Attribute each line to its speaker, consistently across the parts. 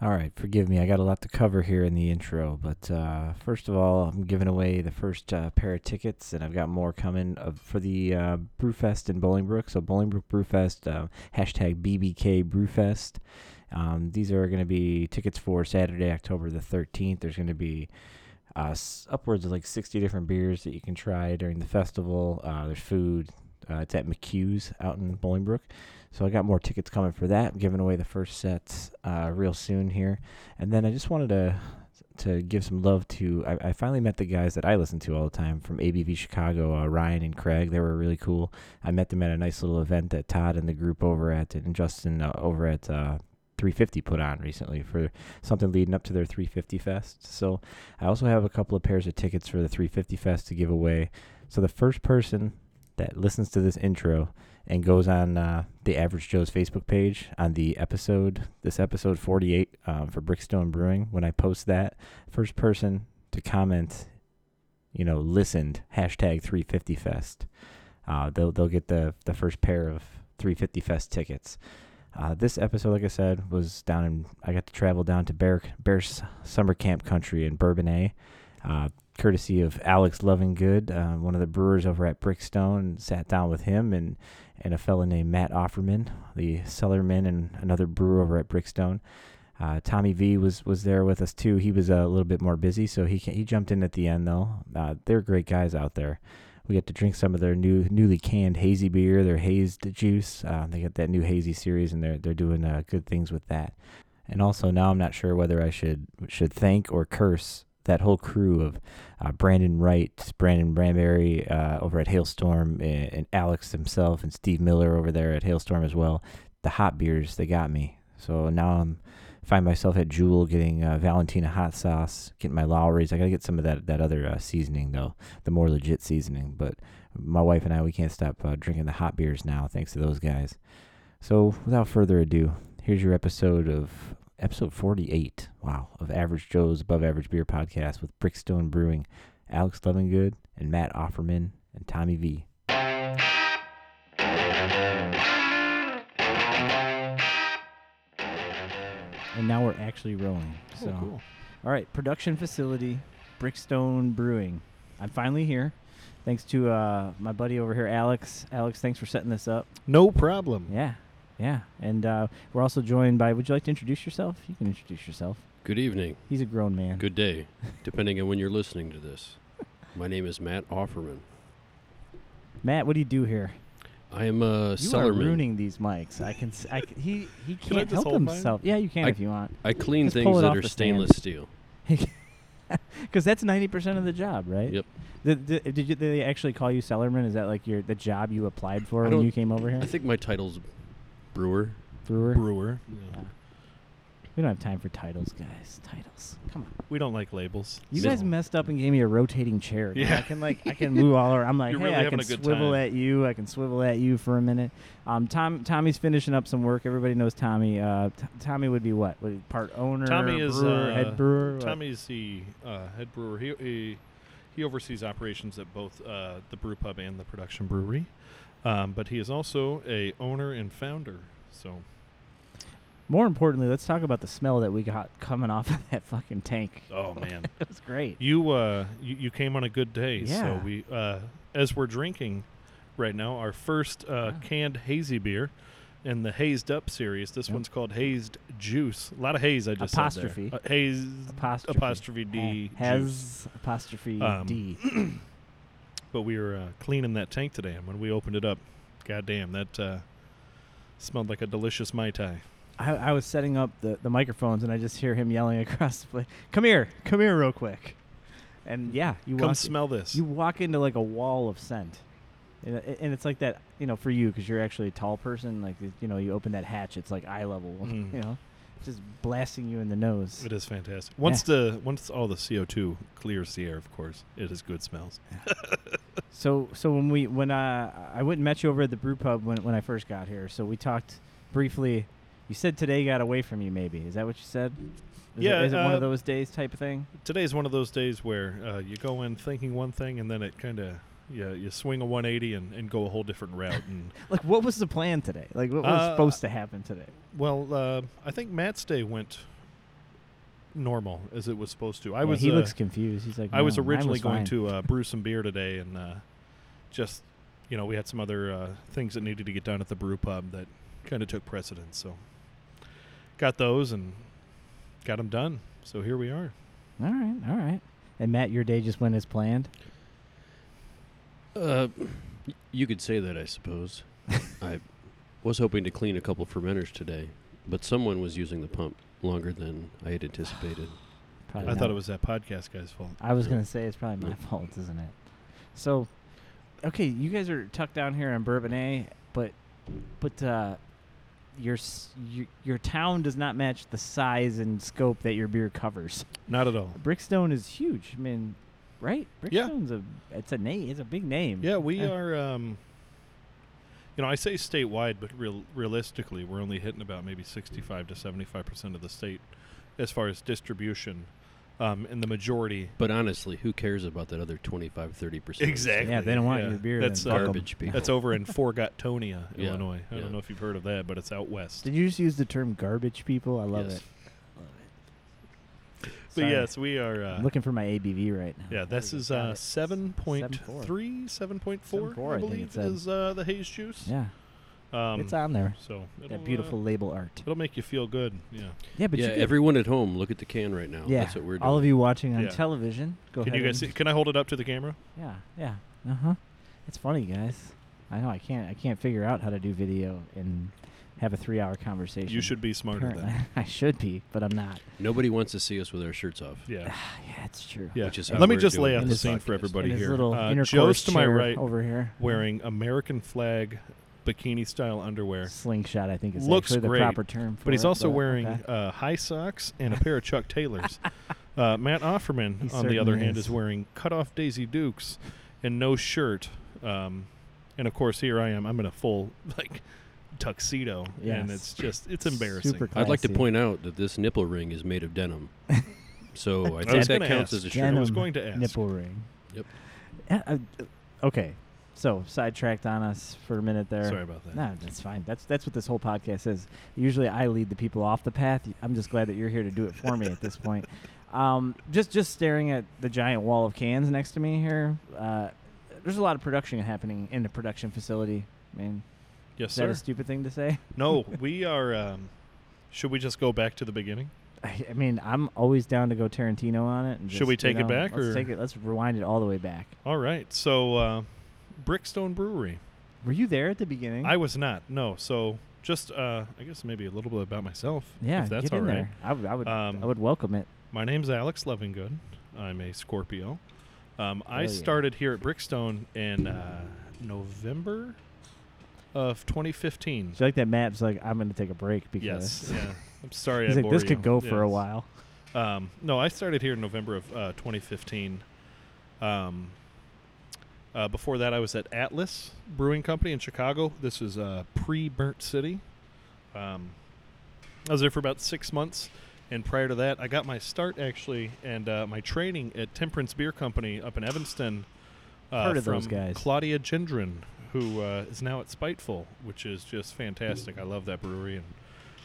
Speaker 1: All right, forgive me. I got a lot to cover here in the intro, but uh, first of all, I'm giving away the first uh, pair of tickets, and I've got more coming of, for the uh, Brewfest in Bolingbrook. So Bolingbrook Brewfest, uh, hashtag BBK Brewfest. Um, these are going to be tickets for Saturday, October the 13th. There's going to be uh, s- upwards of like 60 different beers that you can try during the festival. Uh, there's food. Uh, it's at McHugh's out in Bolingbrook. So I got more tickets coming for that. I'm giving away the first set uh, real soon here. And then I just wanted to to give some love to. I, I finally met the guys that I listen to all the time from ABV Chicago, uh, Ryan and Craig. They were really cool. I met them at a nice little event that Todd and the group over at and Justin uh, over at. Uh, 350 put on recently for something leading up to their 350 fest. So I also have a couple of pairs of tickets for the 350 fest to give away. So the first person that listens to this intro and goes on uh, the Average Joe's Facebook page on the episode, this episode 48 um, for Brickstone Brewing. When I post that, first person to comment, you know, listened, hashtag 350fest, uh, they'll, they'll get the, the first pair of 350fest tickets. Uh, this episode, like I said, was down in, I got to travel down to Bear, Bear's Summer Camp Country in Bourbonnais. Uh, courtesy of Alex Lovingood, uh, one of the brewers over at Brickstone, and sat down with him and and a fellow named Matt Offerman, the cellarman and another brewer over at Brickstone. Uh, Tommy V was was there with us too. He was uh, a little bit more busy, so he ca- he jumped in at the end though. Uh, they're great guys out there. We got to drink some of their new newly canned hazy beer, their hazed juice. Uh, they got that new hazy series, and they're they're doing uh, good things with that. And also now I'm not sure whether I should should thank or curse that whole crew of uh, Brandon Wright, Brandon Bramberry uh, over at Hailstorm, and, and Alex himself, and Steve Miller over there at Hailstorm as well. The hot beers they got me, so now I'm find myself at Jewel getting uh, Valentina hot sauce, getting my Lowry's. I gotta get some of that that other uh, seasoning though, the more legit seasoning. But my wife and I we can't stop uh, drinking the hot beers now thanks to those guys. So without further ado, here's your episode of episode 48. Wow, of Average Joe's Above Average Beer podcast with Brickstone Brewing. Alex Lovingood and Matt Offerman and Tommy V. And now we're actually rolling. So,
Speaker 2: Oh,
Speaker 1: all right, production facility, Brickstone Brewing. I'm finally here. Thanks to uh, my buddy over here, Alex. Alex, thanks for setting this up.
Speaker 2: No problem.
Speaker 1: Yeah, yeah. And uh, we're also joined by. Would you like to introduce yourself? You can introduce yourself.
Speaker 3: Good evening,
Speaker 1: He's a grown man.
Speaker 3: good day, depending on when you're listening to this. My name is Matt Offerman.
Speaker 1: Matt, what do you do here?
Speaker 3: I am a
Speaker 1: You are
Speaker 3: cellarman.
Speaker 1: ruining these mics. I can. s- I c- he he
Speaker 2: I
Speaker 1: can't
Speaker 2: just
Speaker 1: help
Speaker 2: hold mine?
Speaker 1: himself. Yeah, you can
Speaker 3: I-
Speaker 1: if you want,
Speaker 3: I clean
Speaker 1: Just pull
Speaker 3: things
Speaker 1: it
Speaker 3: that
Speaker 1: off
Speaker 3: are
Speaker 1: the
Speaker 3: stainless steel.
Speaker 1: because that's ninety percent of the job, right?
Speaker 3: Yep.
Speaker 1: The, the, did, you, they actually call you cellarman? Is that like your the job you applied for
Speaker 3: I
Speaker 1: when
Speaker 3: don't-
Speaker 1: you came over here?
Speaker 3: I think my title's brewer.
Speaker 1: Brewer.
Speaker 2: Brewer.
Speaker 1: We don't have time for titles, guys. Titles. Come on.
Speaker 2: We don't like labels.
Speaker 1: You
Speaker 3: Mis-
Speaker 1: guys messed up and gave me a rotating chair. dude.
Speaker 2: Yeah.
Speaker 1: I can like I can move all around. I'm like,
Speaker 2: You're
Speaker 1: hey,
Speaker 2: really
Speaker 1: I
Speaker 2: having
Speaker 1: can
Speaker 2: a good
Speaker 1: swivel
Speaker 2: time.
Speaker 1: at you. I can swivel at you for a minute. Um, Tom Tommy's finishing up some work. Everybody knows Tommy. Uh, T- Tommy would be what? Would- Part owner.
Speaker 2: Tommy is,
Speaker 1: brewer,
Speaker 2: uh,
Speaker 1: head brewer. what?
Speaker 2: Tommy's the uh, head brewer. He, he he oversees operations at both uh, the brew pub and the production brewery, um, but he is also a owner and founder. So
Speaker 1: More importantly, let's talk about the smell that we got coming off of that fucking tank.
Speaker 2: oh man,
Speaker 1: It was great.
Speaker 2: you uh you, you came on a good day. So
Speaker 1: Yeah.
Speaker 2: we uh, as we're drinking right now our first uh,
Speaker 1: Yeah.
Speaker 2: canned hazy beer. In the hazed up series, this
Speaker 1: Yep.
Speaker 2: one's called hazed juice. A lot of haze. I just
Speaker 1: Apostrophe.
Speaker 2: said there. Uh, haze
Speaker 1: Apostrophe.
Speaker 2: apostrophe D
Speaker 1: Ha- has
Speaker 2: juice.
Speaker 1: Uh, apostrophe
Speaker 2: Um,
Speaker 1: D.
Speaker 2: But we were uh, cleaning that tank today, and when we opened it up, goddamn, that uh, smelled like a delicious mai tai.
Speaker 1: I, I was setting up the, the microphones and I just hear him yelling across the place, "Come here, come here, real quick!" And yeah, you
Speaker 2: Come
Speaker 1: walk,
Speaker 2: smell this.
Speaker 1: you walk into like a wall of scent, and, it- and it's like that, you know, for you because you're actually a tall person. Like you know, you open that hatch, it's like eye level,
Speaker 2: Mm.
Speaker 1: you know, just blasting you in the nose.
Speaker 2: it is fantastic. Once the once all the CO two clears the air, of course, it is good smells.
Speaker 1: So so when we when uh, I went and met you over at the brew pub when when I first got here, so we talked briefly. You said today got away from you, maybe. Is that what you said? Is
Speaker 2: Yeah,
Speaker 1: It, is it one
Speaker 2: uh,
Speaker 1: of those days type of thing?
Speaker 2: Today's one of those days where uh, you go in thinking one thing, and then it kind of yeah, you swing a 180 and, and go a whole different route. And
Speaker 1: Like, what was the plan today? Like, what was
Speaker 2: Uh,
Speaker 1: supposed to happen today?
Speaker 2: well, uh, I think Matt's day went normal as it was supposed to. I
Speaker 1: Yeah,
Speaker 2: was
Speaker 1: he
Speaker 2: uh,
Speaker 1: looks confused. He's like,
Speaker 2: I was
Speaker 1: "No, mine
Speaker 2: originally going
Speaker 1: fine."
Speaker 2: to uh, brew some beer today, and uh, just you know, we had some other uh, things that needed to get done at the brew pub that kind of took precedence. So got those and got them done. So here we are.
Speaker 1: All right, all right. And Matt, your day just went as planned.
Speaker 3: Uh, y- you could say that, I suppose. I was hoping to clean a couple fermenters today, but someone was using the pump longer than I had anticipated.
Speaker 1: Probably
Speaker 2: I
Speaker 1: not.
Speaker 2: thought it was that podcast guy's fault.
Speaker 1: I was
Speaker 3: Yeah.
Speaker 1: gonna say it's probably my
Speaker 3: Yeah.
Speaker 1: fault, isn't it? So, okay, you guys are tucked down here in Bourbonnais, but but uh, your s- your your town does not match the size and scope that your beer covers.
Speaker 2: Not at all.
Speaker 1: Brickstone is huge. I mean, right?
Speaker 2: Yeah.
Speaker 1: Brickstone's a it's a name. It's a big name.
Speaker 2: Yeah, we
Speaker 1: Eh.
Speaker 2: are. Um, you know, I say statewide, but real, realistically, we're only hitting about maybe sixty-five to seventy-five percent of the state as far as distribution, um, and the majority.
Speaker 3: But honestly, who cares about that other 25, 30%?
Speaker 2: Exactly.
Speaker 1: Yeah, they don't want
Speaker 2: Yeah,
Speaker 1: your beer.
Speaker 2: that's, uh,
Speaker 1: then fuck 'em.
Speaker 3: garbage, people.
Speaker 2: That's over in Forgotonia,
Speaker 3: Yeah,
Speaker 2: Illinois. I
Speaker 3: yeah.
Speaker 2: don't know if you've heard of that, but it's out west.
Speaker 1: Did you just use the term garbage people? I love
Speaker 3: Yes.
Speaker 1: it.
Speaker 2: But
Speaker 1: Sorry.
Speaker 2: yes, we are.
Speaker 1: I'm
Speaker 2: Uh,
Speaker 1: looking for my ABV right now.
Speaker 2: yeah, this
Speaker 1: There we
Speaker 2: is
Speaker 1: go. Got
Speaker 2: uh,
Speaker 1: it.
Speaker 2: 7.3, 7.4,
Speaker 1: 7.4,
Speaker 2: I
Speaker 1: I think it
Speaker 2: believe,
Speaker 1: said.
Speaker 2: is uh, the haze juice.
Speaker 1: Yeah,
Speaker 2: Um,
Speaker 1: it's on there.
Speaker 2: so it'll,
Speaker 1: That beautiful
Speaker 2: Uh,
Speaker 1: label art.
Speaker 2: it'll make you feel good. Yeah.
Speaker 1: Yeah, but
Speaker 3: yeah,
Speaker 1: you could-
Speaker 3: everyone at home, look at the can right now.
Speaker 1: Yeah,
Speaker 3: That's what we're doing.
Speaker 1: all of you watching on
Speaker 2: Yeah.
Speaker 1: television, go
Speaker 2: can
Speaker 1: ahead.
Speaker 2: you guys? See,
Speaker 1: and-
Speaker 2: can I hold it up to the camera?
Speaker 1: Yeah, yeah. Uh huh. It's funny, guys. I know I can't. I can't figure out how to do video and have a three-hour conversation.
Speaker 2: You should be smarter than.
Speaker 1: Apparently, I should be, but I'm not.
Speaker 3: Nobody wants to see us with our shirts off.
Speaker 2: Yeah.
Speaker 1: Yeah, it's true.
Speaker 2: Yeah.
Speaker 3: Which is how
Speaker 2: Let me
Speaker 3: we're
Speaker 2: just lay
Speaker 3: doing
Speaker 2: out the
Speaker 1: this
Speaker 2: scene for
Speaker 3: podcast.
Speaker 2: everybody
Speaker 1: And his
Speaker 2: here.
Speaker 1: little
Speaker 2: Uh, Joe's
Speaker 1: intercourse
Speaker 2: to my
Speaker 1: chair
Speaker 2: right
Speaker 1: over here,
Speaker 2: wearing American flag bikini style underwear,
Speaker 1: slingshot. I think is
Speaker 2: Looks
Speaker 1: actually
Speaker 2: great,
Speaker 1: the proper term for
Speaker 2: but he's
Speaker 1: it,
Speaker 2: also wearing
Speaker 1: okay.
Speaker 2: uh, high socks and a pair of Chuck Taylors. Uh, Matt
Speaker 1: He
Speaker 2: Offerman, on the other
Speaker 1: certainly
Speaker 2: hand,
Speaker 1: is.
Speaker 2: is wearing cut off Daisy Dukes and no shirt. Um, and of course, here I am. I'm in a full like tuxedo, and
Speaker 1: Yes.
Speaker 2: it's just it's embarrassing.
Speaker 1: Super
Speaker 3: I'd like to
Speaker 1: Classy.
Speaker 3: point out that this nipple ring is made of denim. So I
Speaker 2: was
Speaker 3: think that
Speaker 2: gonna
Speaker 3: counts
Speaker 2: ask.
Speaker 3: as a shirt.
Speaker 2: I
Speaker 1: denim
Speaker 2: was going to ask.
Speaker 1: nipple ring.
Speaker 3: Yep.
Speaker 1: Yeah, uh, uh, okay, so sidetracked on us for a minute there.
Speaker 2: Sorry about that.
Speaker 1: No, that's fine. That's that's what this whole podcast is. Usually, I lead the people off the path. I'm just glad that you're here to do it for me at this point. Um, just just staring at the giant wall of cans next to me here. Uh, there's a lot of production happening in the production facility. I mean,
Speaker 2: Yes,
Speaker 1: is that
Speaker 2: sir.
Speaker 1: a stupid thing to say?
Speaker 2: no, we are. Um, should we just go back to the beginning?
Speaker 1: I, I mean, I'm always down to go Tarantino on it. And
Speaker 2: Should
Speaker 1: just,
Speaker 2: we
Speaker 1: you
Speaker 2: take it
Speaker 1: know,
Speaker 2: back,
Speaker 1: Let's
Speaker 2: or-
Speaker 1: take it. Let's rewind it all the way back.
Speaker 2: All right. So, uh, Brickstone Brewery.
Speaker 1: Were you there at the beginning?
Speaker 2: I was not. No. So just uh, I guess maybe a little bit about myself.
Speaker 1: yeah,
Speaker 2: If that's
Speaker 1: get
Speaker 2: all
Speaker 1: in
Speaker 2: right.
Speaker 1: there. I would. I would,
Speaker 2: Um,
Speaker 1: I would welcome it.
Speaker 2: My name's Alex Lovingood. I'm a Scorpio. Um, I
Speaker 1: Oh, yeah.
Speaker 2: started here at Brickstone in uh, November of 2015.
Speaker 1: So like that Matt's like, I'm going to take a break because
Speaker 2: Yes. Yeah. I'm sorry.
Speaker 1: he's
Speaker 2: I
Speaker 1: like,
Speaker 2: bore
Speaker 1: this
Speaker 2: you.
Speaker 1: could go for a
Speaker 2: Yes.
Speaker 1: while.
Speaker 2: Um, no, I started here in November of uh, 2015. Um, uh, before that, I was at Atlas Brewing Company in Chicago. This is uh, pre-Burnt City. Um, I was there for about six months, and prior to that, I got my start actually and uh, my training at Temperance Beer Company up in Evanston. Uh,
Speaker 1: Heard of
Speaker 2: from
Speaker 1: those guys.
Speaker 2: Claudia Gendron, who uh, is now at Spiteful, which is just fantastic. I love that brewery and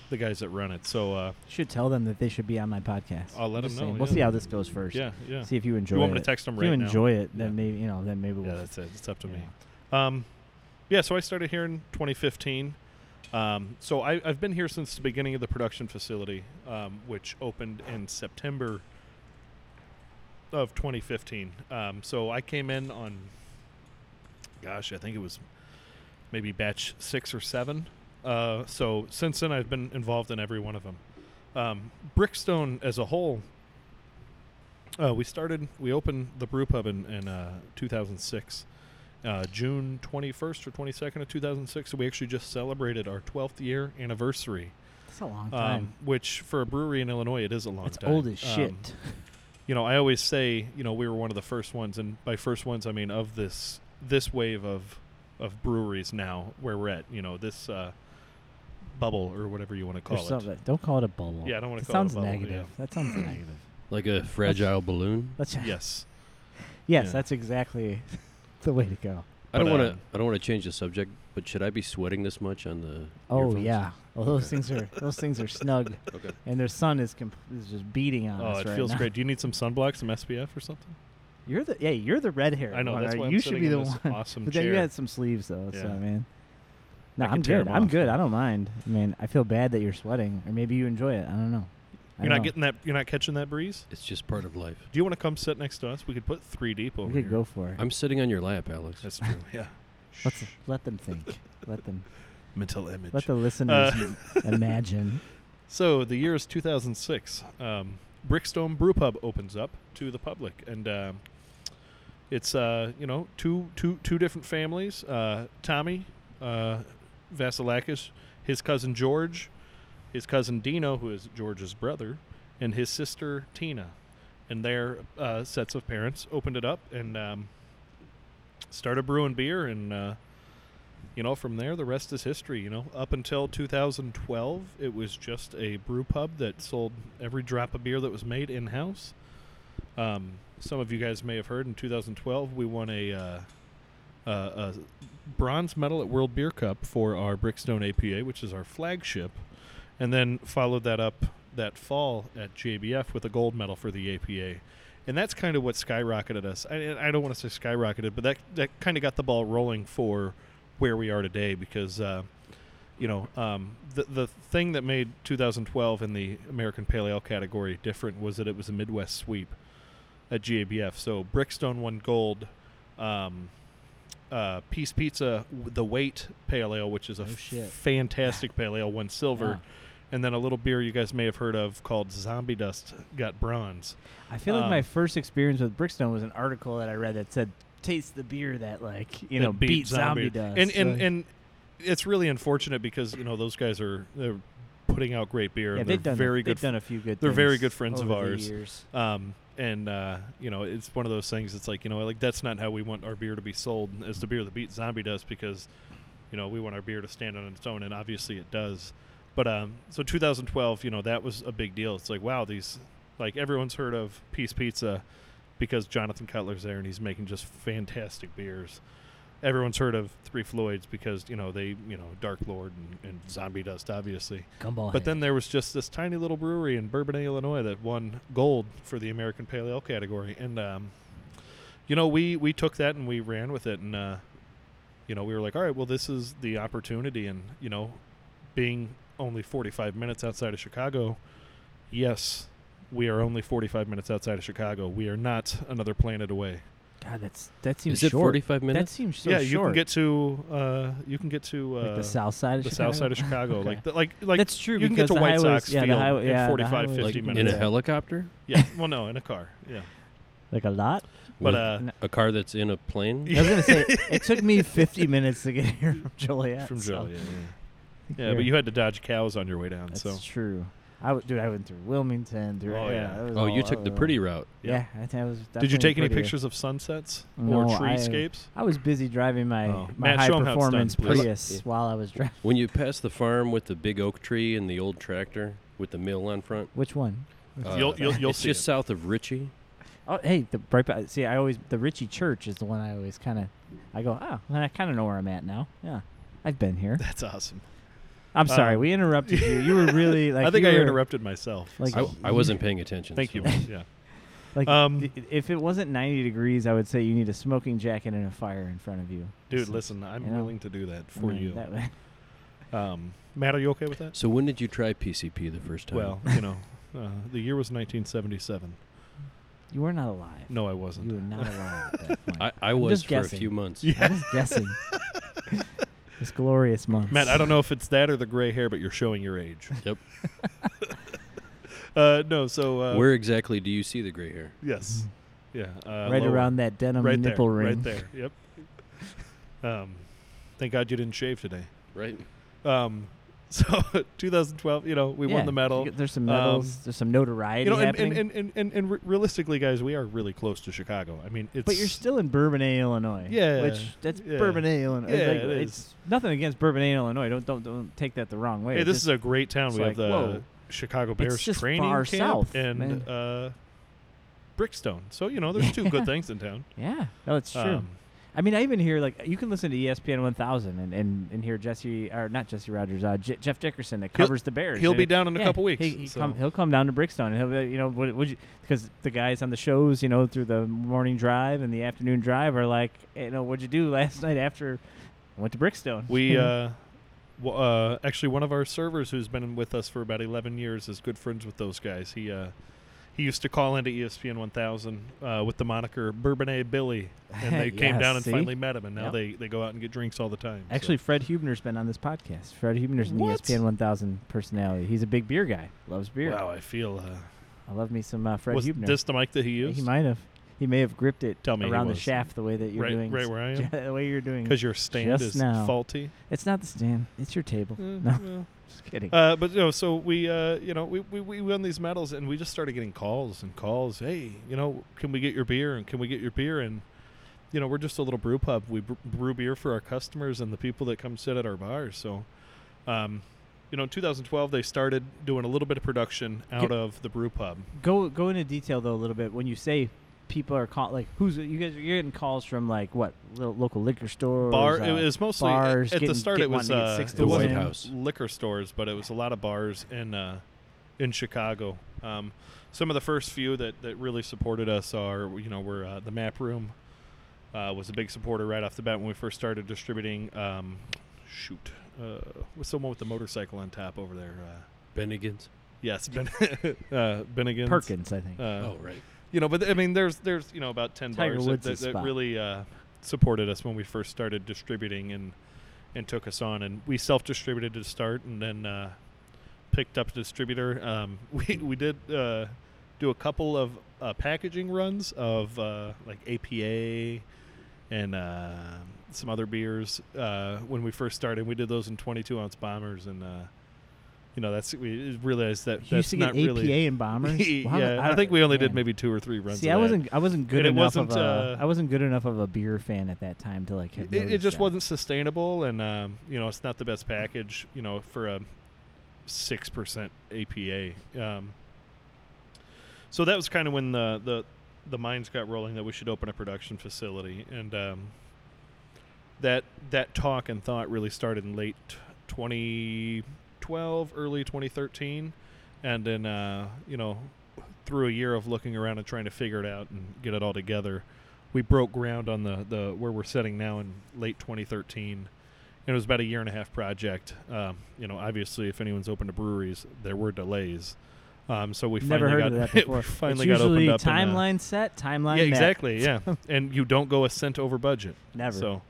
Speaker 2: the guys that run it. So uh,
Speaker 1: Should tell them that they should be on my podcast.
Speaker 2: I'll let
Speaker 1: Just
Speaker 2: 'em know,
Speaker 1: saying. We'll
Speaker 2: yeah.
Speaker 1: see how this goes first.
Speaker 2: yeah, yeah.
Speaker 1: See if you enjoy.
Speaker 2: you want
Speaker 1: it.
Speaker 2: me to text them
Speaker 1: if
Speaker 2: right
Speaker 1: you
Speaker 2: now?
Speaker 1: enjoy it, then
Speaker 2: Yeah.
Speaker 1: maybe you know. Then maybe we'll.
Speaker 2: Yeah, that's it. It's up to
Speaker 1: yeah.
Speaker 2: me. Um, yeah, so I started here in 2015. Um, so I, I've been here since the beginning of the production facility, um, which opened in September of 2015. Um, so I came in on, gosh, I think it was maybe batch six or seven. Uh, so since then, I've been involved in every one of them. Um, Brickstone as a whole, uh, we started, we opened the brew pub in, in uh, 2006 uh, June 21st or 22nd of 2006. So we actually just celebrated our 12th year anniversary,
Speaker 1: That's a long time.
Speaker 2: um, which for a brewery in Illinois, it is a long
Speaker 1: it's
Speaker 2: time.
Speaker 1: old as shit.
Speaker 2: Um, you know, I always say, you know, we were one of the first ones, and by first ones, I mean of this this wave of of breweries now where we're at. You know, this uh, bubble or whatever you want to
Speaker 1: Or
Speaker 2: call it.
Speaker 1: something. Don't call it a bubble.
Speaker 2: Yeah, I don't wanna
Speaker 1: That
Speaker 2: call it a
Speaker 1: sounds
Speaker 2: bubble,
Speaker 1: negative. That sounds negative.
Speaker 3: Like a fragile balloon.
Speaker 1: Let's.
Speaker 2: Yes.
Speaker 1: yes,
Speaker 2: yeah.
Speaker 1: that's exactly the way to go.
Speaker 3: I don't
Speaker 2: But,
Speaker 3: want to.
Speaker 2: um,
Speaker 3: I don't want to change the subject, but should I be sweating this much on the?
Speaker 1: Oh
Speaker 3: earphones?
Speaker 1: yeah. Well, those things are those things are snug,
Speaker 3: Okay.
Speaker 1: and their sun is, comp- is just beating on
Speaker 2: Oh,
Speaker 1: us
Speaker 2: it
Speaker 1: right
Speaker 2: feels
Speaker 1: now.
Speaker 2: great. Do you need some sunblock, some SPF or something?
Speaker 1: You're the yeah, you're the red hair.
Speaker 2: I know. That's why
Speaker 1: you
Speaker 2: I'm
Speaker 1: should
Speaker 2: sitting
Speaker 1: be
Speaker 2: in
Speaker 1: the
Speaker 2: this
Speaker 1: one.
Speaker 2: awesome
Speaker 1: But
Speaker 2: chair.
Speaker 1: then you had some sleeves though, so
Speaker 2: Yeah.
Speaker 1: I mean, no,
Speaker 2: I can
Speaker 1: I'm
Speaker 2: tear
Speaker 1: good.
Speaker 2: 'em
Speaker 1: I'm
Speaker 2: off.
Speaker 1: good. I don't mind. I mean, I feel bad that you're sweating, or maybe you enjoy it. I don't know. I don't
Speaker 2: You're not
Speaker 1: know.
Speaker 2: getting that. You're not catching that breeze.
Speaker 3: It's just part of life.
Speaker 2: Do you want to come sit next to us? We could put three deep over
Speaker 1: We could
Speaker 2: here.
Speaker 1: go for it.
Speaker 3: I'm sitting on your lap, Alex.
Speaker 2: That's true. Yeah.
Speaker 1: Let's let them think. let them.
Speaker 2: Mental image. Uh,
Speaker 1: Let the listeners imagine.
Speaker 2: So the year is 2006. Um, Brickstone Brew Pub opens up to the public, and um, it's uh, you know two two two different families. Uh, Tommy uh, Vasilakis, his cousin George, his cousin Dino, who is George's brother, and his sister Tina, and their uh, sets of parents opened it up and um, started brewing beer and. Uh, you know, from there, the rest is history. You know, up until 2012, it was just a brew pub that sold every drop of beer that was made in house. Um, some of you guys may have heard in 2012, we won a, uh, uh, a bronze medal at World Beer Cup for our Brickstone APA, which is our flagship, and then followed that up that fall at JBF with a gold medal for the APA. And that's kind of what skyrocketed us. I, I don't want to say skyrocketed, but that, that kind of got the ball rolling for where we are today because uh, you know um, the the thing that made 2012 in the American Pale Ale category different was that it was a Midwest sweep at GABF. So Brickstone won gold. Um, uh, Peace Pizza, w- the Weight Pale Ale, which is a
Speaker 1: Oh, shit.
Speaker 2: fantastic pale ale, won silver.
Speaker 1: Wow.
Speaker 2: And then a little beer you guys may have heard of called Zombie Dust got bronze.
Speaker 1: I feel like my
Speaker 2: Um,
Speaker 1: first experience with Brickstone was an article that I read that said, "Taste the beer that like you
Speaker 2: that
Speaker 1: know beat, zombie dust."
Speaker 2: And and,
Speaker 1: Like-
Speaker 2: and it's really unfortunate because you know those guys are they're putting out great beer.
Speaker 1: yeah,
Speaker 2: and they're
Speaker 1: they've done
Speaker 2: very
Speaker 1: they've
Speaker 2: good.
Speaker 1: done a few good.
Speaker 2: they're very
Speaker 1: things
Speaker 2: good friends of
Speaker 1: over the
Speaker 2: ours.
Speaker 1: years.
Speaker 2: f- um, and uh, you know it's one of those things. It's like you know like that's not how we want our beer to be sold as the beer that beats zombie dust because you know we want our beer to stand on its own and obviously it does. But um, so 2012, you know that was a big deal. It's like wow these like everyone's heard of Peace Pizza because Jonathan Cutler's there and he's making just fantastic beers. Everyone's heard of Three Floyds because you know they you know Dark Lord and, and Zombie Dust obviously.
Speaker 1: Gumball
Speaker 2: But
Speaker 1: Head.
Speaker 2: then there was just this tiny little brewery in Bourbonnais, Illinois, that won gold for the American Pale Ale category, and um, you know we we took that and we ran with it, and uh, you know we were like, all right, well this is the opportunity, and you know, being only 45 minutes outside of Chicago, yes, we are only 45 minutes outside of Chicago. We are not another planet away.
Speaker 1: God, that's that seems
Speaker 3: Is it
Speaker 1: short.
Speaker 3: 45
Speaker 1: That
Speaker 3: minutes?
Speaker 1: seems so
Speaker 2: yeah,
Speaker 1: short.
Speaker 2: you can get to uh, you can get to uh,
Speaker 1: like the south side of
Speaker 2: the
Speaker 1: Chicago?
Speaker 2: south side of Chicago,
Speaker 1: Okay.
Speaker 2: like the, like like
Speaker 1: that's true.
Speaker 2: you can get
Speaker 1: because
Speaker 2: to
Speaker 1: the
Speaker 2: White
Speaker 1: highways-
Speaker 2: Sox
Speaker 1: yeah, the
Speaker 2: Field
Speaker 1: highway-
Speaker 2: in
Speaker 1: yeah, the
Speaker 2: 45,
Speaker 1: highways
Speaker 2: 50
Speaker 1: you can
Speaker 3: like
Speaker 2: minutes.
Speaker 3: in
Speaker 1: do
Speaker 3: a
Speaker 1: that.
Speaker 3: helicopter?
Speaker 2: yeah, well no, in a car, yeah.
Speaker 1: Like a lot.
Speaker 2: But
Speaker 3: With
Speaker 2: uh,
Speaker 1: No.
Speaker 3: a car that's in a plane.
Speaker 1: I was gonna say it took me 50 minutes to get here from Joliet.
Speaker 2: from
Speaker 1: so
Speaker 2: Joliet,
Speaker 1: I think
Speaker 2: yeah.
Speaker 1: you're-
Speaker 2: but you had to dodge cows on your way down,
Speaker 1: That's
Speaker 2: so
Speaker 1: true. I w- dude, I went through Wilmington. Through,
Speaker 2: Oh, yeah.
Speaker 1: that was
Speaker 3: oh, you
Speaker 1: all-
Speaker 3: took the
Speaker 1: uh,
Speaker 3: pretty route.
Speaker 1: Yeah, I think I was.
Speaker 2: did
Speaker 1: definitely
Speaker 2: you take any
Speaker 1: prettier.
Speaker 2: pictures of sunsets or
Speaker 1: No, I-
Speaker 2: treescapes?
Speaker 1: I was busy driving my
Speaker 2: Oh.
Speaker 1: my
Speaker 2: Matt,
Speaker 1: high
Speaker 2: show 'em how it's done,
Speaker 1: performance
Speaker 2: please.
Speaker 1: Prius
Speaker 3: Yeah.
Speaker 1: while I was driving.
Speaker 3: When you pass the farm with the big oak tree and the old tractor with the mill on front.
Speaker 1: Which one?
Speaker 3: uh,
Speaker 2: You'll- you'll- you'll
Speaker 3: it's
Speaker 2: see
Speaker 3: just
Speaker 2: it.
Speaker 3: south of Ritchie.
Speaker 1: Oh, hey, the right. by- See, I always the Ritchie Church is the one I always kind of. I go, oh, well, I kind of know where I'm at now. Yeah, I've been here.
Speaker 2: That's awesome.
Speaker 1: I'm sorry,
Speaker 2: Um,
Speaker 1: we interrupted you. You were really like.
Speaker 2: I think
Speaker 1: you
Speaker 2: I
Speaker 1: were-
Speaker 2: interrupted myself.
Speaker 1: Like,
Speaker 3: I, I wasn't paying attention.
Speaker 2: Thank
Speaker 3: so-
Speaker 2: you. Mike, Yeah.
Speaker 1: Like,
Speaker 2: Um,
Speaker 1: d- if it wasn't 90 degrees, I would say you need a smoking jacket and a fire in front of you.
Speaker 2: Dude,
Speaker 1: So,
Speaker 2: listen, I'm
Speaker 1: you know,
Speaker 2: willing to do that
Speaker 1: I
Speaker 2: for
Speaker 1: mean,
Speaker 2: you.
Speaker 1: that way-
Speaker 2: Um, Matt, are you okay with that?
Speaker 3: So when did you try PCP the first time?
Speaker 2: Well, you know, uh, the year was 1977.
Speaker 1: you were not alive.
Speaker 2: No, I
Speaker 1: you were
Speaker 2: wasn't.
Speaker 1: not alive at that point.
Speaker 3: I, I
Speaker 1: I'm
Speaker 3: was
Speaker 1: just
Speaker 3: for
Speaker 1: guessing.
Speaker 3: a few months.
Speaker 1: I was guessing. this glorious month.
Speaker 2: Matt, I don't know if it's that or the gray hair, but you're showing your age.
Speaker 3: Yep.
Speaker 2: Uh, no, so uh,
Speaker 3: Where exactly do you see the gray hair?
Speaker 2: Yes. Yeah. Uh,
Speaker 1: Mm. right
Speaker 2: lower.
Speaker 1: around that denim
Speaker 2: right
Speaker 1: nipple
Speaker 2: there,
Speaker 1: ring.
Speaker 2: Right there. Yep. um, thank God you didn't shave today.
Speaker 3: Right.
Speaker 2: Um, so 2012, you know, we
Speaker 1: Yeah,
Speaker 2: won the medal.
Speaker 1: you get- There's some
Speaker 2: Um,
Speaker 1: medals. there's some notoriety
Speaker 2: You know, and
Speaker 1: happening.
Speaker 2: and, and, and, and and re- realistically, guys, we are really close to Chicago. I mean, it's
Speaker 1: but you're still in Bourbonnais, Illinois.
Speaker 2: Yeah,
Speaker 1: which that's
Speaker 2: yeah.
Speaker 1: Bourbonnais, Illinois.
Speaker 2: Yeah,
Speaker 1: Like,
Speaker 2: it is.
Speaker 1: It's nothing against Bourbonnais, Illinois. Don't don't don't take that the wrong way.
Speaker 2: Hey,
Speaker 1: It's
Speaker 2: this
Speaker 1: just-
Speaker 2: is a great town.
Speaker 1: it's
Speaker 2: We
Speaker 1: like,
Speaker 2: have the
Speaker 1: whoa.
Speaker 2: Chicago Bears
Speaker 1: just
Speaker 2: training
Speaker 1: far
Speaker 2: camp
Speaker 1: south,
Speaker 2: and
Speaker 1: man.
Speaker 2: uh, Brickstone. So you know, there's two good things in town.
Speaker 1: yeah. No, it's true.
Speaker 2: Um,
Speaker 1: I mean, I even hear like you can listen to E ESPN 1000 and, and, and hear Jesse or not Jesse Rogers, uh, J- Jeff Dickerson that
Speaker 2: He'll-
Speaker 1: covers the Bears.
Speaker 2: he'll
Speaker 1: and
Speaker 2: be
Speaker 1: it-
Speaker 2: down in a
Speaker 1: yeah,
Speaker 2: couple weeks,
Speaker 1: He, he
Speaker 2: so-
Speaker 1: come, he'll come down to Brickstone and he'll be, like, you know what would you because the guys on the shows you know through the morning drive and the afternoon drive are like you know what'd you do last night after I went to Brickstone.
Speaker 2: We
Speaker 1: You know?
Speaker 2: uh, w- uh, actually one of our servers who's been with us for about eleven years is good friends with those guys. He uh, he used to call into E ESPN 1000 uh, with the moniker Bourbonnais Billy, and they came
Speaker 1: Yeah,
Speaker 2: down and
Speaker 1: see?
Speaker 2: finally met him, and now
Speaker 1: Yep.
Speaker 2: they, they go out and get drinks all the time. so-
Speaker 1: Actually, Fred Hubner's been on this podcast. Fred Hubner's E an
Speaker 2: What?
Speaker 1: ESPN 1000 personality. He's a big beer guy. Loves beer.
Speaker 2: wow, I feel uh,
Speaker 1: I love me some uh, Fred
Speaker 2: was
Speaker 1: Hubner.
Speaker 2: this the mic that he
Speaker 1: Yeah,
Speaker 2: used?
Speaker 1: He might have. He may have gripped it
Speaker 2: Tell me he
Speaker 1: around the
Speaker 2: wasn't.
Speaker 1: shaft the way that you're
Speaker 2: right,
Speaker 1: doing.
Speaker 2: right where I am.
Speaker 1: the way you're doing.
Speaker 2: Because your stand
Speaker 1: Just
Speaker 2: is
Speaker 1: now.
Speaker 2: faulty.
Speaker 1: It's not the stand. It's your table.
Speaker 2: Eh,
Speaker 1: No,
Speaker 2: well.
Speaker 1: just kidding.
Speaker 2: Uh, but you know, so we, uh, you know, we, we, we won these medals, and we just started getting calls and calls. Hey, you know, can we get your beer? And can we get your beer? And you know, we're just a little brew pub. We br- brew beer for our customers and the people that come sit at our bars. So, um, you know, in 2012 they started doing a little bit of production out
Speaker 1: Get-
Speaker 2: of the brew pub.
Speaker 1: go go into detail though a little bit when you say people are call like who's you guys you're getting calls from like what lo- local liquor stores
Speaker 2: Bar.
Speaker 1: uh,
Speaker 2: it was mostly at-
Speaker 1: bars
Speaker 2: at
Speaker 1: getting-
Speaker 2: the start.
Speaker 1: get-
Speaker 2: It was
Speaker 1: wanting to get
Speaker 2: uh,
Speaker 1: six
Speaker 2: it
Speaker 1: to
Speaker 3: The White
Speaker 2: wasn't
Speaker 1: one.
Speaker 3: House.
Speaker 2: liquor stores, but it was a lot of bars in uh, in Chicago. Um, some of the first few that, that really supported us are you know were uh, the Map Room uh, was a big supporter right off the bat when we first started distributing. Um, shoot, uh, what's the one with the motorcycle on top over there? Uh,
Speaker 3: Bennigan's.
Speaker 2: yes, Ben uh, Bennigan's.
Speaker 1: Perkins I think
Speaker 2: Uh,
Speaker 3: oh right.
Speaker 2: you know, but I mean, there's there's you know about ten
Speaker 1: Tiger
Speaker 2: bars that,
Speaker 1: Woods'
Speaker 2: that, that
Speaker 1: spot.
Speaker 2: really uh, supported us when we first started distributing and and took us on, and we self distributed to start, and then uh, picked up a distributor. Um, we we did uh, do a couple of uh, packaging runs of uh, like APA and uh, some other beers uh, when we first started. We did those in 22 ounce bombers, and uh, you know that's we realized that
Speaker 1: you used
Speaker 2: that's
Speaker 1: to
Speaker 2: not
Speaker 1: get
Speaker 2: really
Speaker 1: APA and bombers Wow,
Speaker 2: yeah, I, think we only did
Speaker 1: man.
Speaker 2: maybe two or three runs.
Speaker 1: See,
Speaker 2: of
Speaker 1: I
Speaker 2: that.
Speaker 1: wasn't, I wasn't good
Speaker 2: And it
Speaker 1: enough. of a-
Speaker 2: wasn't, uh,
Speaker 1: I wasn't good enough of a beer fan at that time to like. Have
Speaker 2: It, it
Speaker 1: noticed
Speaker 2: just
Speaker 1: that.
Speaker 2: wasn't sustainable, and um, you know, it's not the best package. You know, for a six percent APA. Um, so that was kind of when the the the minds got rolling that we should open a production facility, and um, that that talk and thought really started in late 2012, early 2013, and then uh, you know, through a year of looking around and trying to figure it out and get it all together, we broke ground on the the where we're sitting now in late 2013. And it was about a year and a half project. Um, you know, obviously, if anyone's open to breweries, there were delays. Um, so we
Speaker 1: Never
Speaker 2: finally
Speaker 1: heard
Speaker 2: got,
Speaker 1: of that
Speaker 2: we
Speaker 1: before.
Speaker 2: finally
Speaker 1: it's
Speaker 2: got opened
Speaker 1: usually
Speaker 2: up. in, uh,
Speaker 1: timeline set, timeline.
Speaker 2: yeah,
Speaker 1: met.
Speaker 2: exactly. Yeah, and you don't go a cent over budget.
Speaker 1: Never.
Speaker 2: So,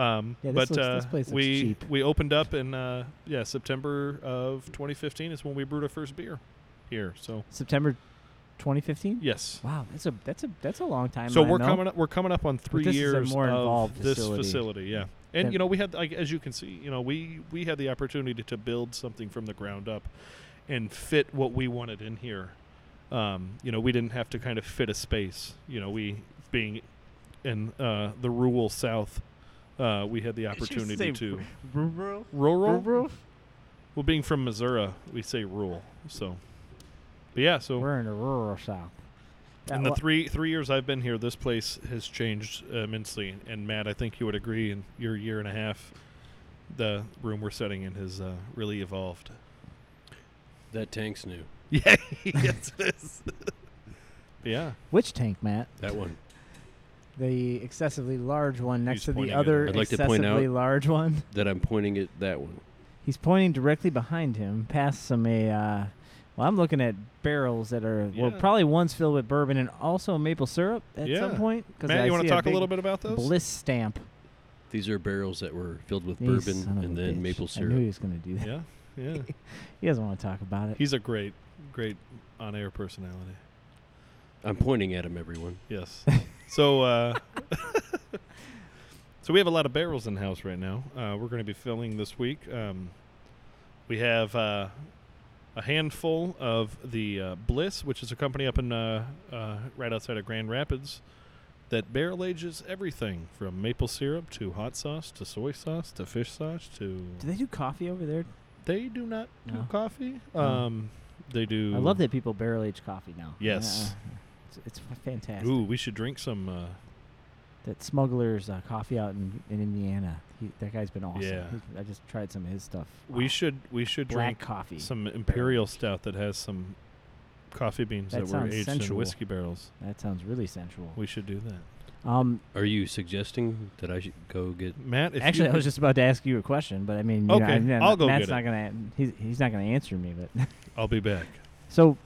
Speaker 2: um,
Speaker 1: Yeah, this
Speaker 2: but
Speaker 1: looks-
Speaker 2: uh,
Speaker 1: this place looks
Speaker 2: we
Speaker 1: cheap.
Speaker 2: we opened up in uh, yeah September of 2015 is when we brewed our first beer here. So
Speaker 1: September 2015.
Speaker 2: yes,
Speaker 1: Wow, that's a that's a that's a long time.
Speaker 2: so we're coming up we're coming up on three
Speaker 1: this is a
Speaker 2: years
Speaker 1: more
Speaker 2: of
Speaker 1: involved
Speaker 2: this
Speaker 1: facility.
Speaker 2: facility. Yeah, and
Speaker 1: Then-
Speaker 2: you know we had like as you can see, you know we we had the opportunity to build something from the ground up and fit what we wanted in here. Um, you know we didn't have to kind of fit a space. You know we being in uh, the rural South. Uh, we had
Speaker 1: Did
Speaker 2: the
Speaker 1: you
Speaker 2: opportunity
Speaker 1: say
Speaker 2: to
Speaker 1: Rural,
Speaker 2: rural
Speaker 1: rural.
Speaker 2: Well, being from Missouri, we say rural. So, but yeah. So
Speaker 1: We're in a rural south. Uh,
Speaker 2: in the
Speaker 1: wha-
Speaker 2: three three years I've been here, this place has changed immensely. And Matt, I think you would agree. In your year and a half, the room we're sitting in has uh, really evolved.
Speaker 3: That tank's new.
Speaker 2: Yeah. yes, it is. yeah.
Speaker 1: which tank, Matt?
Speaker 3: That one.
Speaker 1: The excessively large one next
Speaker 2: He's
Speaker 1: to the
Speaker 2: pointing at
Speaker 1: other
Speaker 2: it.
Speaker 3: I'd like to
Speaker 1: excessively
Speaker 3: point out-
Speaker 1: large one.
Speaker 3: That I'm pointing at that one.
Speaker 1: He's pointing directly behind him, past some a. Uh, well, I'm looking at barrels that are well,
Speaker 2: Yeah.
Speaker 1: probably one's filled with bourbon and also maple syrup at
Speaker 2: Yeah.
Speaker 1: some point. 'cause
Speaker 2: Matt,
Speaker 1: I
Speaker 2: you want
Speaker 1: see
Speaker 2: to talk a
Speaker 1: big
Speaker 2: little bit about those?
Speaker 1: Bliss stamp.
Speaker 3: These are barrels that were filled with
Speaker 1: You son
Speaker 3: bourbon
Speaker 1: of
Speaker 3: and
Speaker 1: a
Speaker 3: then
Speaker 1: bitch.
Speaker 3: maple
Speaker 1: I knew he
Speaker 3: syrup.
Speaker 1: was going to do that.
Speaker 2: Yeah. Yeah.
Speaker 1: He doesn't want to talk about it.
Speaker 2: He's a great, great on-air personality.
Speaker 3: I'm pointing at them, everyone.
Speaker 2: Yes. So, uh, so we have a lot of barrels in house right now. Uh, we're going to be filling this week. Um, we have uh, a handful of the uh, Bliss, which is a company up in uh, uh, right outside of Grand Rapids that barrel ages everything from maple syrup to hot sauce to soy sauce to fish sauce to.
Speaker 1: do they do coffee over there?
Speaker 2: They do not do
Speaker 1: No.
Speaker 2: coffee.
Speaker 1: No.
Speaker 2: Um, they do.
Speaker 1: I love that people barrel age coffee now.
Speaker 2: Yes.
Speaker 1: Uh, it's, it's fantastic.
Speaker 2: Ooh, we should drink some. Uh,
Speaker 1: that smuggler's uh, coffee out in, in Indiana. He, that guy's been awesome.
Speaker 2: Yeah.
Speaker 1: He- I just tried some of his stuff.
Speaker 2: We
Speaker 1: Wow.
Speaker 2: should we should
Speaker 1: black
Speaker 2: drink
Speaker 1: coffee.
Speaker 2: some imperial stout that has some coffee beans
Speaker 1: That
Speaker 2: that, were
Speaker 1: sounds
Speaker 2: aged
Speaker 1: sensual.
Speaker 2: in whiskey barrels.
Speaker 1: that sounds really sensual.
Speaker 2: We should do that.
Speaker 1: Um,
Speaker 3: Are you suggesting that I should go get?
Speaker 2: Matt, if you
Speaker 1: actually, I was
Speaker 2: could-
Speaker 1: just about to ask you a question, but I mean, you know,
Speaker 2: Okay,
Speaker 1: I- yeah,
Speaker 2: I'll go
Speaker 1: Matt's
Speaker 2: get
Speaker 1: not gonna. He's, he's not gonna answer me, but
Speaker 2: I'll be back.
Speaker 1: so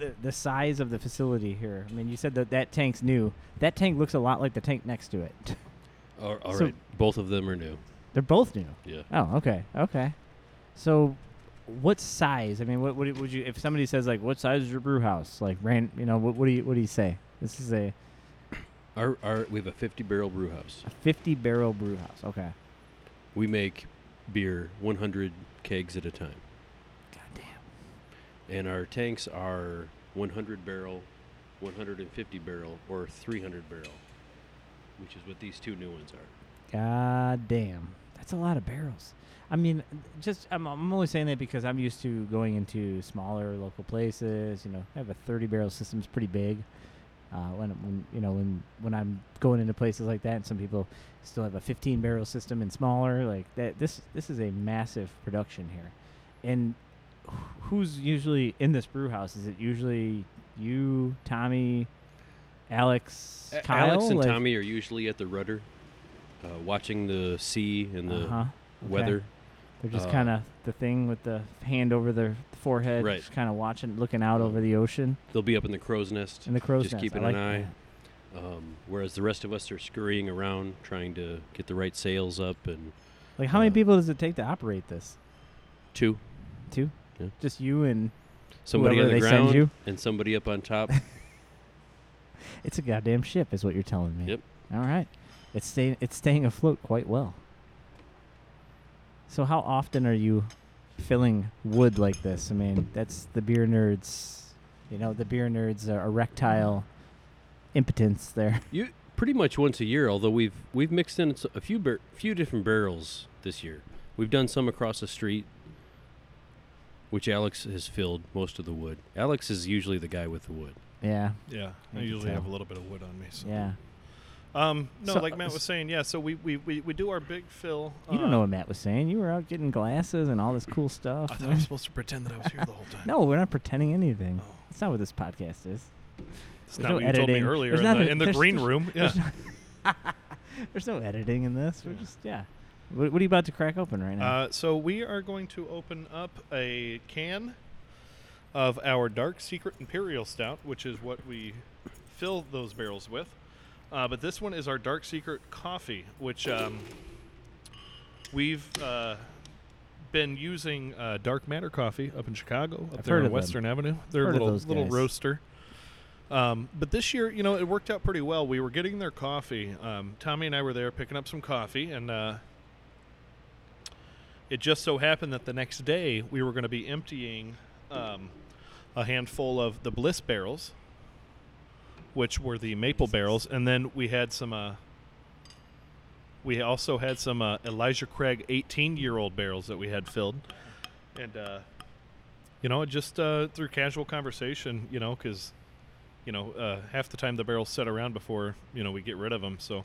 Speaker 1: the, the size of the facility here. I mean, you said that that tank's new. That tank looks a lot like the tank next to it.
Speaker 3: All, all
Speaker 1: So-
Speaker 3: right, both of them are new.
Speaker 1: They're both new.
Speaker 3: Yeah.
Speaker 1: Oh, okay, okay. So, what size? I mean, what what would you if somebody says like, what size is your brew house? Like, ran, you know, what what do you what do you say? This is a,
Speaker 3: Our, our we have a 50 barrel brew house.
Speaker 1: a fifty barrel brew house. Okay.
Speaker 3: We make beer 100 kegs at a time,
Speaker 1: God damn.
Speaker 3: and our tanks are 100 barrel, 150 barrel, or 300 barrel, which is what these two new ones are.
Speaker 1: God damn. That's a lot of barrels. I mean, just I'm, I'm only saying that because I'm used to going into smaller local places. You know, I have a 30 barrel system. It's pretty big. Uh, when, when you know when when I'm going into places like that, and some people still have a 15 barrel system and smaller like that. This this is a massive production here, and wh- who's usually in this brew house? Is it usually you, Tommy, Alex,
Speaker 3: A-
Speaker 1: Kyle?
Speaker 3: Uh, Alex and
Speaker 1: Like-
Speaker 3: Tommy are usually at the rudder, uh, watching the sea and the
Speaker 1: Uh-huh. Okay.
Speaker 3: weather.
Speaker 1: They're just
Speaker 3: Uh,
Speaker 1: kind of the thing with the hand over their forehead,
Speaker 3: Right.
Speaker 1: just kind of watching, looking out
Speaker 3: Mm.
Speaker 1: over the ocean
Speaker 3: They'll be up in the crow's nest,
Speaker 1: and the crow's
Speaker 3: Just
Speaker 1: nest.
Speaker 3: keeping
Speaker 1: I
Speaker 3: an
Speaker 1: like
Speaker 3: eye.
Speaker 1: that.
Speaker 3: um, whereas the rest of us are scurrying around trying to get the right sails up and
Speaker 1: Like, how many
Speaker 3: Uh,
Speaker 1: people does it take to operate this?
Speaker 3: two.
Speaker 1: Two?
Speaker 3: Yeah.
Speaker 1: Just you and
Speaker 3: Somebody
Speaker 1: whoever
Speaker 3: on
Speaker 1: they
Speaker 3: the ground
Speaker 1: send you?
Speaker 3: and somebody up on top.
Speaker 1: It's a goddamn ship, is what you're telling me.
Speaker 3: Yep.
Speaker 1: All right. It's staying. It's staying afloat quite well. So, how often are you filling wood like this? I mean, that's the beer nerds. You know, the beer nerds are erectile impotence there.
Speaker 3: you pretty much once a year, although we've we've mixed in s- a few bar- few different barrels this year. We've done some across the street, which Alex has filled most of the wood. Alex is usually the guy with the wood.
Speaker 1: yeah.
Speaker 2: Yeah,
Speaker 1: I
Speaker 2: I,
Speaker 1: can
Speaker 2: usually have
Speaker 1: tell.
Speaker 2: a little bit of wood on me. So.
Speaker 1: Yeah.
Speaker 2: Um, no,
Speaker 1: So-
Speaker 2: like Matt was saying, yeah. So we we, we, we do our big fill.
Speaker 1: You don't
Speaker 2: um,
Speaker 1: know what Matt was saying. You were out getting glasses and all this cool stuff.
Speaker 2: I thought I was supposed to pretend that I was here the whole time.
Speaker 1: no, we're not pretending anything.
Speaker 2: Oh,
Speaker 1: That's not what this podcast is.
Speaker 2: it's
Speaker 1: There's
Speaker 2: not
Speaker 1: no
Speaker 2: what you told me
Speaker 1: editing.
Speaker 2: earlier
Speaker 1: There's
Speaker 2: in
Speaker 1: nothing-
Speaker 2: the, in the
Speaker 1: there's-
Speaker 2: green room. Yeah.
Speaker 1: There's, no, there's no editing in this. We're
Speaker 2: Yeah.
Speaker 1: just yeah. What, what are you about to crack open right now?
Speaker 2: Uh, so we are going to open up a can of our dark secret imperial stout, which is what we fill those barrels with. Uh, but this one is our dark secret coffee, which um, we've uh, been using uh, dark matter coffee up in Chicago, up
Speaker 1: I've
Speaker 2: there
Speaker 1: heard
Speaker 2: on
Speaker 1: of them.
Speaker 2: Western Avenue. They're
Speaker 1: Heard of
Speaker 2: a little
Speaker 1: those
Speaker 2: little
Speaker 1: guys.
Speaker 2: roaster. Um, but this year, you know, it worked out pretty well. We were getting their coffee. Um, Tommy and I were there picking up some coffee, and uh, it just so happened that the next day we were going to be emptying um, a handful of the Bliss barrels, which were the maple barrels, and then we had some. Uh, we also had some uh, Elijah Craig 18-year-old barrels that we had filled, and uh, you know, just uh, through casual conversation, you know, because you know uh, half the time the barrels sit around before you know we get rid of them, so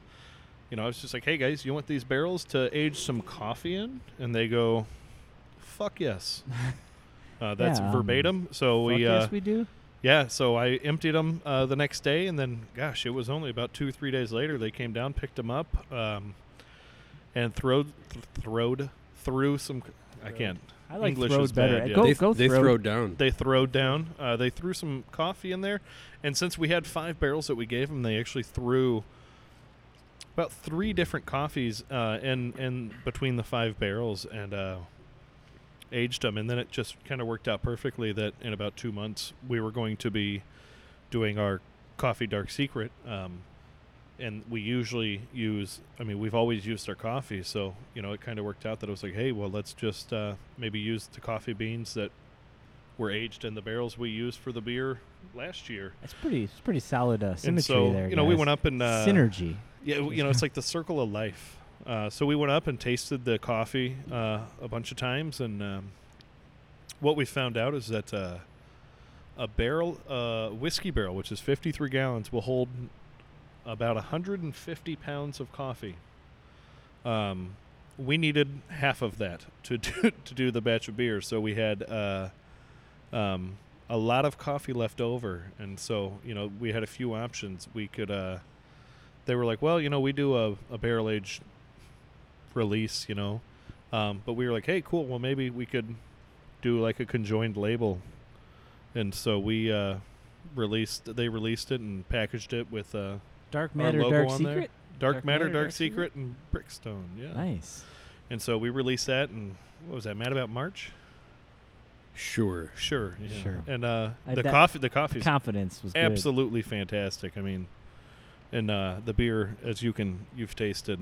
Speaker 2: you know, I was just like, hey guys, you want these barrels to age some coffee in? And they go, fuck yes. Uh, that's
Speaker 1: Yeah, um,
Speaker 2: verbatim. So
Speaker 1: Fuck
Speaker 2: we, uh,
Speaker 1: yes, we do.
Speaker 2: yeah, so I emptied them uh, the next day, and then, gosh, it was only about two, three days later they came down, picked them up, um, and throwed, th- throwed through some. I can't.
Speaker 1: I like
Speaker 2: English
Speaker 1: throwed
Speaker 2: is
Speaker 1: better.
Speaker 2: bad, yeah.
Speaker 1: Go,
Speaker 3: they
Speaker 1: go
Speaker 3: they
Speaker 1: throat.
Speaker 3: throw down.
Speaker 2: They throwed down. Uh, they threw some coffee in there, and since we had five barrels that we gave them, they actually threw about three different coffees uh, in in between the five barrels and uh, aged them. And then it just kind of worked out perfectly that in about two months we were going to be doing our coffee dark secret. Um, and we usually use i mean we've always used our coffee so you know it kind of worked out that it was like hey well let's just uh, maybe use the coffee beans that were aged in the barrels we used for the beer last year
Speaker 1: It's pretty. It's pretty solid uh, symmetry
Speaker 2: and so
Speaker 1: there.
Speaker 2: you know we
Speaker 1: guys.
Speaker 2: went up and uh,
Speaker 1: Synergy.
Speaker 2: yeah w- you know it's like the circle of life uh, so we went up and tasted the coffee uh, a bunch of times and um, what we found out is that uh, a barrel uh, whiskey barrel which is 53 gallons will hold about 150 pounds of coffee. Um, we needed half of that to do, to do the batch of beer, so we had uh, um, a lot of coffee left over, and so you know we had a few options. We could. Uh, they were like, well, you know, we do a, a barrel aged release, you know, um, but we were like, hey, cool. Well, maybe we could do like a conjoined label, and so we uh, released. They released it and packaged it with uh,
Speaker 1: Dark
Speaker 2: Our
Speaker 1: matter,
Speaker 2: logo
Speaker 1: dark
Speaker 2: on there.
Speaker 1: secret.
Speaker 2: Dark, Matter, Dark, Secret, and Brickstone. Yeah.
Speaker 1: Nice.
Speaker 2: And so we released that, and what was that? Mad about March?
Speaker 3: Sure.
Speaker 2: Sure. yeah.
Speaker 1: Sure.
Speaker 2: And uh,
Speaker 1: I-
Speaker 2: the
Speaker 1: that-
Speaker 2: coffee, the coffee's
Speaker 1: Confidence was good.
Speaker 2: absolutely fantastic. I mean, and uh, the beer, as you can, you've tasted,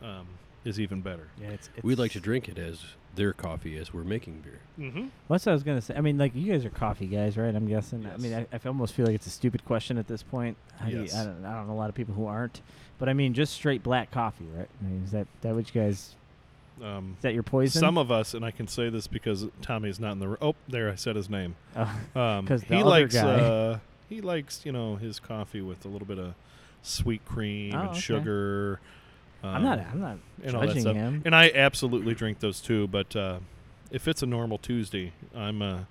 Speaker 2: um, is even better.
Speaker 1: Yeah, it's, it's
Speaker 3: We'd like to drink it as their coffee as we're making beer.
Speaker 2: Mm-hmm.
Speaker 1: Well, That's what I was gonna say. I mean, like you guys are coffee guys, right? I'm guessing. I mean, I,
Speaker 2: Yes.
Speaker 1: I f- almost feel like it's a stupid question at this point. How do you-
Speaker 2: Yes.
Speaker 1: I don't. I don't know a lot of people who aren't, but I mean, just straight black coffee, right? I mean, is that that what you guys?
Speaker 2: Um,
Speaker 1: Is that your poison?
Speaker 2: some of us, and I can say this because Tommy's not in the. r- Oh, there, I said his name.
Speaker 1: Oh,
Speaker 2: Um,
Speaker 1: 'Cause the
Speaker 2: he
Speaker 1: other
Speaker 2: likes
Speaker 1: guy-
Speaker 2: uh, he likes you know his coffee with a little bit of sweet cream
Speaker 1: Oh,
Speaker 2: and
Speaker 1: okay.
Speaker 2: sugar. Um,
Speaker 1: I'm not. I'm not
Speaker 2: and all that
Speaker 1: judging
Speaker 2: stuff.
Speaker 1: him.
Speaker 2: And I absolutely drink those too, but uh, if it's a normal Tuesday, I'm a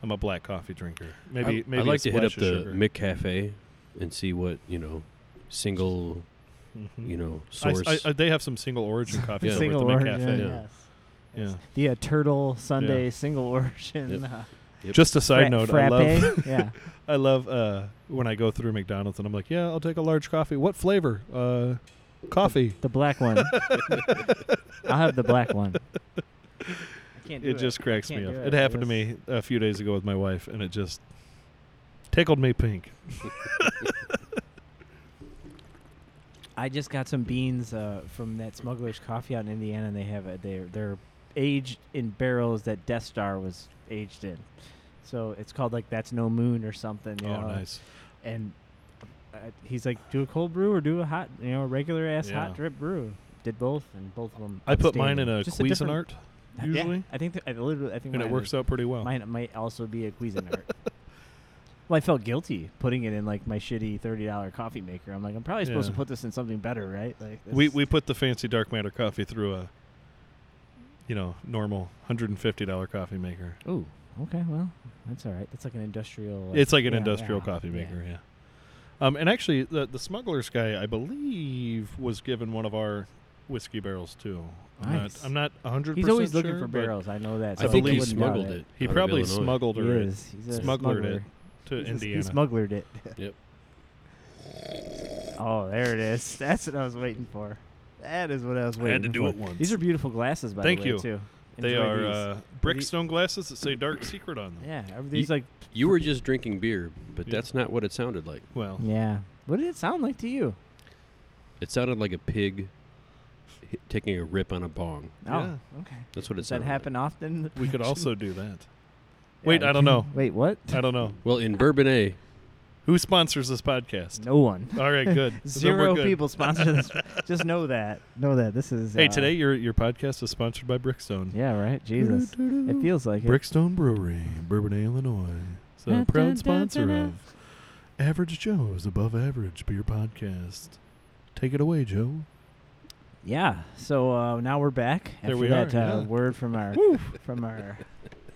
Speaker 2: I'm a black coffee drinker. Maybe
Speaker 3: I,
Speaker 2: maybe
Speaker 3: I'd like to hit up the
Speaker 2: mix.
Speaker 3: Mick Cafe and see what you know, single you know source.
Speaker 2: they have some single origin coffee
Speaker 3: Yeah.
Speaker 2: over
Speaker 1: Single
Speaker 2: at the Mick
Speaker 1: origin.
Speaker 2: Cafe.
Speaker 3: yeah.
Speaker 1: Yes.
Speaker 2: Yeah.
Speaker 1: The uh, turtle Sunday single origin.
Speaker 3: Yep.
Speaker 1: Uh,
Speaker 3: Yep.
Speaker 2: Just a side
Speaker 1: fra-
Speaker 2: note, I
Speaker 1: frappe.
Speaker 2: love
Speaker 1: yeah.
Speaker 2: I love uh, when I go through McDonald's and I'm like, yeah, I'll take a large coffee. What flavor? Uh, coffee.
Speaker 1: The black one. I'll have the black one. I can't do
Speaker 2: It just cracks me
Speaker 1: can't
Speaker 2: up.
Speaker 1: do
Speaker 2: It,
Speaker 1: it.
Speaker 2: happened to
Speaker 1: It
Speaker 2: me a few days ago with my wife, and it just tickled me pink.
Speaker 1: I just got some beans uh, from that Smuggler's Coffee out in Indiana, and they have it. They're they're aged in barrels that Death Star was aged in. So it's called like that's no moon or something. You
Speaker 2: Oh,
Speaker 1: know?
Speaker 2: nice.
Speaker 1: And uh, he's like, do a cold brew or do a hot, you know, regular ass
Speaker 2: Yeah.
Speaker 1: hot drip brew. Did both, and both of them.
Speaker 2: I put mine in a
Speaker 1: Just different-
Speaker 2: Cuisinart
Speaker 1: Yeah,
Speaker 2: usually,
Speaker 1: I think th- I literally I think
Speaker 2: and it
Speaker 1: mine
Speaker 2: works
Speaker 1: is-
Speaker 2: out pretty well.
Speaker 1: Mine might also be a Cuisinart. well, I felt guilty putting it in like my shitty thirty dollar coffee maker. I'm like, I'm probably supposed
Speaker 2: Yeah.
Speaker 1: to put this in something better, right? Like
Speaker 2: We
Speaker 1: this-
Speaker 2: we put the fancy dark matter coffee through a you know, normal hundred and fifty dollar coffee maker.
Speaker 1: Ooh. Okay. Well, that's all right. That's like an industrial.
Speaker 2: It's like an
Speaker 1: yeah,
Speaker 2: industrial
Speaker 1: yeah,
Speaker 2: coffee
Speaker 1: yeah.
Speaker 2: maker, yeah. Um and actually the the smugglers guy I believe was given one of our whiskey barrels too. I'm
Speaker 1: Nice.
Speaker 2: not I'm not hundred percent
Speaker 1: He's always looking
Speaker 2: sure,
Speaker 1: for
Speaker 2: but
Speaker 1: barrels. I know that.
Speaker 3: I
Speaker 1: so
Speaker 3: think
Speaker 1: I
Speaker 3: he
Speaker 1: wouldn't doubt
Speaker 3: smuggled it.
Speaker 2: He
Speaker 3: out of
Speaker 2: probably
Speaker 3: Illinois.
Speaker 2: smuggled
Speaker 1: He
Speaker 2: her
Speaker 1: is. He's a
Speaker 2: Smugglered it
Speaker 1: smuggler.
Speaker 2: to
Speaker 1: He's a-
Speaker 2: Indiana.
Speaker 1: He smugglered it.
Speaker 3: Yep.
Speaker 1: Oh, there it is. That's what I was waiting for. That is what I was
Speaker 2: I
Speaker 1: waiting for.
Speaker 2: had to do it once.
Speaker 1: These are beautiful glasses, by
Speaker 2: Thank
Speaker 1: the way,
Speaker 2: you.
Speaker 1: too.
Speaker 2: they
Speaker 1: Enjoy
Speaker 2: are
Speaker 1: these.
Speaker 2: uh, brickstone glasses that say dark secret on them.
Speaker 1: yeah. Are these like?
Speaker 3: You were just drinking beer, but
Speaker 2: Yeah.
Speaker 3: that's not what it sounded like.
Speaker 2: Well
Speaker 1: Yeah. What did it sound like to you?
Speaker 3: It sounded like a pig hi- taking a rip on a bong.
Speaker 1: Oh, okay.
Speaker 3: That's what it
Speaker 1: Does that
Speaker 3: sounded.
Speaker 1: happen often?
Speaker 2: we could also do that.
Speaker 1: Yeah,
Speaker 2: Wait,
Speaker 1: we
Speaker 2: I don't
Speaker 1: can-
Speaker 2: know.
Speaker 1: Wait, what?
Speaker 2: I don't know.
Speaker 3: Like. Well, in Bourbonnais,
Speaker 2: Who sponsors this podcast?
Speaker 1: No one.
Speaker 2: All right, good. Then we're
Speaker 1: Zero
Speaker 2: good.
Speaker 1: people sponsor this. Just know that. Know that this is.
Speaker 2: Hey,
Speaker 1: uh,
Speaker 2: today your your podcast is sponsored by Brickstone.
Speaker 1: Yeah. Right. Jesus. It feels like it.
Speaker 2: Brickstone Brewery, Bourbonnais, Illinois. It's a proud sponsor of Average Joe's Above Average Beer Podcast. Take it away, Joe.
Speaker 1: Yeah. So uh, now we're back
Speaker 2: There
Speaker 1: after
Speaker 2: we
Speaker 1: that
Speaker 2: are,
Speaker 1: uh,
Speaker 2: yeah.
Speaker 1: word from our from our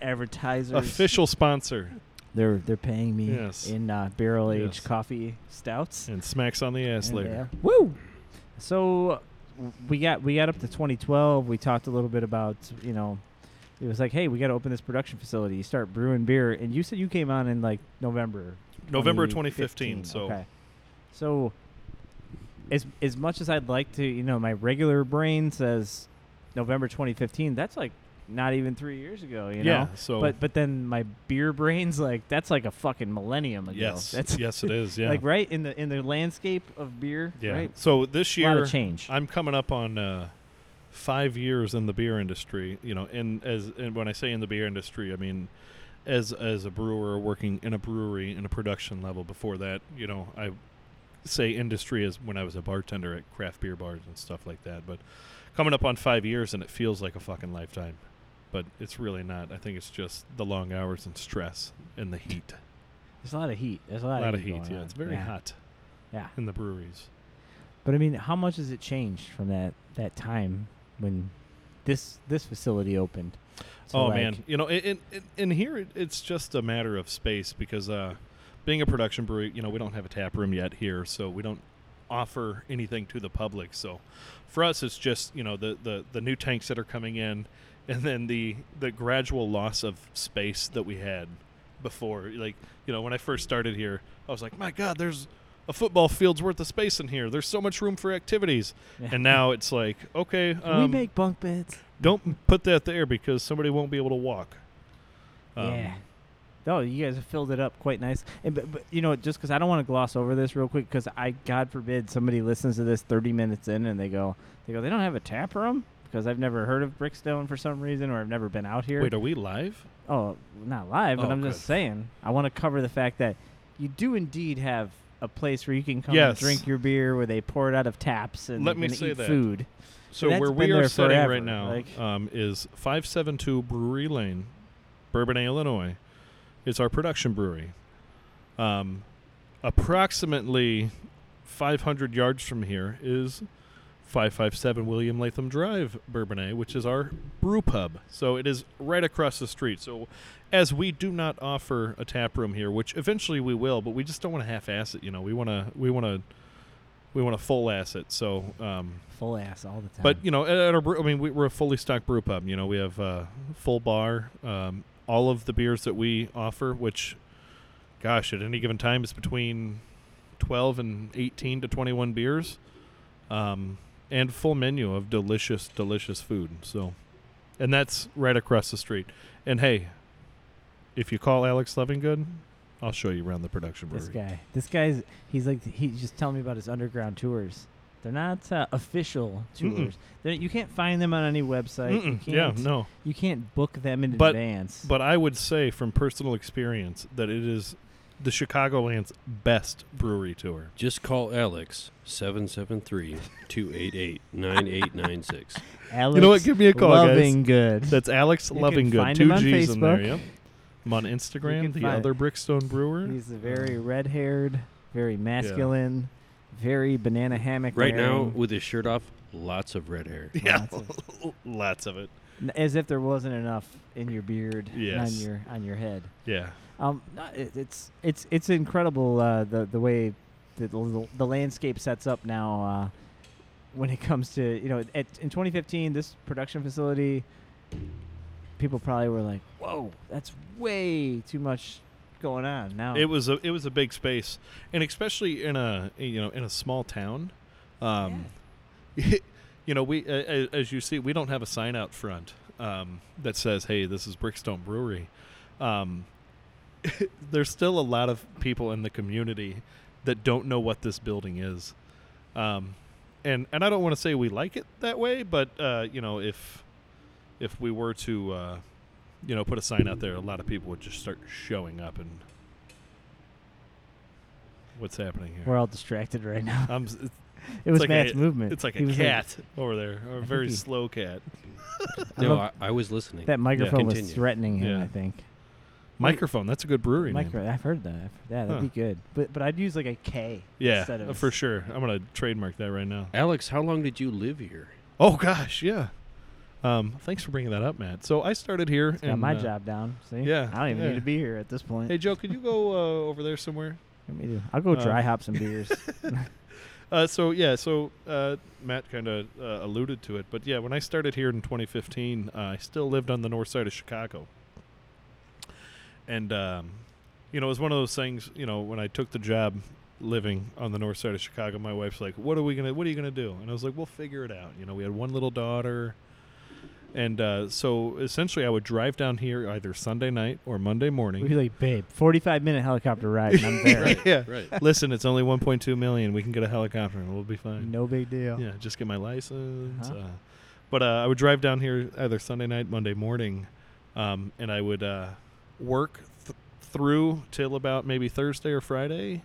Speaker 1: advertisers.
Speaker 2: Official sponsor
Speaker 1: They're they're paying me
Speaker 2: Yes.
Speaker 1: in uh, barrel aged
Speaker 2: Yes.
Speaker 1: coffee stouts.
Speaker 2: and smacks on the ass
Speaker 1: And they
Speaker 2: later.
Speaker 1: are- Woo! So w- we got we got up to 2012. We talked a little bit about you know it was like hey we got to open this production facility. You start brewing beer, and you said you came on in like November.
Speaker 2: November 2015, so-
Speaker 1: okay. so as as much as I'd like to, you know, my regular brain says November 2015. That's like not even three years ago. You
Speaker 2: yeah.
Speaker 1: know.
Speaker 2: so
Speaker 1: But but then my beer brain's like that's like a fucking millennium ago.
Speaker 2: yes,
Speaker 1: That's
Speaker 2: yes, it is. Yeah.
Speaker 1: like right in the in the landscape of beer.
Speaker 2: yeah.
Speaker 1: Right.
Speaker 2: So this
Speaker 1: A lot
Speaker 2: year,
Speaker 1: of change.
Speaker 2: I'm coming up on uh, five years in the beer industry. You know, and as and when I say in the beer industry, I mean as as a brewer working in a brewery in a production level. Before that, you know, I say industry is when I was a bartender at craft beer bars and stuff like that. But coming up on five years, and it feels like a fucking lifetime. But it's really not. I think it's just the long hours and stress and the heat.
Speaker 1: There's a lot of heat. There's a
Speaker 2: A
Speaker 1: lot,
Speaker 2: lot
Speaker 1: of
Speaker 2: of heat.
Speaker 1: going
Speaker 2: Yeah,
Speaker 1: on.
Speaker 2: it's very hot.
Speaker 1: Yeah.
Speaker 2: in the breweries.
Speaker 1: But I mean, how much has it changed from that that time when this this facility opened? to,
Speaker 2: oh
Speaker 1: like-
Speaker 2: man, you know, in in, in here it, it's just a matter of space because uh, being a production brewery, you know, we don't have a tap room yet here, so we don't offer anything to the public. So for us, it's just you know the the, the new tanks that are coming in, and then the the gradual loss of space that we had before. Like you know, when I first started here, I was like, my God, there's a football field's worth of space in here. There's so much room for activities, and now it's like, okay, um,
Speaker 1: we make bunk beds.
Speaker 2: don't put that there because somebody won't be able to walk. Um,
Speaker 1: yeah. Oh, you guys have filled it up quite nice. And but, but you know, just because I don't want to gloss over this real quick, because I God forbid somebody listens to this 30 minutes in and they go, they go, they don't have a tap room because I've never heard of Brickstone for some reason, or I've never been out here.
Speaker 2: Wait, are we live?
Speaker 1: Oh, not live, but
Speaker 2: Oh,
Speaker 1: I'm just
Speaker 2: good.
Speaker 1: saying. I want to cover the fact that you do indeed have a place where you can come and
Speaker 2: Yes.
Speaker 1: drink your beer, where they pour it out of taps and
Speaker 2: Let
Speaker 1: you
Speaker 2: me
Speaker 1: can
Speaker 2: say
Speaker 1: eat
Speaker 2: that.
Speaker 1: food.
Speaker 2: So
Speaker 1: that's
Speaker 2: where we
Speaker 1: been
Speaker 2: are
Speaker 1: there
Speaker 2: sitting
Speaker 1: forever,
Speaker 2: right now
Speaker 1: like-
Speaker 2: um, is 572 Brewery Lane, Bourbon, Illinois. It's our production brewery. Um, approximately 500 yards from here is 557 William Latham Drive, Bourbonnais, which is our brew pub. So it is right across the street. So as we do not offer a tap room here, which eventually we will, but we just don't want to half-ass it. You know, we want to we want to we want to full ass it. So um,
Speaker 1: Full ass all the time.
Speaker 2: but you know, at, at our brew, I mean, we, we're a fully stocked brew pub. You know, we have uh, full bar, um, all of the beers that we offer, which, gosh, at any given time is between twelve and eighteen to twenty-one beers, um, and full menu of delicious, delicious food. So, and that's right across the street. And hey, if you call Alex Lovingood, I'll show you around the production brewery.
Speaker 1: this guy, this guy's, he's like, he's just telling me about his underground tours. They're not uh, official
Speaker 2: Mm-mm.
Speaker 1: tours. They're, you can't find them on any website. You
Speaker 2: Mm-mm, yeah,
Speaker 1: can't-
Speaker 2: no.
Speaker 1: You can't book them in
Speaker 2: But-
Speaker 1: advance.
Speaker 2: But I would say from personal experience that it is the Chicagoland's best brewery tour.
Speaker 3: Just call Alex 773 288 9896.
Speaker 1: Alex
Speaker 2: You know what? Give me a call, guys.
Speaker 1: loving good.
Speaker 2: That's Alex
Speaker 1: You can
Speaker 2: Loving Good.
Speaker 1: find
Speaker 2: Two
Speaker 1: him on
Speaker 2: G's in there.
Speaker 1: Facebook.
Speaker 2: Yep. I'm on
Speaker 1: can
Speaker 2: Instagram, the
Speaker 1: find-
Speaker 2: other Brickstone Brewer.
Speaker 1: He's a very
Speaker 2: Mm.
Speaker 1: red-haired, very masculine, very banana hammock.
Speaker 3: Right now,
Speaker 1: wearing-
Speaker 3: with his shirt off, lots of red hair.
Speaker 2: yeah,
Speaker 1: lots
Speaker 2: lots of it.
Speaker 1: N- as if there wasn't enough in your beard and
Speaker 2: Yes.
Speaker 1: on your on your head.
Speaker 2: Yeah,
Speaker 1: Um, no, it, it's it's it's incredible uh, the the way that the, l- the landscape sets up now. Uh, when it comes to you know, at, in 2015, this production facility, people probably were like, "Whoa, that's way too much going on." Now
Speaker 2: it was a it was a big space, and especially in a you know in a small town. Um, you know, we uh, a- as you see, we don't have a sign out front um, that says, "Hey, this is Brickstone Brewery." Um, there's still a lot of people in the community that don't know what this building is, um, and and I don't want to say we like it that way, but uh, you know, if if we were to uh, you know put a sign out there, a lot of people would just start showing up and. What's happening here?
Speaker 1: we're all distracted right now.
Speaker 2: I'm, s-
Speaker 1: It was
Speaker 2: like a-
Speaker 1: Matt's movement.
Speaker 2: it's like
Speaker 1: He
Speaker 2: a
Speaker 1: was
Speaker 2: cat over there, or a
Speaker 1: think
Speaker 2: very
Speaker 1: he-
Speaker 2: slow cat.
Speaker 3: No, I,
Speaker 1: love-
Speaker 3: I was listening.
Speaker 1: that microphone was
Speaker 3: Continue.
Speaker 1: threatening him.
Speaker 2: Yeah.
Speaker 1: I think.
Speaker 2: Microphone. That's a good brewery name.
Speaker 1: Micro, I've heard that. I've heard that. That'd
Speaker 2: Huh.
Speaker 1: be good. But but I'd use like a K.
Speaker 2: Yeah,
Speaker 1: Instead of
Speaker 2: uh, for sure. I'm gonna trademark that right now.
Speaker 3: Alex, how long did you live here?
Speaker 2: Oh gosh, yeah. Um, thanks for bringing that up, Matt. So I started here.
Speaker 1: Got
Speaker 2: and,
Speaker 1: my
Speaker 2: uh,
Speaker 1: job down. See,
Speaker 2: yeah,
Speaker 1: I don't even
Speaker 2: yeah.
Speaker 1: need to be here at this point.
Speaker 2: Hey Joe, could you go uh, over there somewhere?
Speaker 1: Let me do- I'll go
Speaker 2: Uh,
Speaker 1: dry hop some beers.
Speaker 2: Uh, so yeah, so uh, Matt kind of uh, alluded to it, but yeah, when I started here in 2015, uh, I still lived on the north side of Chicago, and um, you know, it was one of those things. You know, when I took the job living on the north side of Chicago, my wife's like, "What are we gonna? What are you gonna do?" And I was like, "We'll figure it out." You know, we had one little daughter, and uh, so essentially, I would drive down here either Sunday night or Monday
Speaker 1: We'd
Speaker 2: morning.
Speaker 1: be like, babe, forty-five minute helicopter ride, and I'm there.
Speaker 2: yeah.
Speaker 3: Right.
Speaker 2: Listen, it's only 1.2 million. We can get a helicopter, and we'll be fine.
Speaker 1: No big deal.
Speaker 2: Yeah, just get my license.
Speaker 1: Uh-huh.
Speaker 2: Uh, but uh, I would drive down here either Sunday night, Monday morning, um, and I would uh, work th- through till about maybe Thursday or Friday,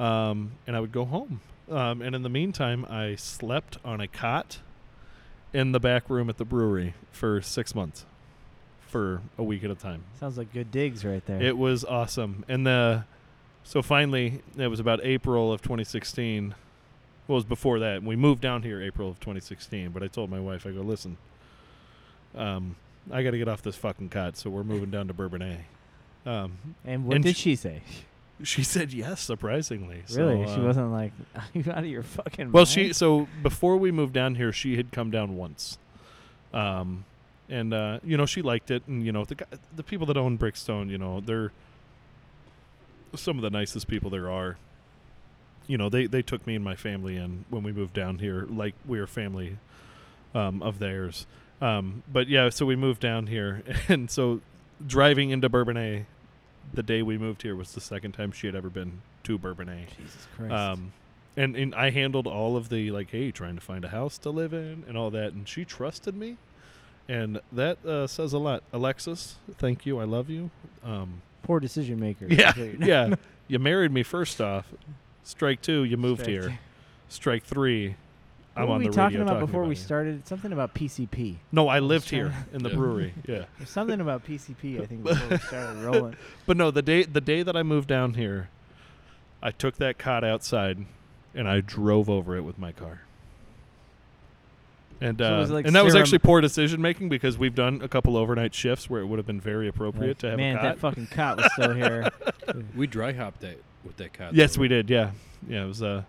Speaker 2: um, and I would go home. Um, and in the meantime, I slept on a cot in the back room at the brewery for six months, for a week at a time.
Speaker 1: Sounds like good digs right there.
Speaker 2: It was awesome, and the So finally, it was about April of 2016. Well, it was before that. We moved down here April of 2016. But I told my wife, I go, listen, um, I got to get off this fucking cot. So we're moving down to Bourbon A. Um,
Speaker 1: And what
Speaker 2: And
Speaker 1: did
Speaker 2: sh-
Speaker 1: she say?
Speaker 2: she said yes, surprisingly.
Speaker 1: Really?
Speaker 2: So,
Speaker 1: she
Speaker 2: uh,
Speaker 1: wasn't like, Are you out of your fucking
Speaker 2: Well,
Speaker 1: mind?"
Speaker 2: she so before we moved down here, she had come down once, um, and uh, you know she liked it, and you know the gu- the people that own Brickstone, you know they're some of the nicest people there are. You know they they took me and my family in when we moved down here, like we are family um, of theirs. Um, but yeah, so we moved down here, and so driving into Bourbonnais, the day we moved here was the second time she had ever been to Bourbonnais.
Speaker 1: Jesus Christ.
Speaker 2: Um, and, and I handled all of the like, hey, trying to find a house to live in and all that, and she trusted me, and that uh, says a lot. Alexis, thank you, I love you. Um,
Speaker 1: Poor decision maker.
Speaker 2: yeah,
Speaker 1: is what you're-
Speaker 2: yeah. You married me first off. Strike two, you moved
Speaker 1: Strike
Speaker 2: here.
Speaker 1: two.
Speaker 2: Strike three, I'm
Speaker 1: what were
Speaker 2: on
Speaker 1: we
Speaker 2: the
Speaker 1: talking
Speaker 2: radio
Speaker 1: about before we
Speaker 2: you.
Speaker 1: started? Something about PCP.
Speaker 2: No, I
Speaker 1: was
Speaker 2: lived
Speaker 1: trying-
Speaker 2: here in the
Speaker 3: Yeah.
Speaker 2: brewery. Yeah.
Speaker 1: There's something about PCP. I think before we started rolling.
Speaker 2: But no, the day the day that I moved down here, I took that cot outside, and I drove over it with my car. And
Speaker 1: So it
Speaker 2: uh,
Speaker 1: was like
Speaker 2: and that was
Speaker 1: cerem-
Speaker 2: actually poor decision making because we've done a couple overnight shifts where it would have been very appropriate
Speaker 1: Like,
Speaker 2: to have
Speaker 1: man,
Speaker 2: a
Speaker 1: if
Speaker 2: cot.
Speaker 1: that fucking cot was still here.
Speaker 3: We dry hopped that with that cod.
Speaker 2: yes, we did. Yeah, yeah, it was a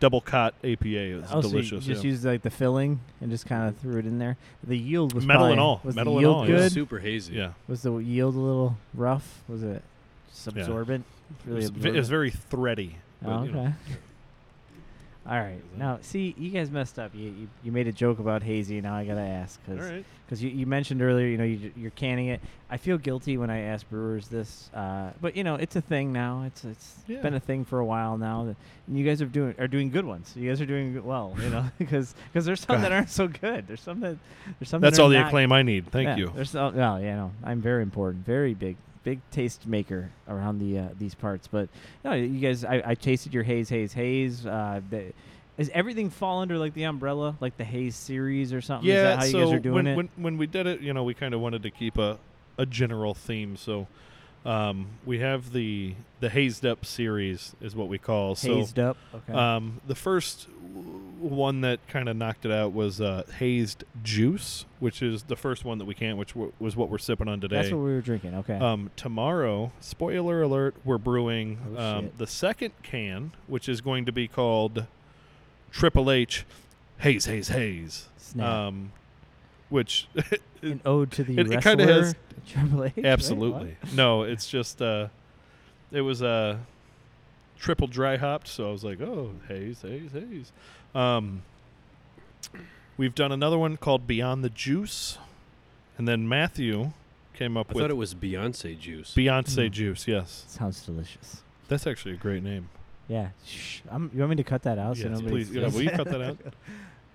Speaker 2: double cot APA. It was
Speaker 1: Oh, so you
Speaker 2: delicious.
Speaker 1: just
Speaker 2: yeah.
Speaker 1: used like the filling and just kind of threw it in there. The yield was
Speaker 2: Metal and
Speaker 1: probably-
Speaker 2: all.
Speaker 1: Was
Speaker 2: Metal
Speaker 1: the
Speaker 2: and
Speaker 1: yield
Speaker 2: all, yeah.
Speaker 3: It was
Speaker 1: good?
Speaker 3: super hazy.
Speaker 2: yeah.
Speaker 1: Was the yield a little rough? Was it just
Speaker 2: Yeah.
Speaker 1: absorbent?
Speaker 2: It was, ve- it
Speaker 1: absorbent.
Speaker 2: was very thready. but,
Speaker 1: Oh,
Speaker 2: you know. uh,
Speaker 1: okay. All right. Now, see, you guys messed up. You, you, you made a joke about hazy. Now I gotta ask
Speaker 2: All
Speaker 1: because
Speaker 2: right.
Speaker 1: you, you mentioned earlier, you know, you, j- you're canning it. I feel guilty when I ask brewers this, uh, but you know, it's a thing now. It's it's
Speaker 2: Yeah.
Speaker 1: been a thing for a while now. That, and you guys are doing are doing good ones. You guys are doing good- well, you know, because there's some that
Speaker 2: God.
Speaker 1: aren't so good. There's some that there's some.
Speaker 2: That's
Speaker 1: that are
Speaker 2: all the
Speaker 1: not
Speaker 2: acclaim I need. Thank
Speaker 1: yeah,
Speaker 2: you.
Speaker 1: There's no, no, yeah, no. I'm very important, very big, big taste maker around the uh, these parts. But no, you guys, I, I tasted your haze, haze, haze. Uh, the, does everything fall under like the umbrella, like the haze series or something? Um, Is that how
Speaker 2: so
Speaker 1: you guys are doing
Speaker 2: when,
Speaker 1: it?
Speaker 2: When, when we did it, you know, we kind of wanted to keep a, a general theme. So um, we have the the hazed up series is what we call.
Speaker 1: Hazed up. Okay.
Speaker 2: So um, the first w- one that kind of knocked it out was uh, hazed juice, which is the first one that we can, which w- was what we're sipping on today.
Speaker 1: That's what we were drinking. Okay.
Speaker 2: Um, tomorrow, spoiler alert, we're brewing
Speaker 1: Oh,
Speaker 2: um,
Speaker 1: shit.
Speaker 2: the second can, which is going to be called Triple H Haze Haze Haze
Speaker 1: Snap.
Speaker 2: um, which
Speaker 1: An ode to the
Speaker 2: it- it
Speaker 1: wrestler.
Speaker 2: kinda has-
Speaker 1: Triple H, right?
Speaker 2: absolutely
Speaker 1: What?
Speaker 2: no it's just uh it was uh, triple dry hopped so i was like oh haze haze haze um we've done another one called beyond the juice and then matthew came up
Speaker 3: I
Speaker 2: with
Speaker 3: thought it was Beyonce juice.
Speaker 2: beyonce
Speaker 1: Mm.
Speaker 2: juice yes
Speaker 1: Sounds delicious.
Speaker 2: that's actually a great name
Speaker 1: Yeah. Shh. I'm, you want me to cut that out? so
Speaker 2: yes,
Speaker 1: nobody
Speaker 2: please yeah, will you cut that out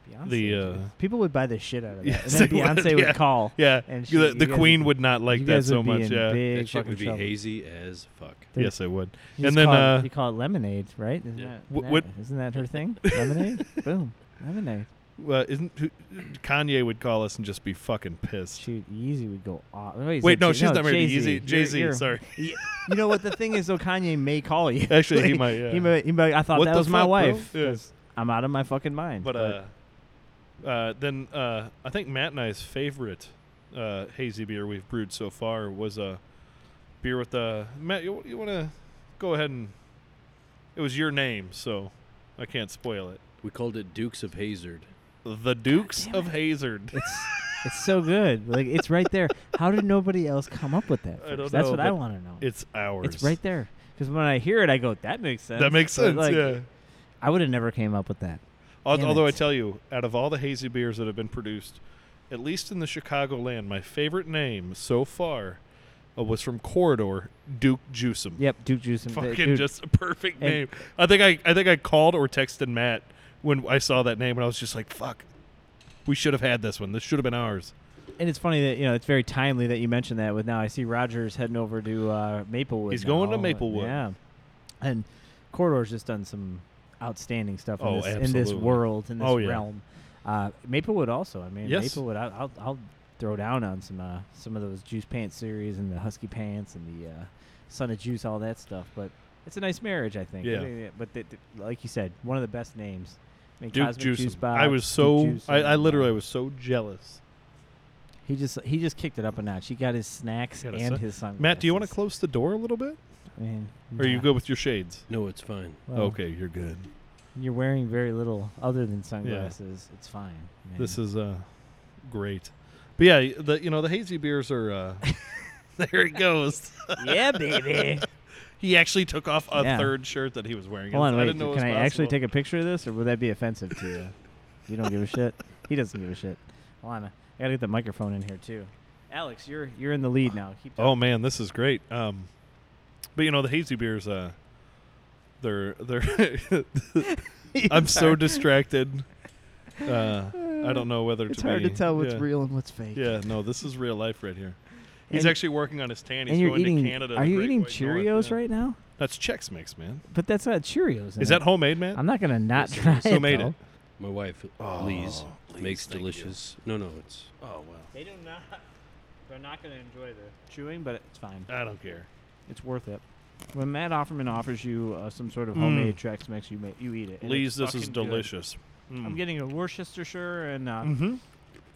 Speaker 1: Beyonce,
Speaker 2: the,
Speaker 1: dude.
Speaker 2: uh,
Speaker 1: people would buy the shit out of that. and
Speaker 2: Yes,
Speaker 1: then
Speaker 2: they would,
Speaker 1: Beyonce would,
Speaker 2: yeah.
Speaker 1: call.
Speaker 2: yeah
Speaker 1: And she-
Speaker 2: the,
Speaker 1: you
Speaker 2: the
Speaker 1: guys
Speaker 2: queen
Speaker 1: would-
Speaker 2: would not like
Speaker 1: you
Speaker 2: that
Speaker 1: guys
Speaker 2: so
Speaker 1: would be in
Speaker 2: much yeah
Speaker 1: Big
Speaker 3: that shit
Speaker 1: fucking
Speaker 3: would be
Speaker 1: trouble.
Speaker 3: hazy as fuck.
Speaker 1: Dude.
Speaker 2: yes i would
Speaker 1: You just
Speaker 2: And then,
Speaker 1: call it-
Speaker 2: uh,
Speaker 1: you call it lemonade, right? Isn't,
Speaker 3: Yeah.
Speaker 1: that,
Speaker 2: Wh-
Speaker 1: isn't
Speaker 2: what-
Speaker 1: that- isn't that her thing? lemonade, boom, lemonade.
Speaker 2: well isn't who- kanye would call us and just be fucking pissed
Speaker 1: Shoot, Yeezy would go off. Wait, is
Speaker 2: Wait,
Speaker 1: it
Speaker 2: no,
Speaker 1: Jay-
Speaker 2: she's not married to
Speaker 1: Jay-Z.
Speaker 2: Yeezy. Jay Z,
Speaker 1: You're- you're-
Speaker 2: sorry.
Speaker 1: Y- You know what the thing is though? Kanye may call you.
Speaker 2: Actually, he
Speaker 1: Like,
Speaker 2: might, yeah.
Speaker 1: He might. He might. I thought
Speaker 2: What
Speaker 1: that
Speaker 2: the
Speaker 1: was my
Speaker 2: fuck, bro?
Speaker 1: wife.
Speaker 2: Yeah.
Speaker 1: 'cause I'm out of my fucking mind.
Speaker 2: But uh, uh, then uh, I think Matt and I's favorite uh, hazy beer we've brewed so far was a beer with a Matt. You, you want to go ahead and it was your name, so I can't spoil it.
Speaker 3: We called it Dukes of Hazard.
Speaker 2: The Dukes
Speaker 1: damn
Speaker 2: of Hazard.
Speaker 1: it's it's so good. Like it's right there. How did nobody else come up with that?
Speaker 2: I don't
Speaker 1: first? That's
Speaker 2: know,
Speaker 1: what I
Speaker 2: but
Speaker 1: want to know.
Speaker 2: It's ours.
Speaker 1: It's right there. Because when I hear it, I go, "That makes sense."
Speaker 2: That makes
Speaker 1: But,
Speaker 2: sense.
Speaker 1: like,
Speaker 2: yeah.
Speaker 1: I would have never came up with that.
Speaker 2: Al-
Speaker 1: Damn
Speaker 2: Although I
Speaker 1: it.
Speaker 2: tell you, out of all the hazy beers that have been produced, at least in the Chicago land, my favorite name so far uh, was from Corridor Duke Juicem.
Speaker 1: Yep, Duke Juice and
Speaker 2: Fucking
Speaker 1: dude,
Speaker 2: just a perfect
Speaker 1: And-
Speaker 2: name. I think I I think I called or texted Matt when I saw that name and I was just like, fuck. We should have had this one. This should have been ours.
Speaker 1: And it's funny that you know it's very timely that you mentioned that. With now, I see Rogers heading over to uh, Maplewood.
Speaker 2: He's going to
Speaker 1: now.
Speaker 2: Maplewood.
Speaker 1: Yeah, and Corridor's just done some outstanding stuff in,
Speaker 2: Oh,
Speaker 1: this, in this
Speaker 2: absolutely.
Speaker 1: world, in this
Speaker 2: Oh, yeah.
Speaker 1: realm. Uh, Maplewood also. I mean,
Speaker 2: Yes.
Speaker 1: Maplewood. I'll, I'll, I'll throw down on some uh, some of those Juice Pants series and the Husky Pants and the uh, Son of Juice, all that stuff. But It's a nice marriage, I think. I
Speaker 2: Yeah.
Speaker 1: think that- but th- th- like you said, one of the best names. I mean,
Speaker 2: Duke
Speaker 1: Cosmic
Speaker 2: Juice.
Speaker 1: Juice Box,
Speaker 2: I was
Speaker 1: Duke
Speaker 2: so
Speaker 1: Juice
Speaker 2: I,
Speaker 1: and,
Speaker 2: I
Speaker 1: uh,
Speaker 2: literally was so jealous.
Speaker 1: He just he just kicked it up a notch. He got his snacks
Speaker 2: He
Speaker 1: and
Speaker 2: got a
Speaker 1: his
Speaker 2: snack.
Speaker 1: his sunglasses.
Speaker 2: Matt, do you want to close the door a little bit?
Speaker 1: I mean,
Speaker 2: Or are you
Speaker 1: nah.
Speaker 2: good with your shades?
Speaker 3: No, it's fine.
Speaker 1: Well,
Speaker 2: okay, you're good.
Speaker 1: You're wearing very little other than sunglasses. It's fine. Man.
Speaker 2: This is uh great. But yeah, the you know, the hazy beers are uh there it goes.
Speaker 1: yeah, baby.
Speaker 2: He actually took off a
Speaker 1: Yeah.
Speaker 2: third shirt that he was wearing.
Speaker 1: Hold on,
Speaker 2: I
Speaker 1: wait.
Speaker 2: didn't know it was
Speaker 1: can I actually
Speaker 2: possible.
Speaker 1: take a picture of this, or would that be offensive to you? you don't give a shit. He doesn't give a shit. Hold on, I gotta get the microphone in here too. Alex, you're you're in the lead now. Keep
Speaker 2: Oh man, this is great. Um, but you know the hazy beers, uh, they're they're. I'm so distracted. Uh, I don't know whether
Speaker 1: It's
Speaker 2: to
Speaker 1: hard
Speaker 2: be-
Speaker 1: to tell what's
Speaker 2: yeah.
Speaker 1: real and what's fake.
Speaker 2: Yeah, no, this is real life right here. He's
Speaker 1: And-
Speaker 2: actually working on his tan. He's
Speaker 1: and you're
Speaker 2: going
Speaker 1: eating.
Speaker 2: to Canada.
Speaker 1: are
Speaker 2: the
Speaker 1: you
Speaker 2: Great
Speaker 1: eating
Speaker 2: White North,
Speaker 1: Cheerios
Speaker 2: yeah.
Speaker 1: right now?
Speaker 2: That's Chex Mix, man.
Speaker 1: But that's not Cheerios. in it.
Speaker 2: Is that homemade, man?
Speaker 1: I'm not gonna not
Speaker 3: Yes, it
Speaker 1: try
Speaker 3: is.
Speaker 1: it.
Speaker 2: so made it.
Speaker 3: My wife,
Speaker 2: Oh,
Speaker 3: Lee's,
Speaker 2: Lee's,
Speaker 3: makes
Speaker 2: thank you.
Speaker 3: delicious. No, no, it's
Speaker 2: Oh well,
Speaker 1: They do not. They're not gonna enjoy the chewing, but it's fine.
Speaker 2: I don't care.
Speaker 1: It's worth it. When Matt Offerman offers you uh, some sort of
Speaker 2: Mm.
Speaker 1: homemade Chex Mix, you may, you eat it. and
Speaker 2: Lee's,
Speaker 1: it's
Speaker 2: this is
Speaker 1: fucking good.
Speaker 2: delicious. Mm.
Speaker 1: I'm getting a Worcestershire and, uh,
Speaker 2: Mm-hmm.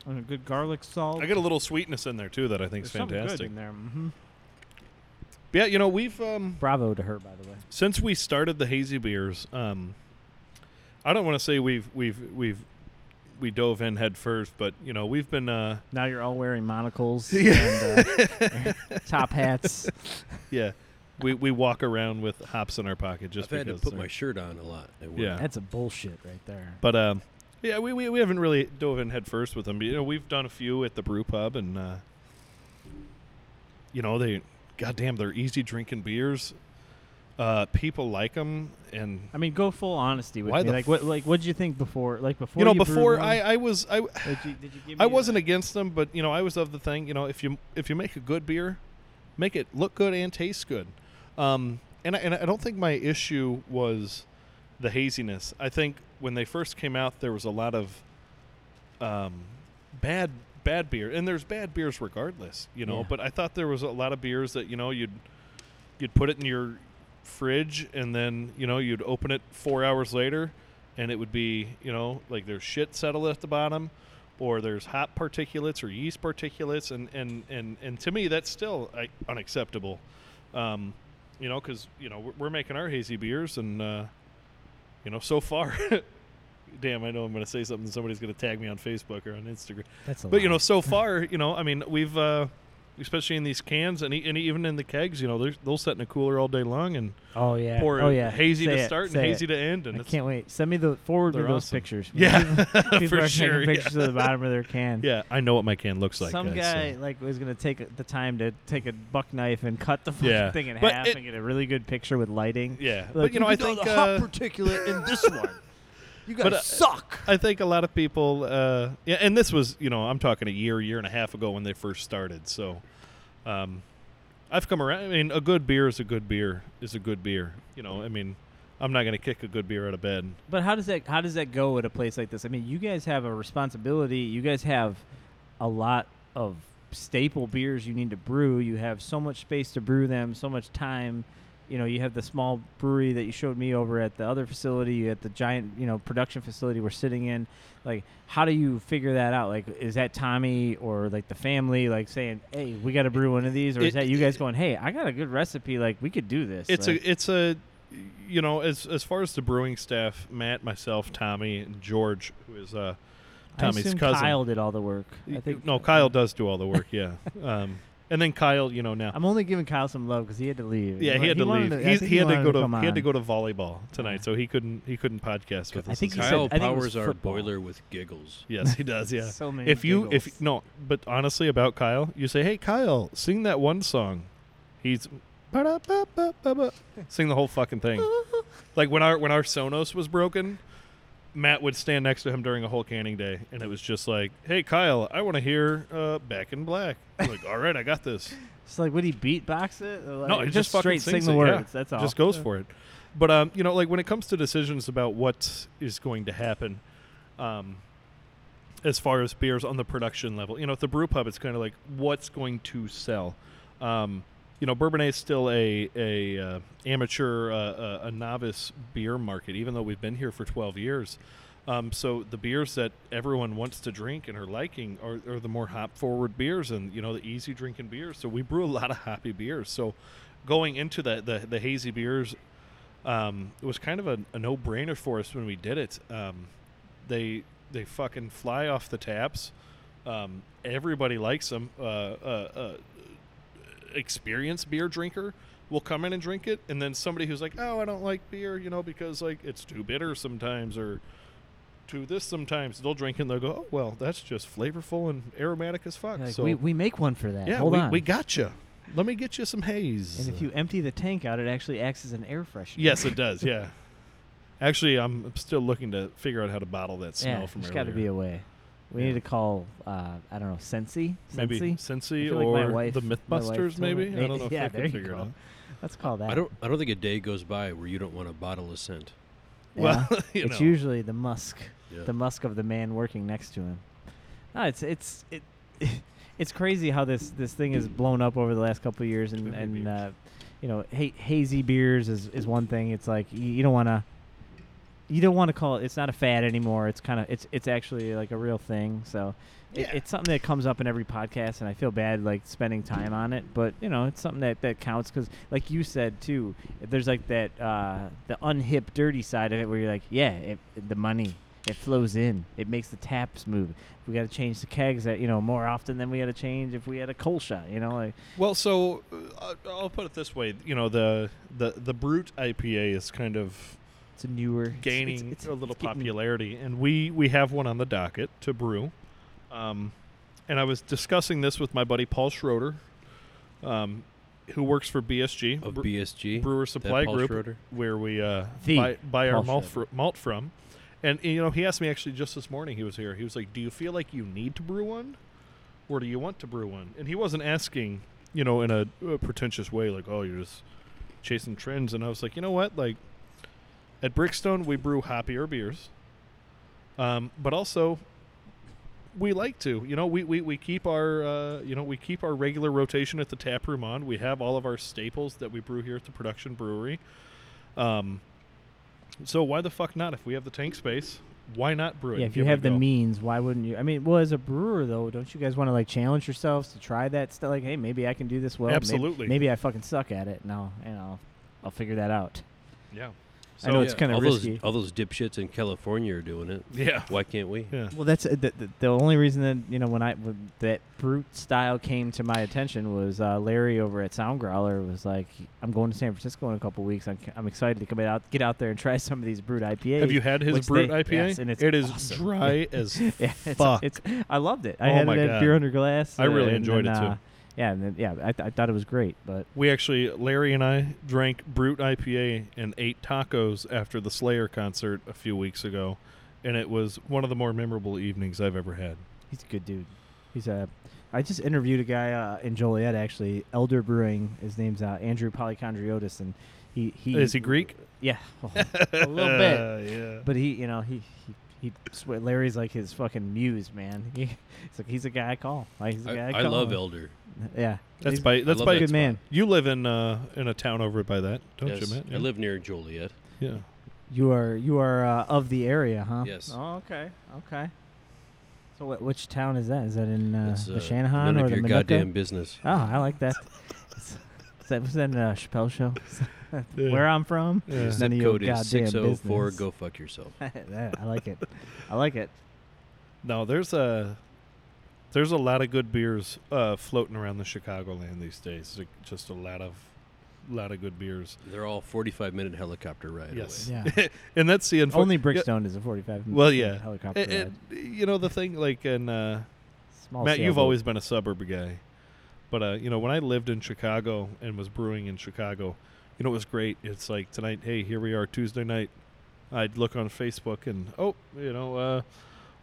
Speaker 1: and a good garlic salt.
Speaker 2: I get a little sweetness in there too that I think
Speaker 1: There's
Speaker 2: is
Speaker 1: something good
Speaker 2: fantastic.
Speaker 1: in there. hmm
Speaker 2: Yeah, you know we've um,
Speaker 1: Bravo to her, by the way.
Speaker 2: since we started the hazy beers, um, I don't want to say we've we've we've we dove in head first, but you know we've been uh,
Speaker 1: Now you're all wearing monocles
Speaker 2: Yeah.
Speaker 1: and uh, top hats.
Speaker 2: yeah we, we walk around with hops in our pocket just
Speaker 3: I've had to
Speaker 2: because
Speaker 3: put
Speaker 2: they're-
Speaker 3: my shirt on a lot. At work.
Speaker 2: Yeah.
Speaker 1: That's a bullshit right there.
Speaker 2: but um yeah we, we, we haven't really dove in head first with them. You know we've done a few at the brew pub and uh, you know they goddamn they're easy drinking beers. Uh, people like them and
Speaker 1: I mean, go full honesty with
Speaker 2: Why
Speaker 1: me.
Speaker 2: the
Speaker 1: Like, what, like, what did you think before? Like, before
Speaker 2: you know
Speaker 1: brewed
Speaker 2: before
Speaker 1: one,
Speaker 2: I, I was I
Speaker 1: did you, did you give
Speaker 2: I
Speaker 1: me
Speaker 2: wasn't
Speaker 1: A,
Speaker 2: against them, but you know, I was of the thing. You know, if you if you make a good beer, make it look good and taste good. Um, and I, and I don't think my issue was the haziness. I think when they first came out, there was a lot of um, bad bad beer, and there's bad beers regardless. You know,
Speaker 1: Yeah.
Speaker 2: but I thought there was a lot of beers that you know you'd you'd put it in your fridge, and then you know you'd open it four hours later, and it would be you know like there's shit settled at the bottom or there's hop particulates or yeast particulates and and and, and to me that's still like, unacceptable um, you know because you know we're, we're making our hazy beers and uh, you know so far damn i know i'm going to say something somebody's going to tag me on facebook or on instagram
Speaker 1: That's a
Speaker 2: but you
Speaker 1: lie.
Speaker 2: know so far you know i mean we've uh, especially in these cans and, e- and even in the kegs you know they're- they'll sit in a cooler all day long and
Speaker 1: oh yeah,
Speaker 2: pour
Speaker 1: oh yeah,
Speaker 2: hazy
Speaker 1: Say
Speaker 2: to
Speaker 1: it,
Speaker 2: start and
Speaker 1: say it.
Speaker 2: hazy to end and
Speaker 1: I
Speaker 2: it's
Speaker 1: can't wait. Send me the forward me
Speaker 2: They're
Speaker 1: those
Speaker 2: awesome.
Speaker 1: pictures.
Speaker 2: yeah
Speaker 1: people
Speaker 2: for
Speaker 1: are
Speaker 2: sure
Speaker 1: taking
Speaker 2: yeah.
Speaker 1: pictures of the bottom of their can.
Speaker 2: Yeah, I know what my can looks like.
Speaker 1: Some
Speaker 2: guys,
Speaker 1: guy
Speaker 2: so-
Speaker 1: like was gonna take the time to take a buck knife and cut the fucking
Speaker 2: Yeah.
Speaker 1: thing in
Speaker 2: But
Speaker 1: half
Speaker 2: it-
Speaker 1: and get a really good picture with lighting.
Speaker 2: Yeah,
Speaker 1: Look,
Speaker 2: but you know, I
Speaker 4: Even though
Speaker 2: think
Speaker 4: the hot
Speaker 2: uh,
Speaker 4: particulate in this one. You guys
Speaker 2: But, uh,
Speaker 4: suck.
Speaker 2: I think a lot of people. Uh, yeah, and this was you know I'm talking a year, year and a half ago when they first started. So, um, I've come around. I mean, a good beer is a good beer is a good beer. You know, I mean, I'm not gonna kick a good beer out of bed.
Speaker 1: But how does that how does that go at a place like this? I mean, you guys have a responsibility. You guys have a lot of staple beers you need to brew. You have so much space to brew them, so much time. You know, you have the small brewery that you showed me over at the other facility, you at the giant, you know, production facility we're sitting in. Like, how do you figure that out? Like, is that Tommy or like the family like saying, "Hey, we got to brew one of these," or is
Speaker 2: It-
Speaker 1: that you guys going, "Hey, I got a good recipe. Like, we could do this."
Speaker 2: It's
Speaker 1: Like,
Speaker 2: a it's a you know as as far as the brewing staff, Matt, myself, Tommy, and George, who is uh,
Speaker 1: I
Speaker 2: Tommy's
Speaker 1: assume
Speaker 2: cousin.
Speaker 1: Kyle did all the work. I think
Speaker 2: no Kyle does do all the work. Yeah, um, and then Kyle, you know now.
Speaker 1: I'm only giving Kyle some love because he had to leave.
Speaker 2: Yeah, he had to
Speaker 1: wanted
Speaker 2: leave.
Speaker 1: I
Speaker 2: he,
Speaker 1: think
Speaker 2: he had
Speaker 1: wanted
Speaker 2: to go to,
Speaker 1: come
Speaker 2: he had to
Speaker 1: on.
Speaker 2: go to volleyball tonight, so he couldn't he couldn't podcast with
Speaker 1: I
Speaker 2: us.
Speaker 1: think
Speaker 2: this
Speaker 1: he said-
Speaker 2: evening.
Speaker 3: Kyle
Speaker 1: I think it was
Speaker 3: powers our
Speaker 1: football.
Speaker 3: boiler with giggles.
Speaker 2: yes, he does. Yeah.
Speaker 1: So many.
Speaker 2: if you if
Speaker 1: giggles.
Speaker 2: no, but honestly about Kyle, you say, "Hey Kyle, sing that one song." He's "Ba-da-ba-ba-ba-ba." sing the whole fucking thing. like when our when our Sonos was broken, Matt would stand next to him during a whole canning day, and it was just like, "Hey Kyle, I want to hear uh, Back in Black." I'm like, "All right, I got this."
Speaker 1: it's like would he beatbox it? Or like,
Speaker 2: no, it
Speaker 1: just,
Speaker 2: just, fucking
Speaker 1: straight sing
Speaker 2: sings
Speaker 1: the
Speaker 2: it, yeah.
Speaker 1: words. That's all.
Speaker 2: Just goes for it. But um, you know, like when it comes to decisions about what is going to happen, um, as far as beers on the production level, you know, at the brew pub, it's kind of like what's going to sell. Um, you know, Bourbonnais is still a a uh, amateur, uh, uh, a novice beer market, even though we've been here for 12 years. Um, so the beers that everyone wants to drink and are liking are, are the more hop forward beers and you know the easy drinking beers. So we brew a lot of hoppy beers. So going into the the, the hazy beers um, it was kind of a, a no brainer for us when we did it. Um, they they fucking fly off the taps. Um, everybody likes them. Uh, uh, uh, experienced beer drinker will come in and drink it, and then somebody who's like, "Oh, I don't like beer," you know, because like it's too bitter sometimes or too this sometimes. They'll drink and they'll go, "Oh, well, that's just flavorful and aromatic as fuck."
Speaker 1: Like,
Speaker 2: so
Speaker 1: we, we make one for that.
Speaker 2: yeah,
Speaker 1: Hold
Speaker 2: we,
Speaker 1: on.
Speaker 2: we got you. Let me get you some haze.
Speaker 1: and if you empty the tank out, it actually acts as an air freshener.
Speaker 2: Yes, it does. Yeah. Actually, I'm I'm still looking to figure out how to bottle that smell
Speaker 1: yeah,
Speaker 2: from
Speaker 1: there's
Speaker 2: earlier.
Speaker 1: got to be a way. We
Speaker 2: Yeah.
Speaker 1: need to call. Uh, I don't know, Sensi.
Speaker 2: maybe
Speaker 1: Sensi.
Speaker 2: Cincy
Speaker 1: I feel like my
Speaker 2: or
Speaker 1: wife-
Speaker 2: the
Speaker 1: my wife
Speaker 2: MythBusters.
Speaker 1: told
Speaker 2: Maybe
Speaker 1: me-
Speaker 2: I don't know
Speaker 1: yeah,
Speaker 2: if I
Speaker 1: there
Speaker 2: can
Speaker 1: you
Speaker 2: figure it
Speaker 1: go.
Speaker 2: out.
Speaker 1: Let's call that.
Speaker 3: I don't. I don't think a day goes by where you don't want to bottle a scent.
Speaker 2: Well,
Speaker 1: Yeah.
Speaker 2: you
Speaker 1: it's
Speaker 2: know.
Speaker 1: usually the musk,
Speaker 3: Yeah.
Speaker 1: the musk of the man working next to him. No, it's it's it, it's crazy how this this thing has blown up over the last couple of years,
Speaker 2: Too
Speaker 1: and
Speaker 2: many
Speaker 1: and
Speaker 2: beers.
Speaker 1: uh, you know, ha- hazy beers is is one thing. It's like you, you don't want to. You don't want to call it. It's not a fad anymore. It's kind of it's it's actually like a real thing. So it,
Speaker 2: Yeah.
Speaker 1: it's something that comes up in every podcast, and I feel bad like spending time on it. But you know, it's something that that counts because, like you said too, there's like that uh, the unhip, dirty side of it where you're like, yeah, it, the money it flows in, it makes the taps move. We got to change the kegs that you know more often than we had to change if we had a cold shot. You know, like
Speaker 2: Well, so uh, I'll put it this way. You know, the the the Brute IPA is kind of
Speaker 1: it's a newer it's- it's-
Speaker 2: gaining
Speaker 1: it's-
Speaker 2: a little
Speaker 1: it's getting-
Speaker 2: popularity, and we we have one on the docket to brew. Um, and I was discussing this with my buddy Paul Schroeder, um, who works for BSG
Speaker 3: Of
Speaker 2: Bre-
Speaker 3: BSG.
Speaker 2: Brewer Supply
Speaker 3: Paul
Speaker 2: Group,
Speaker 3: Schroeder?
Speaker 2: where we uh,
Speaker 1: The
Speaker 2: buy, buy our
Speaker 1: Paul
Speaker 2: malt, fr-
Speaker 1: Schroeder.
Speaker 2: malt from. And you know, he asked me actually just this morning. He was here. He was like, "Do you feel like you need to brew one, or do you want to brew one?" And he wasn't asking, you know, in a, uh pretentious way, like, "Oh, you're just chasing trends." And I was like, you know what, like. At Brickstone, we brew hoppier beers, um, but also we like to. You know, we, we, we keep our uh, you know we keep our regular rotation at the tap room on. We have all of our staples that we brew here at the production brewery. Um, so why the fuck not? If we have the tank space, why not brew it?
Speaker 1: Yeah,
Speaker 2: and
Speaker 1: if you
Speaker 2: give it a
Speaker 1: have the
Speaker 2: go?
Speaker 1: means, why wouldn't you? I mean, well, as a brewer though, don't you guys want to like challenge yourselves to try that stuff? Like, hey, maybe I can do this well. may-
Speaker 2: Absolutely.
Speaker 1: Maybe, I fucking suck at it. No, and I'll I'll figure that out.
Speaker 2: yeah,
Speaker 1: I know it's
Speaker 3: Yeah,
Speaker 1: kind
Speaker 3: all
Speaker 1: of risky.
Speaker 3: Those, all those dipshits in California are doing it.
Speaker 2: yeah,
Speaker 3: Why can't we?
Speaker 2: yeah.
Speaker 1: well, that's uh, the, the, the only reason that you know when I when that brute style came to my attention was uh, Larry over at Sound Growler was like, I'm going to San Francisco in a couple weeks. I'm, I'm excited to come out get out there and try some of these brute IPAs.
Speaker 2: Have you had his
Speaker 1: which
Speaker 2: brute
Speaker 1: they-
Speaker 2: IPA?
Speaker 1: yes, and it's
Speaker 2: it is
Speaker 1: awesome.
Speaker 2: dry as
Speaker 1: yeah, it's,
Speaker 2: fuck.
Speaker 1: It's, I loved it. I
Speaker 2: Oh
Speaker 1: had
Speaker 2: my
Speaker 1: it at
Speaker 2: God.
Speaker 1: Beer Under Glass.
Speaker 2: I really
Speaker 1: and
Speaker 2: enjoyed
Speaker 1: then,
Speaker 2: it, too.
Speaker 1: uh, yeah, and then, yeah, I, th- I thought it was great, but
Speaker 2: We actually, Larry and I drank Brute IPA and ate tacos after the Slayer concert a few weeks ago, and it was one of the more memorable evenings I've ever had.
Speaker 1: he's a good dude. He's a. I just interviewed a guy uh, in Joliet actually, Elder Brewing. His name's uh, Andrew Polychondriotis, and he he
Speaker 2: Is he Greek?
Speaker 1: Yeah, oh, a little bit.
Speaker 3: Uh,
Speaker 2: yeah.
Speaker 1: But he, you know, he he. He swear Larry's like his fucking muse, man. He, it's like he's a guy I call. Like he's a guy I,
Speaker 3: I, I
Speaker 1: call.
Speaker 3: love Elder.
Speaker 1: Yeah,
Speaker 2: that's
Speaker 1: He's
Speaker 2: by that's
Speaker 3: love
Speaker 2: by.
Speaker 1: a good
Speaker 3: spot.
Speaker 1: man.
Speaker 2: You live in uh, in a town over by that, don't
Speaker 3: Yes,
Speaker 2: you, Matt?
Speaker 3: I live near Joliet.
Speaker 2: Yeah.
Speaker 1: You are you are uh, of the area, huh?
Speaker 3: Yes.
Speaker 1: Oh, okay. Okay. So what, which town is that? Is that in uh,
Speaker 3: It's,
Speaker 1: the
Speaker 3: uh,
Speaker 1: Shanahan
Speaker 3: none
Speaker 1: or
Speaker 3: of
Speaker 1: the
Speaker 3: your
Speaker 1: Minooka?
Speaker 3: goddamn business.
Speaker 1: Oh, I like that. Is that was that in a Chappelle show? Is that
Speaker 2: Yeah.
Speaker 1: Where I'm from?
Speaker 2: Yeah.
Speaker 1: It's
Speaker 3: Zip
Speaker 1: none of your
Speaker 3: code is
Speaker 1: goddamn
Speaker 3: six zero four.
Speaker 1: business.
Speaker 3: Go fuck yourself.
Speaker 1: Yeah, I like it. I like it.
Speaker 2: No, there's a there's a lot of good beers uh, floating around the Chicagoland these days. Like, just a lot of lot of good beers.
Speaker 3: They're all forty-five minute helicopter ride.
Speaker 2: Yes.
Speaker 3: away.
Speaker 1: Yeah.
Speaker 2: And that's the unfortunate.
Speaker 1: Only Brickstone is a 45 minute
Speaker 2: Well, yeah.
Speaker 1: helicopter
Speaker 2: It, it,
Speaker 1: ride.
Speaker 2: you know the thing, like in uh,
Speaker 1: Small
Speaker 2: Matt, you've
Speaker 1: sailboat.
Speaker 2: always been a suburb guy, but uh, you know when I lived in Chicago and was brewing in Chicago, you know it was great. It's like tonight, hey, here we are Tuesday night. I'd look on Facebook and oh, you know, uh,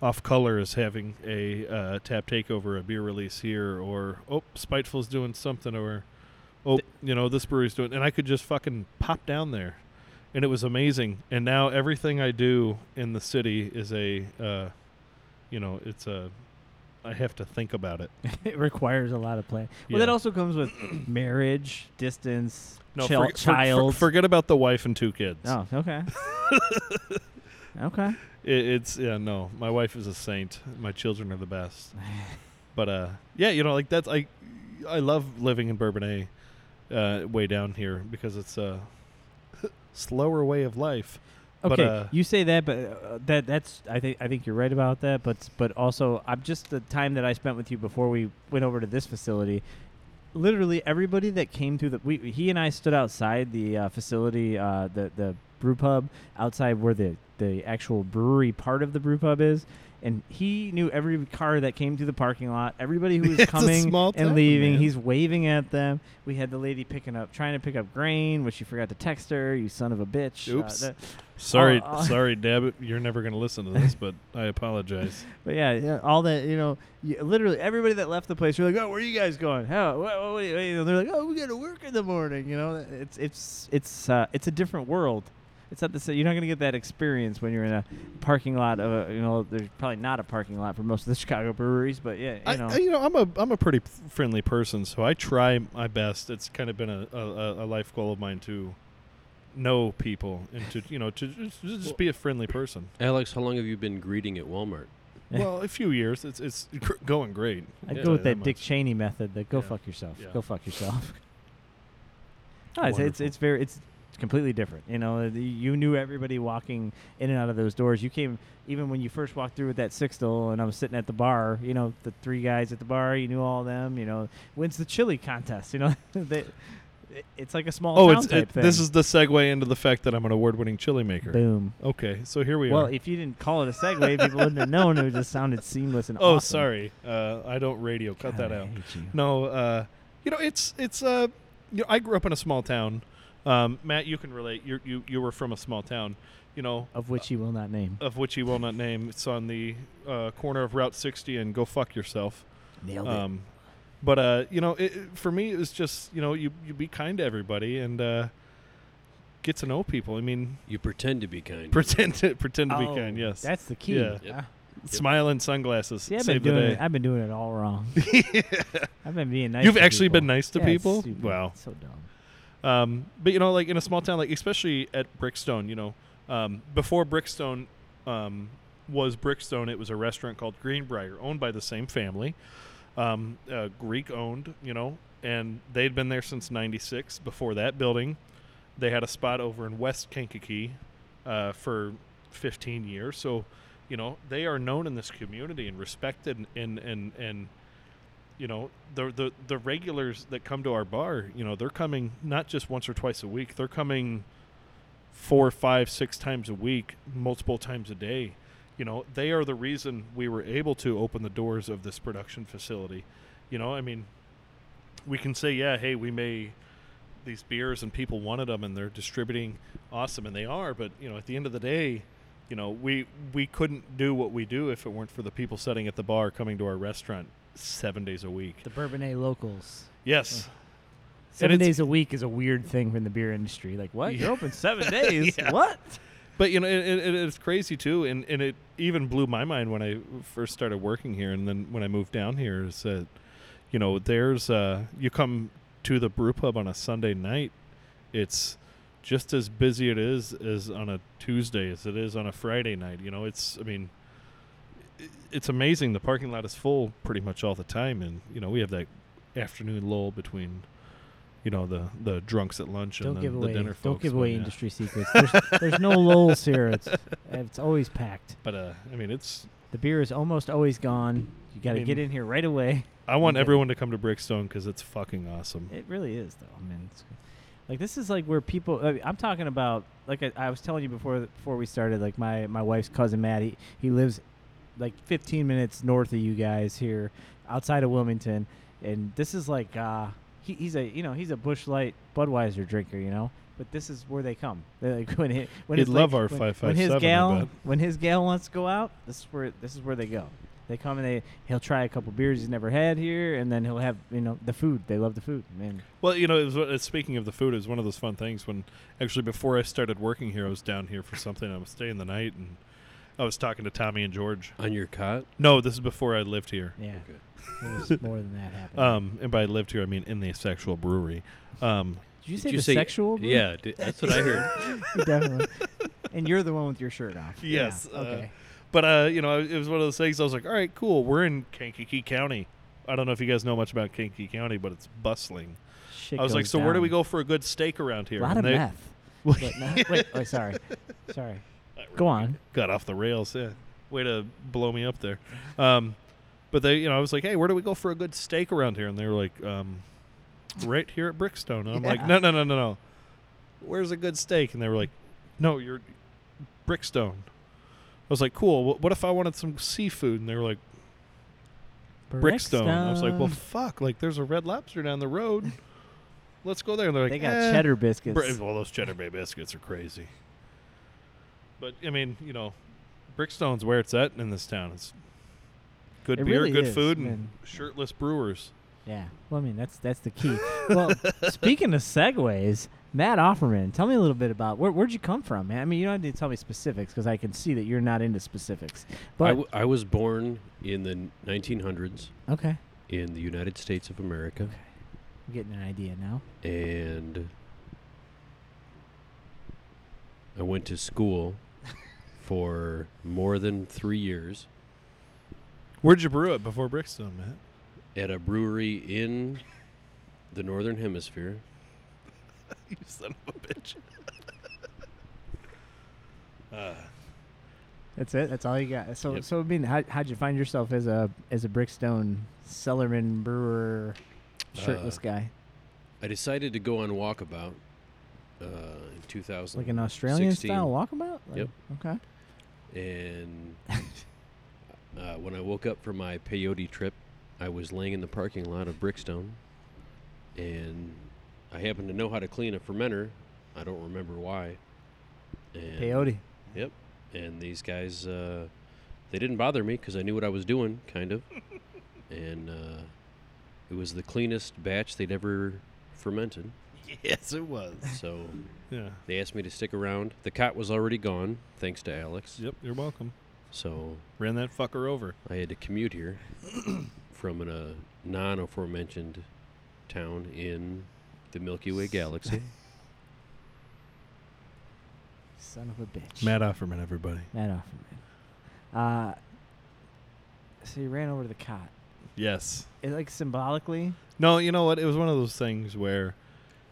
Speaker 2: Off Color is having a uh, tap takeover, a beer release here, or oh, Spiteful's doing something, or oh, you know, this brewery's doing, and I could just fucking pop down there, and it was amazing. And now everything I do in the city is a, uh, you know, it's a I have to think about it.
Speaker 1: it requires a lot of planning. Well,
Speaker 2: Yeah.
Speaker 1: that also comes with marriage, distance,
Speaker 2: No,
Speaker 1: chil-
Speaker 2: forget- for- for-
Speaker 1: child.
Speaker 2: forget about the wife and two kids.
Speaker 1: oh, okay. okay.
Speaker 2: I- it's yeah, no. My wife is a saint. My children are the best. but uh, yeah, you know, like that's I, I love living in Bourbonnais, uh, way down here because it's a slower way of life. But,
Speaker 1: Okay,
Speaker 2: uh,
Speaker 1: you say that, but uh, that that's I think I think you're right about that. But but also, I'm just the time that I spent with you before we went over to this facility. Literally everybody that came through the we he and I stood outside the uh, facility, uh, the the brew pub outside where the the actual brewery part of the brew pub is, and he knew every car that came through the parking lot, everybody who was
Speaker 2: It's a
Speaker 1: coming
Speaker 2: small town,
Speaker 1: and leaving.
Speaker 2: man.
Speaker 1: He's waving at them. We had the lady picking up, trying to pick up grain, which you forgot to text her. You son of a bitch. Uh,
Speaker 2: Oops.
Speaker 1: that-
Speaker 2: Sorry,
Speaker 1: Uh, uh.
Speaker 2: sorry, Deb. You're never gonna listen to this, but I apologize.
Speaker 1: But yeah, yeah, all that you know, you, literally everybody that left the place, you're like, "Oh, where are you guys going? How? What, what, what, you know, they're like, "Oh, we got to work in the morning." You know, it's it's it's uh, it's a different world. It's not the same. You're not gonna get that experience when you're in a parking lot of a, you know, there's probably not a parking lot for most of the Chicago breweries, but yeah, you
Speaker 2: I,
Speaker 1: know,
Speaker 2: I, you know, I'm a I'm a pretty f- friendly person, so I try my best. It's kind of been a, a, a- a life goal of mine to know people and to you know to just, just be a friendly person.
Speaker 3: Alex, how long have you been greeting at Walmart?
Speaker 2: well, a few years. It's it's gr- going great.
Speaker 1: I'd
Speaker 3: yeah,
Speaker 1: go with that, Dick
Speaker 2: much.
Speaker 1: Cheney method. That go
Speaker 2: Yeah.
Speaker 1: fuck yourself.
Speaker 2: Yeah.
Speaker 1: Go fuck yourself. no, it's, it's
Speaker 2: Wonderful.
Speaker 1: it's very it's completely different. You know, the- you knew everybody walking in and out of those doors. You came even when you first walked through with that sixtel, and I was sitting at the bar. You know, the three guys at the bar. You knew all of them. You know, wins the chili contest. You know, they, it- it's like a small
Speaker 2: Oh,
Speaker 1: town
Speaker 2: it's
Speaker 1: type
Speaker 2: it,
Speaker 1: thing.
Speaker 2: this is the segue into the fact that I'm an award-winning chili maker.
Speaker 1: boom.
Speaker 2: Okay, so here we
Speaker 1: Well,
Speaker 2: are.
Speaker 1: if you didn't call it a segue, people wouldn't have known. It just sounded seamless and
Speaker 2: oh,
Speaker 1: awesome.
Speaker 2: sorry. Uh, I don't radio.
Speaker 1: God,
Speaker 2: Cut that
Speaker 1: I
Speaker 2: out.
Speaker 1: hate you.
Speaker 2: No, uh, you know it's it's uh, you know I grew up in a small town. Um, Matt, you can relate. You you you were from a small town, you know,
Speaker 1: Of which he will not name.
Speaker 2: of which he will not name. It's on the uh, corner of Route 60 and go fuck yourself.
Speaker 1: Nailed it.
Speaker 2: Um, but uh, you know, it, it- for me, it was just you know you you be kind to everybody and uh, get to know people. I mean,
Speaker 3: You pretend to be kind.
Speaker 2: pretend to pretend to be
Speaker 1: Oh,
Speaker 2: kind. Yes,
Speaker 1: That's the key.
Speaker 2: Yeah.
Speaker 3: Yep.
Speaker 2: smile and sunglasses.
Speaker 1: See, I've been
Speaker 2: Save the
Speaker 1: doing
Speaker 2: day.
Speaker 1: it. I've been doing it all wrong. I've been being nice.
Speaker 2: You've
Speaker 1: to
Speaker 2: actually
Speaker 1: people.
Speaker 2: been nice to
Speaker 1: Yeah, it's
Speaker 2: people.
Speaker 1: stupid.
Speaker 2: Wow.
Speaker 1: It's so dumb.
Speaker 2: Um, but you know, like in a small town, like especially at Brickstone, you know, um, before Brickstone um, was Brickstone, it was a restaurant called Greenbrier, owned by the same family, um, uh, Greek owned, you know, and they'd been there since '96. Before that building, they had a spot over in West Kankakee uh, for 15 years. So, you know, they are known in this community and respected, and and and you know the the the regulars that come to our bar you know they're coming not just once or twice a week they're coming four five six times a week multiple times a day you know they are the reason we were able to open the doors of this production facility you know i mean we can say yeah hey we made these beers and people wanted them and they're distributing awesome and they are but you know at the end of the day you know we we couldn't do what we do if it weren't for the people sitting at the bar coming to our restaurant seven days a week
Speaker 1: The Bourbonnais locals.
Speaker 2: Yes.
Speaker 1: Seven
Speaker 2: it's-
Speaker 1: days a week is a weird thing in the beer industry. Like what? You're open seven days?
Speaker 2: Yeah.
Speaker 1: What?
Speaker 2: But you know, it, it, it- it's crazy too, and, and it even blew my mind when I first started working here, and then when I moved down here, is that you know, there's uh, you come to the brew pub on a Sunday night, it's just as busy it is as on a Tuesday as it is on a Friday night. You know, it's I mean, i- it's amazing. The parking lot is full pretty much all the time, and you know, we have that afternoon lull between. You know the the drunks at lunch
Speaker 1: Don't
Speaker 2: and the,
Speaker 1: give
Speaker 2: the
Speaker 1: away.
Speaker 2: dinner
Speaker 1: Don't
Speaker 2: folks.
Speaker 1: give
Speaker 2: but
Speaker 1: away
Speaker 2: yeah.
Speaker 1: industry secrets. There's, there's no lulls here. It's, it's always packed.
Speaker 2: But uh, I mean, it's
Speaker 1: The beer is almost always gone. You got to
Speaker 2: mean-
Speaker 1: get in here right away.
Speaker 2: I want
Speaker 1: Yeah.
Speaker 2: everyone to come to Brickstone because it's fucking awesome.
Speaker 1: It really is, though. I mean, it's, like this is like where people. I mean, I'm talking about like I, I was telling you before before we started. Like my my wife's cousin Matt. He, he lives like 15 minutes north of you guys here, outside of Wilmington, and this is like uh, he, he's a you know he's a Bush Light Budweiser drinker, you know. But this is where they come. They're like when he, when
Speaker 2: He'd
Speaker 1: his
Speaker 2: love
Speaker 1: like,
Speaker 2: our
Speaker 1: when,
Speaker 2: 557,
Speaker 1: When
Speaker 2: I
Speaker 1: his gal
Speaker 2: bet.
Speaker 1: when his gal wants to go out, this is where this is where they go. They come and they he'll try a couple beers he's never had here, and then he'll have you know the food. They love the food, man.
Speaker 2: Well, you know, it was, uh, speaking of the food, it was one of those fun things when actually before I started working here, I was down here for something. I was staying the night and I was talking to Tommy and George.
Speaker 3: on your cot.
Speaker 2: No, this is before I lived here.
Speaker 1: Yeah,
Speaker 3: Okay.
Speaker 1: it was more than that happened.
Speaker 2: Um, and by lived here, I mean in the sexual brewery. Um,
Speaker 1: Did you
Speaker 3: Did
Speaker 1: say
Speaker 3: you
Speaker 1: the
Speaker 3: say-
Speaker 1: sexual? group?
Speaker 3: Yeah, d- that's what I heard.
Speaker 1: definitely. And you're the one with your shirt off. Yeah,
Speaker 2: Yes, uh,
Speaker 1: okay.
Speaker 2: but uh, you know, it was one of those things. I was like, all right, cool. We're in Kankakee County. I don't know if you guys know much about Kankakee County, but it's bustling.
Speaker 1: Shit
Speaker 2: I was like,
Speaker 1: goes
Speaker 2: so where do
Speaker 1: down.
Speaker 2: we go for a good steak around here?
Speaker 1: A lot
Speaker 2: And
Speaker 1: of
Speaker 2: they-
Speaker 1: meth. But no- wait, wait, sorry, sorry.
Speaker 2: That
Speaker 1: Go on.
Speaker 2: got off the rails. Yeah, way to blow me up there. Um, but they, you know, I was like, hey, where do we go for a good steak around here? And they were like, um, right here at Brickstone. And I'm like,
Speaker 1: Yeah.
Speaker 2: no, no, no, no, no. Where's a good steak? And they were like, no, you're Brickstone. I was like, cool. Wh- What if I wanted some seafood? And they were like, Brickstone. I was like, well,
Speaker 1: Brickstone.
Speaker 2: fuck. Like, there's a Red Lobster down the road. Let's go there. And they're like,
Speaker 1: they got
Speaker 2: eh,
Speaker 1: cheddar biscuits.
Speaker 2: Bra- well, those Cheddar Bay biscuits are crazy. But I mean, you know, Brickstone's where it's at in this town. It's good
Speaker 1: It
Speaker 2: beer,
Speaker 1: really
Speaker 2: good
Speaker 1: is,
Speaker 2: food, and
Speaker 1: man.
Speaker 2: shirtless brewers.
Speaker 1: Yeah. Well, I mean, that's that's the key. well, speaking of segues, Matt Offerman, tell me a little bit about where where'd you come from, man? I mean, you don't have to tell me specifics because I can see that you're not into specifics.
Speaker 3: I,
Speaker 1: But
Speaker 3: w- I was born in the 1900s
Speaker 1: okay,
Speaker 3: in the United States of America,
Speaker 1: I'm getting an idea now.
Speaker 3: and I went to school for more than three years
Speaker 2: Where'd you brew it before Brickstone, Matt?
Speaker 3: at a brewery in the Northern Hemisphere.
Speaker 2: you son of a bitch. uh,
Speaker 1: That's it. That's all you got. So,
Speaker 2: Yep.
Speaker 1: so I mean, how how'd you find yourself as a as a Brickstone cellarman brewer, shirtless
Speaker 3: Uh,
Speaker 1: guy,
Speaker 3: I decided to go on walkabout uh, in 2000.
Speaker 1: like an Australian
Speaker 3: 16.
Speaker 1: style walkabout? Like,
Speaker 3: Yep.
Speaker 1: Okay.
Speaker 3: And uh, when I woke up from my peyote trip, I was laying in the parking lot of Brickstone, and I happened to know how to clean a fermenter. I don't remember why. And,
Speaker 1: Peyote.
Speaker 3: Yep. And these guys, uh, they didn't bother me because I knew what I was doing, kind of. and uh, it was the cleanest batch they'd ever fermented.
Speaker 2: yes, it was.
Speaker 3: So
Speaker 2: Yeah.
Speaker 3: they asked me to stick around. The cot was already gone, thanks to Alex.
Speaker 2: Yep. You're welcome.
Speaker 3: So
Speaker 2: Ran that fucker over.
Speaker 3: I had to commute here from a uh, non aforementioned town in the Milky Way galaxy.
Speaker 1: Son of a bitch.
Speaker 2: Matt Offerman, everybody.
Speaker 1: Matt Offerman. Uh, so you ran over to the cot.
Speaker 2: Yes.
Speaker 1: It, like symbolically,
Speaker 2: No, you know what? It was one of those things where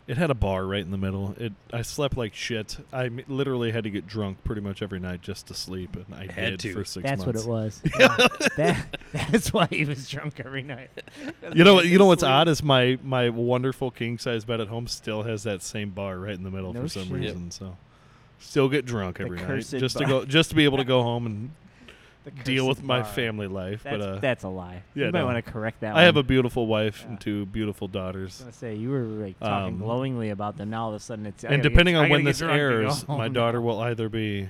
Speaker 2: it had a bar right in the middle. It I slept like shit. I m- literally had to get drunk pretty much every night just to sleep, and I
Speaker 3: Had
Speaker 2: did
Speaker 3: to.
Speaker 2: for six
Speaker 1: that's
Speaker 2: months.
Speaker 1: what it was. Yeah. that, that's why he was drunk every night.
Speaker 2: You know what? You know what's odd is my my wonderful king size bed at home still has that same bar right in the middle
Speaker 1: No
Speaker 2: for some
Speaker 1: shit.
Speaker 2: reason. So still get drunk
Speaker 1: The
Speaker 2: every night
Speaker 1: cursed
Speaker 2: just to
Speaker 1: bar.
Speaker 2: go just to be able to go home and
Speaker 1: The
Speaker 2: deal
Speaker 1: cursed
Speaker 2: with my
Speaker 1: bar.
Speaker 2: family life.
Speaker 1: That's,
Speaker 2: but uh,
Speaker 1: that's a lie.
Speaker 2: yeah,
Speaker 1: you might
Speaker 2: no.
Speaker 1: want to correct that.
Speaker 2: I have a
Speaker 1: one.
Speaker 2: beautiful wife
Speaker 1: Yeah.
Speaker 2: and two
Speaker 1: I
Speaker 2: beautiful
Speaker 1: was
Speaker 2: daughters.
Speaker 1: gonna say you were like talking
Speaker 2: Um,
Speaker 1: glowingly about them. Now all of a sudden it's I
Speaker 2: and
Speaker 1: gotta get-
Speaker 2: depending
Speaker 1: I
Speaker 2: on
Speaker 1: gotta
Speaker 2: when
Speaker 1: get
Speaker 2: this
Speaker 1: drunk to go
Speaker 2: airs, my
Speaker 1: home.
Speaker 2: daughter will either be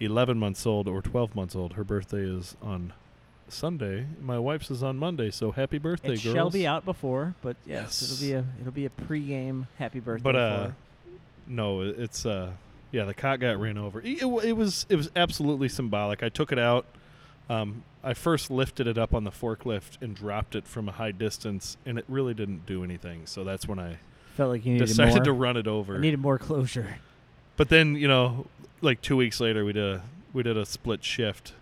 Speaker 2: 11 months old or 12 months old. Her birthday is on Sunday. My wife's is on Monday. So happy birthday,
Speaker 1: It
Speaker 2: girls!
Speaker 1: shall be out before, but yes,
Speaker 2: Yes.
Speaker 1: it'll be a it'll be a pregame happy birthday.
Speaker 2: But
Speaker 1: for
Speaker 2: uh,
Speaker 1: her.
Speaker 2: no, it- it's uh, yeah, the cot got ran over. E, It, it wa- it was it was absolutely symbolic. I took it out. Um, I first lifted it up on the forklift and dropped it from a high distance, and it really didn't do anything. So that's when I
Speaker 1: felt like you needed
Speaker 2: decided to
Speaker 1: more.
Speaker 2: run it over.
Speaker 1: I needed more closure.
Speaker 2: But then you know, like two weeks later, we did a we did a split shift,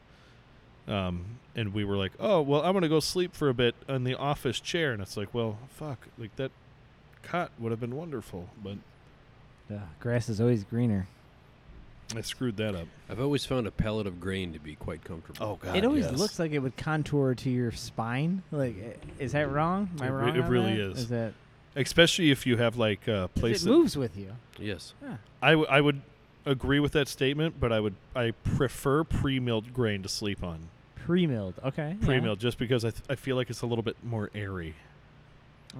Speaker 2: um, and we were like, oh well, I'm gonna go sleep for a bit on the office chair, and it's like, well, fuck, like that cot would have been wonderful, but
Speaker 1: The grass is always greener.
Speaker 2: I screwed that up.
Speaker 3: I've always found a pallet of grain to be quite comfortable.
Speaker 2: god,
Speaker 1: It always looks like it would contour to your spine. Like, i- is that wrong? Am I
Speaker 2: It re-
Speaker 1: wrong?
Speaker 2: it
Speaker 1: on
Speaker 2: really
Speaker 1: that?
Speaker 2: is.
Speaker 1: Is that
Speaker 2: 'Cause especially if you have like a
Speaker 1: 'cause
Speaker 2: place.
Speaker 1: it
Speaker 2: that-
Speaker 1: moves with you?
Speaker 3: Yes.
Speaker 2: I w- I would agree with that statement, but I would I prefer pre-milled grain to sleep on
Speaker 1: Pre-milled. Okay. yeah.
Speaker 2: pre-milled just because I th- I feel like it's a little bit more airy.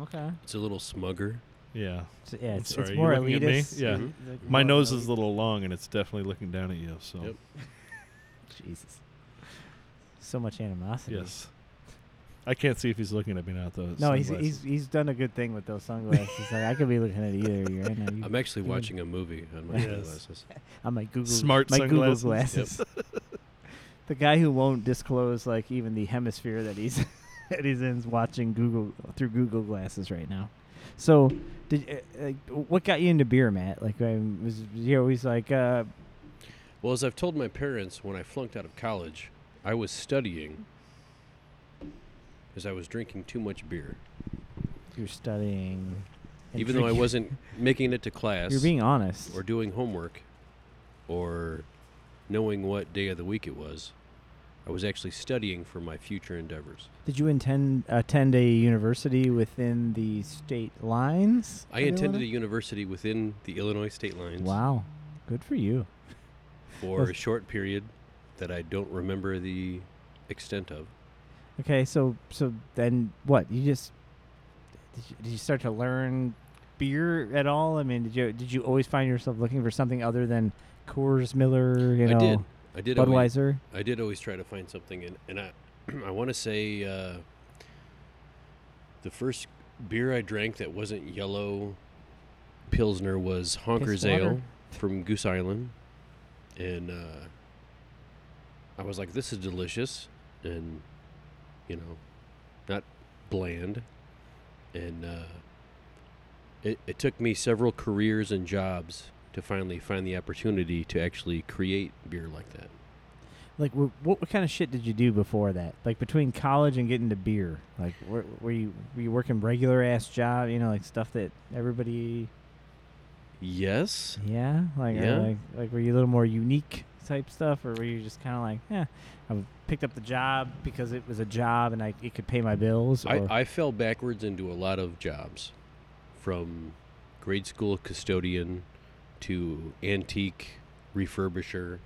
Speaker 1: Okay.
Speaker 3: It's a little smugger.
Speaker 2: Yeah.
Speaker 1: So, yeah, it's,
Speaker 2: sorry,
Speaker 1: it's
Speaker 2: you
Speaker 1: more
Speaker 2: looking at me?
Speaker 1: elitist.
Speaker 2: Yeah.
Speaker 1: It's like
Speaker 2: My
Speaker 1: more
Speaker 2: nose is a
Speaker 1: elite.
Speaker 2: little long, and it's definitely looking down at you. So
Speaker 3: Yep.
Speaker 1: Jesus. So much animosity.
Speaker 2: yes, I can't see if he's looking at me now though.
Speaker 1: No, he's,
Speaker 2: Sunglasses.
Speaker 1: he's he's done a good thing with those sunglasses. like, I could be looking at either of you right now. You,
Speaker 3: I'm actually
Speaker 1: you would-
Speaker 3: watching a movie on my
Speaker 2: Mm. Yes.
Speaker 3: sunglasses.
Speaker 1: on my Google
Speaker 2: Smart
Speaker 1: my Google
Speaker 2: sunglasses.
Speaker 1: glasses. the guy who won't disclose like even the hemisphere that he's that he's in is watching Google through Google glasses right now. So, did uh, like, what got you into beer, Matt? Like, I was you always like, uh,
Speaker 3: Well, as I've told my parents, when I flunked out of college, I was studying because I was drinking too much beer.
Speaker 1: you're studying, and
Speaker 3: Even though I
Speaker 1: drinking-
Speaker 3: wasn't making it to class
Speaker 1: you're being honest.
Speaker 3: or doing homework or knowing what day of the week it was, I was actually studying for my future endeavors.
Speaker 1: Did you intend attend a university within the state lines?
Speaker 3: I
Speaker 1: of
Speaker 3: attended a
Speaker 1: Illinois?
Speaker 3: university within the Illinois state lines
Speaker 1: Wow, good for you.
Speaker 3: for a short period that I don't remember the extent of.
Speaker 1: Okay, so so then what? You just did you, did you start to learn beer at all? I mean, did you did you always find yourself looking for something other than Coors Miller, you
Speaker 3: I
Speaker 1: know,
Speaker 3: did. I did always
Speaker 1: Budweiser?
Speaker 3: I did always try to find something, and and I, I want to say, uh, the first beer I drank that wasn't yellow pilsner was Honker's
Speaker 1: water.
Speaker 3: Ale from Goose Island, and uh, I was like, this is delicious, and you know, not bland, and uh, it it took me several careers and jobs to finally find the opportunity to actually create beer like that.
Speaker 1: Like, wh- what what kind of shit did you do before that? Like between college and getting to beer, like were, were you were you working regular ass job? You know, like stuff that everybody,
Speaker 3: Yes.
Speaker 1: yeah, like or
Speaker 3: Yeah.
Speaker 1: like like were you a little more unique type stuff, or were you just kind of like, yeah, I picked up the job because it was a job and I it could pay my bills. or-
Speaker 3: I, I fell backwards into a lot of jobs from grade school custodian to antique refurbisher.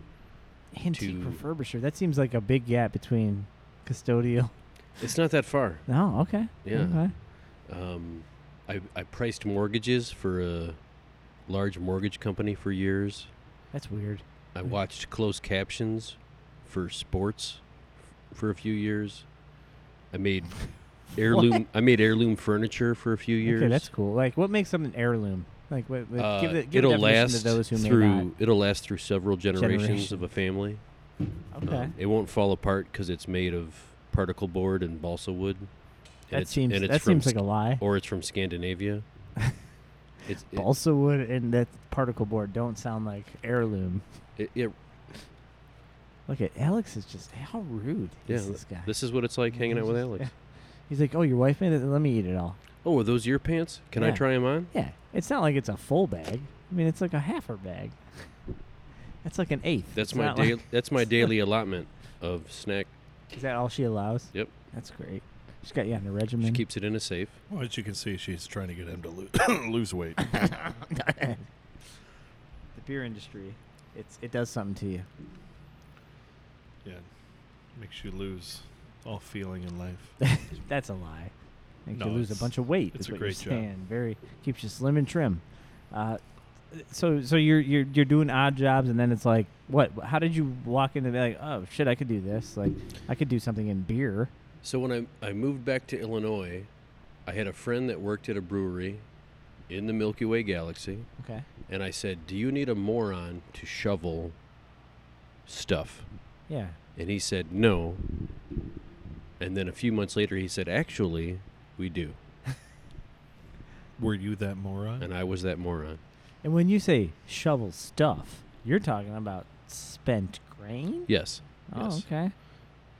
Speaker 1: antique
Speaker 3: to-
Speaker 1: refurbisher. That seems like a big gap between custodial.
Speaker 3: It's not that far.
Speaker 1: No, okay.
Speaker 3: Yeah.
Speaker 1: Okay.
Speaker 3: Um, I, I priced mortgages for a large mortgage company for years.
Speaker 1: That's weird.
Speaker 3: I watched closed captions for sports f- for a few years. I made heirloom. I made heirloom furniture for a few years.
Speaker 1: Okay, that's cool. Like, what makes something heirloom? Like, what, what,
Speaker 3: Uh,
Speaker 1: give the, give a
Speaker 3: it'll
Speaker 1: definition
Speaker 3: last
Speaker 1: to those who
Speaker 3: through. um,
Speaker 1: may not.
Speaker 3: It'll last through several generations
Speaker 1: Generation.
Speaker 3: of a family.
Speaker 1: Okay.
Speaker 3: Um, it won't fall apart because it's made of particle board and balsa wood. And
Speaker 1: that
Speaker 3: it's-
Speaker 1: seems
Speaker 3: and it's
Speaker 1: that
Speaker 3: from
Speaker 1: seems like
Speaker 3: Sc-
Speaker 1: a lie.
Speaker 3: or it's from Scandinavia. it's it,
Speaker 1: Balsa wood and that particle board don't sound like heirloom.
Speaker 3: it- it-
Speaker 1: Look at Alex is just how rude
Speaker 3: yeah.
Speaker 1: is this guy?
Speaker 3: This is what it's like hanging out with
Speaker 1: Yeah.
Speaker 3: Alex.
Speaker 1: He's like, oh, your wife made it. Let me eat it all.
Speaker 3: Oh, are those your pants? Can I
Speaker 1: Yeah.
Speaker 3: try them on?
Speaker 1: Yeah, it's not like it's a full bag. I mean, it's like a halfer bag. That's like an eighth.
Speaker 3: That's
Speaker 1: It's
Speaker 3: my
Speaker 1: not like-
Speaker 3: daily. that's my daily allotment of snack.
Speaker 1: Is that all she allows?
Speaker 3: Yep.
Speaker 1: That's great. She's got you on a regimen.
Speaker 3: She keeps it in a safe.
Speaker 2: Well, as you can see, she's trying to get him to lo- lose weight.
Speaker 1: the beer industry, it's it does something to you.
Speaker 2: Yeah, makes you lose all feeling in life.
Speaker 1: That's a lie. Makes
Speaker 2: No,
Speaker 1: you lose a
Speaker 2: it's-
Speaker 1: bunch of weight.
Speaker 2: it's
Speaker 1: is
Speaker 2: a
Speaker 1: what
Speaker 2: great
Speaker 1: you're
Speaker 2: job.
Speaker 1: saying. Very keeps you slim and trim. Uh, so so you're you're you're doing odd jobs, and then it's like, what? How did you walk into that? Like, oh shit, I could do this. Like, I could do something in beer.
Speaker 3: So when I, I moved back to Illinois, I had a friend that worked at a brewery in the Milky Way galaxy,
Speaker 1: Okay.
Speaker 3: and I said, "Do you need a moron to shovel stuff?"
Speaker 1: Yeah.
Speaker 3: And he said, "No." And then a few months later, he said, "Actually, we do."
Speaker 2: Were you that moron?
Speaker 3: And I was that moron.
Speaker 1: And when you say shovel stuff, you're talking about spent grain.
Speaker 3: Yes.
Speaker 1: Oh,
Speaker 3: yes.
Speaker 1: okay.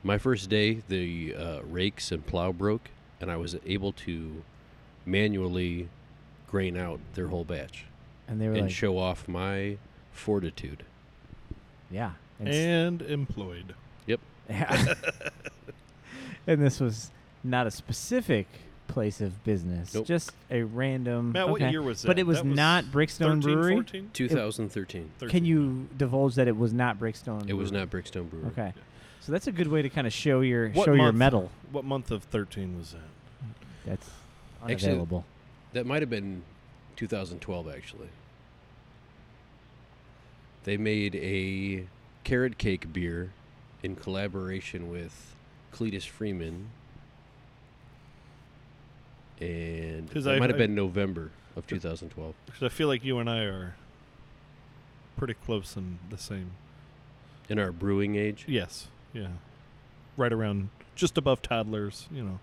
Speaker 3: My first day, the uh, rakes and plow broke, and I was able to manually grain out their whole batch
Speaker 1: And they were
Speaker 3: and
Speaker 1: like,
Speaker 3: show off my fortitude.
Speaker 1: yeah. And s-
Speaker 2: And employed.
Speaker 1: Yeah. and this was not a specific place of business,
Speaker 3: Nope.
Speaker 1: just a random.
Speaker 2: Matt, what
Speaker 1: okay.
Speaker 2: year was that?
Speaker 1: But it was,
Speaker 2: That
Speaker 1: not Brickstone
Speaker 2: 13,
Speaker 1: Brewery.
Speaker 2: 14?
Speaker 3: 2013.
Speaker 2: 13.
Speaker 1: Can you divulge that it was not Brickstone?
Speaker 3: It was
Speaker 1: Brewery?
Speaker 3: not Brickstone Brewery.
Speaker 1: Okay. So that's a good way to kind of show your
Speaker 2: What
Speaker 1: show your
Speaker 2: month?
Speaker 1: metal.
Speaker 2: What month of 13 was that?
Speaker 1: That's
Speaker 3: Actually-
Speaker 1: unavailable.
Speaker 3: That might have been 2012, actually. They made a carrot cake beer in collaboration with Cletus Freeman. And
Speaker 2: 'Cause
Speaker 3: that
Speaker 2: I-
Speaker 3: might have
Speaker 2: I-
Speaker 3: been November of 2012.
Speaker 2: Because I feel like you and I are pretty close in the same.
Speaker 3: In our brewing age?
Speaker 2: Yes. Yeah. Right around just above toddlers, you know.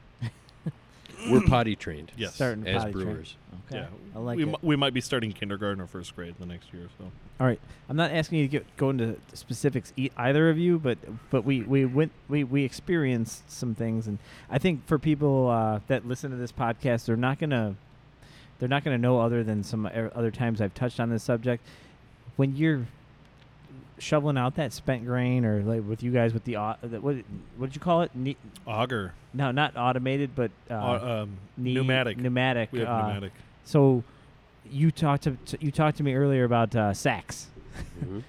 Speaker 3: We're potty trained
Speaker 2: Yes.
Speaker 1: Starting to
Speaker 3: as
Speaker 1: potty Oh. train.
Speaker 3: brewers.
Speaker 1: Okay.
Speaker 2: Yeah.
Speaker 1: I like
Speaker 2: we,
Speaker 1: it.
Speaker 2: mi- we might be starting kindergarten or first grade the next year, so.
Speaker 1: All right, I'm not asking you to get, go into specifics e- either of you, but but we we went we we experienced some things, and I think for people uh, that listen to this podcast, they're not gonna they're not gonna know other than some er- other times I've touched on this subject. When you're shoveling out that spent grain, or like with you guys with the au- the- what what did you call it? Ne-
Speaker 2: Auger.
Speaker 1: no, not automated, but uh,
Speaker 2: Au- um,
Speaker 1: ne-
Speaker 2: pneumatic.
Speaker 1: pneumatic.
Speaker 2: we have
Speaker 1: uh,
Speaker 2: pneumatic.
Speaker 1: So you talked to, to you talked to me earlier about uh, sacks
Speaker 3: Mhm.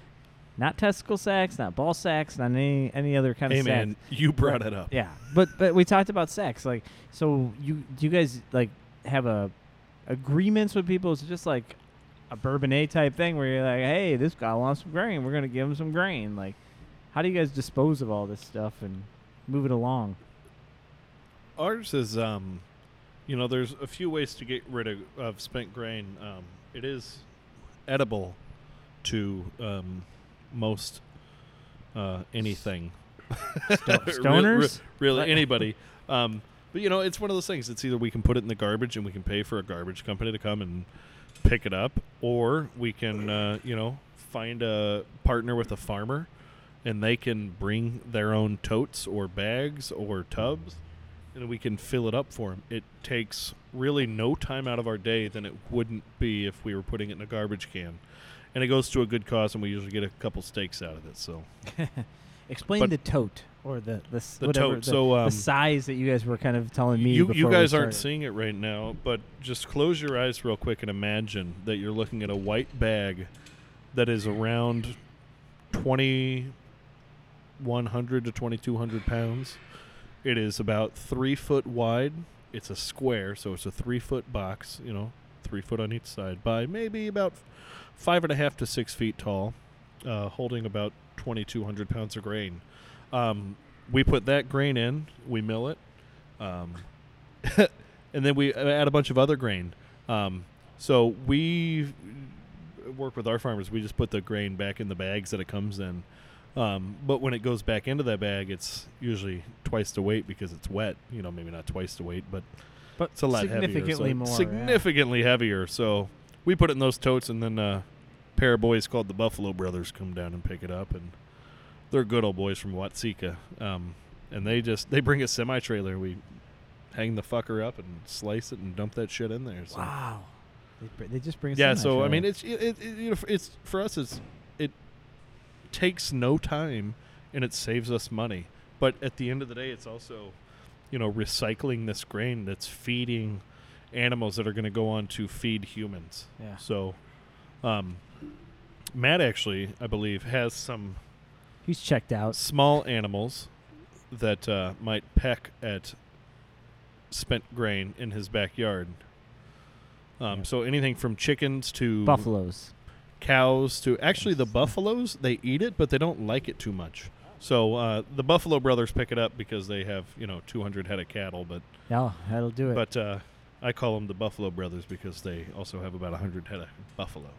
Speaker 1: not testicle sex, not ball sex, not any any other kind
Speaker 2: Hey,
Speaker 1: of
Speaker 2: man,
Speaker 1: sex.
Speaker 2: you brought it up.
Speaker 1: Yeah, but but we talked about sex. Like, so you do you guys like have a agreements with people? It's just like a bourbon A type thing where you're like, hey, this guy wants some grain, we're gonna give him some grain. Like, how do you guys dispose of all this stuff and move it along?
Speaker 2: Ours is, um, you know, there's a few ways to get rid of, of spent grain. Um, it is edible to um, most uh, anything. Re- re-
Speaker 1: stoners?
Speaker 2: really, anybody. Um, but you know, it's one of those things. It's either we can put it in the garbage and we can pay for a garbage company to come and pick it up, or we can, uh, you know, find a partner with a farmer, and they can bring their own totes or bags or tubs, and we can fill it up for them. It takes really no time out of our day than it wouldn't be if we were putting it in a garbage can. And it goes to a good cause, and we usually get a couple steaks out of it. So
Speaker 1: Explain
Speaker 2: But-
Speaker 1: the tote or the the s-
Speaker 2: the
Speaker 1: whatever,
Speaker 2: tote.
Speaker 1: the,
Speaker 2: so um,
Speaker 1: the size that you guys were kind of telling me.
Speaker 2: you, you
Speaker 1: before we
Speaker 2: guys aren't
Speaker 1: started.
Speaker 2: seeing it right now, but just close your eyes real quick and imagine that you're looking at a white bag that is around 2,100 to 2,200 pounds. It is about three foot wide. It's a square, so it's a three foot box, you know, three foot on each side by maybe about five and a half to six feet tall, uh, holding about 2,200 pounds of grain. Um, we put that grain in, we mill it. Um, and then we add a bunch of other grain. Um, so we work with our farmers. We just put the grain back in the bags that it comes in. Um, but when it goes back into that bag, it's usually twice the weight because it's wet. You know, maybe not twice the weight, but
Speaker 1: but
Speaker 2: it's a lot heavier, so
Speaker 1: significantly more. yeah.
Speaker 2: significantly heavier. So we put it in those totes, and then uh, a pair of boys called the Buffalo Brothers come down and pick it up, and they're good old boys from Watsika. Um, and they just they bring a semi trailer. We hang the fucker up and slice it and dump that shit in there. So.
Speaker 1: Wow. They, br- they just bring us
Speaker 2: Yeah,
Speaker 1: in that
Speaker 2: so I
Speaker 1: trailer.
Speaker 2: mean, it's it, it, it, you know, it's for us. It's it takes no time and it saves us money. But at the end of the day, it's also you know recycling this grain that's feeding animals that are going to go on to feed humans.
Speaker 1: yeah.
Speaker 2: So, um, Matt actually, I believe, has some
Speaker 1: He's checked out.
Speaker 2: small animals that uh, might peck at spent grain in his backyard. Um,
Speaker 1: Yeah.
Speaker 2: So anything from chickens to
Speaker 1: Buffaloes.
Speaker 2: cows to actually the buffaloes they eat it but they don't like it too much so uh, the buffalo brothers pick it up because they have you know 200 head of cattle but
Speaker 1: No, that'll do it.
Speaker 2: but uh, i call them the buffalo brothers because they also have about 100 head of buffalo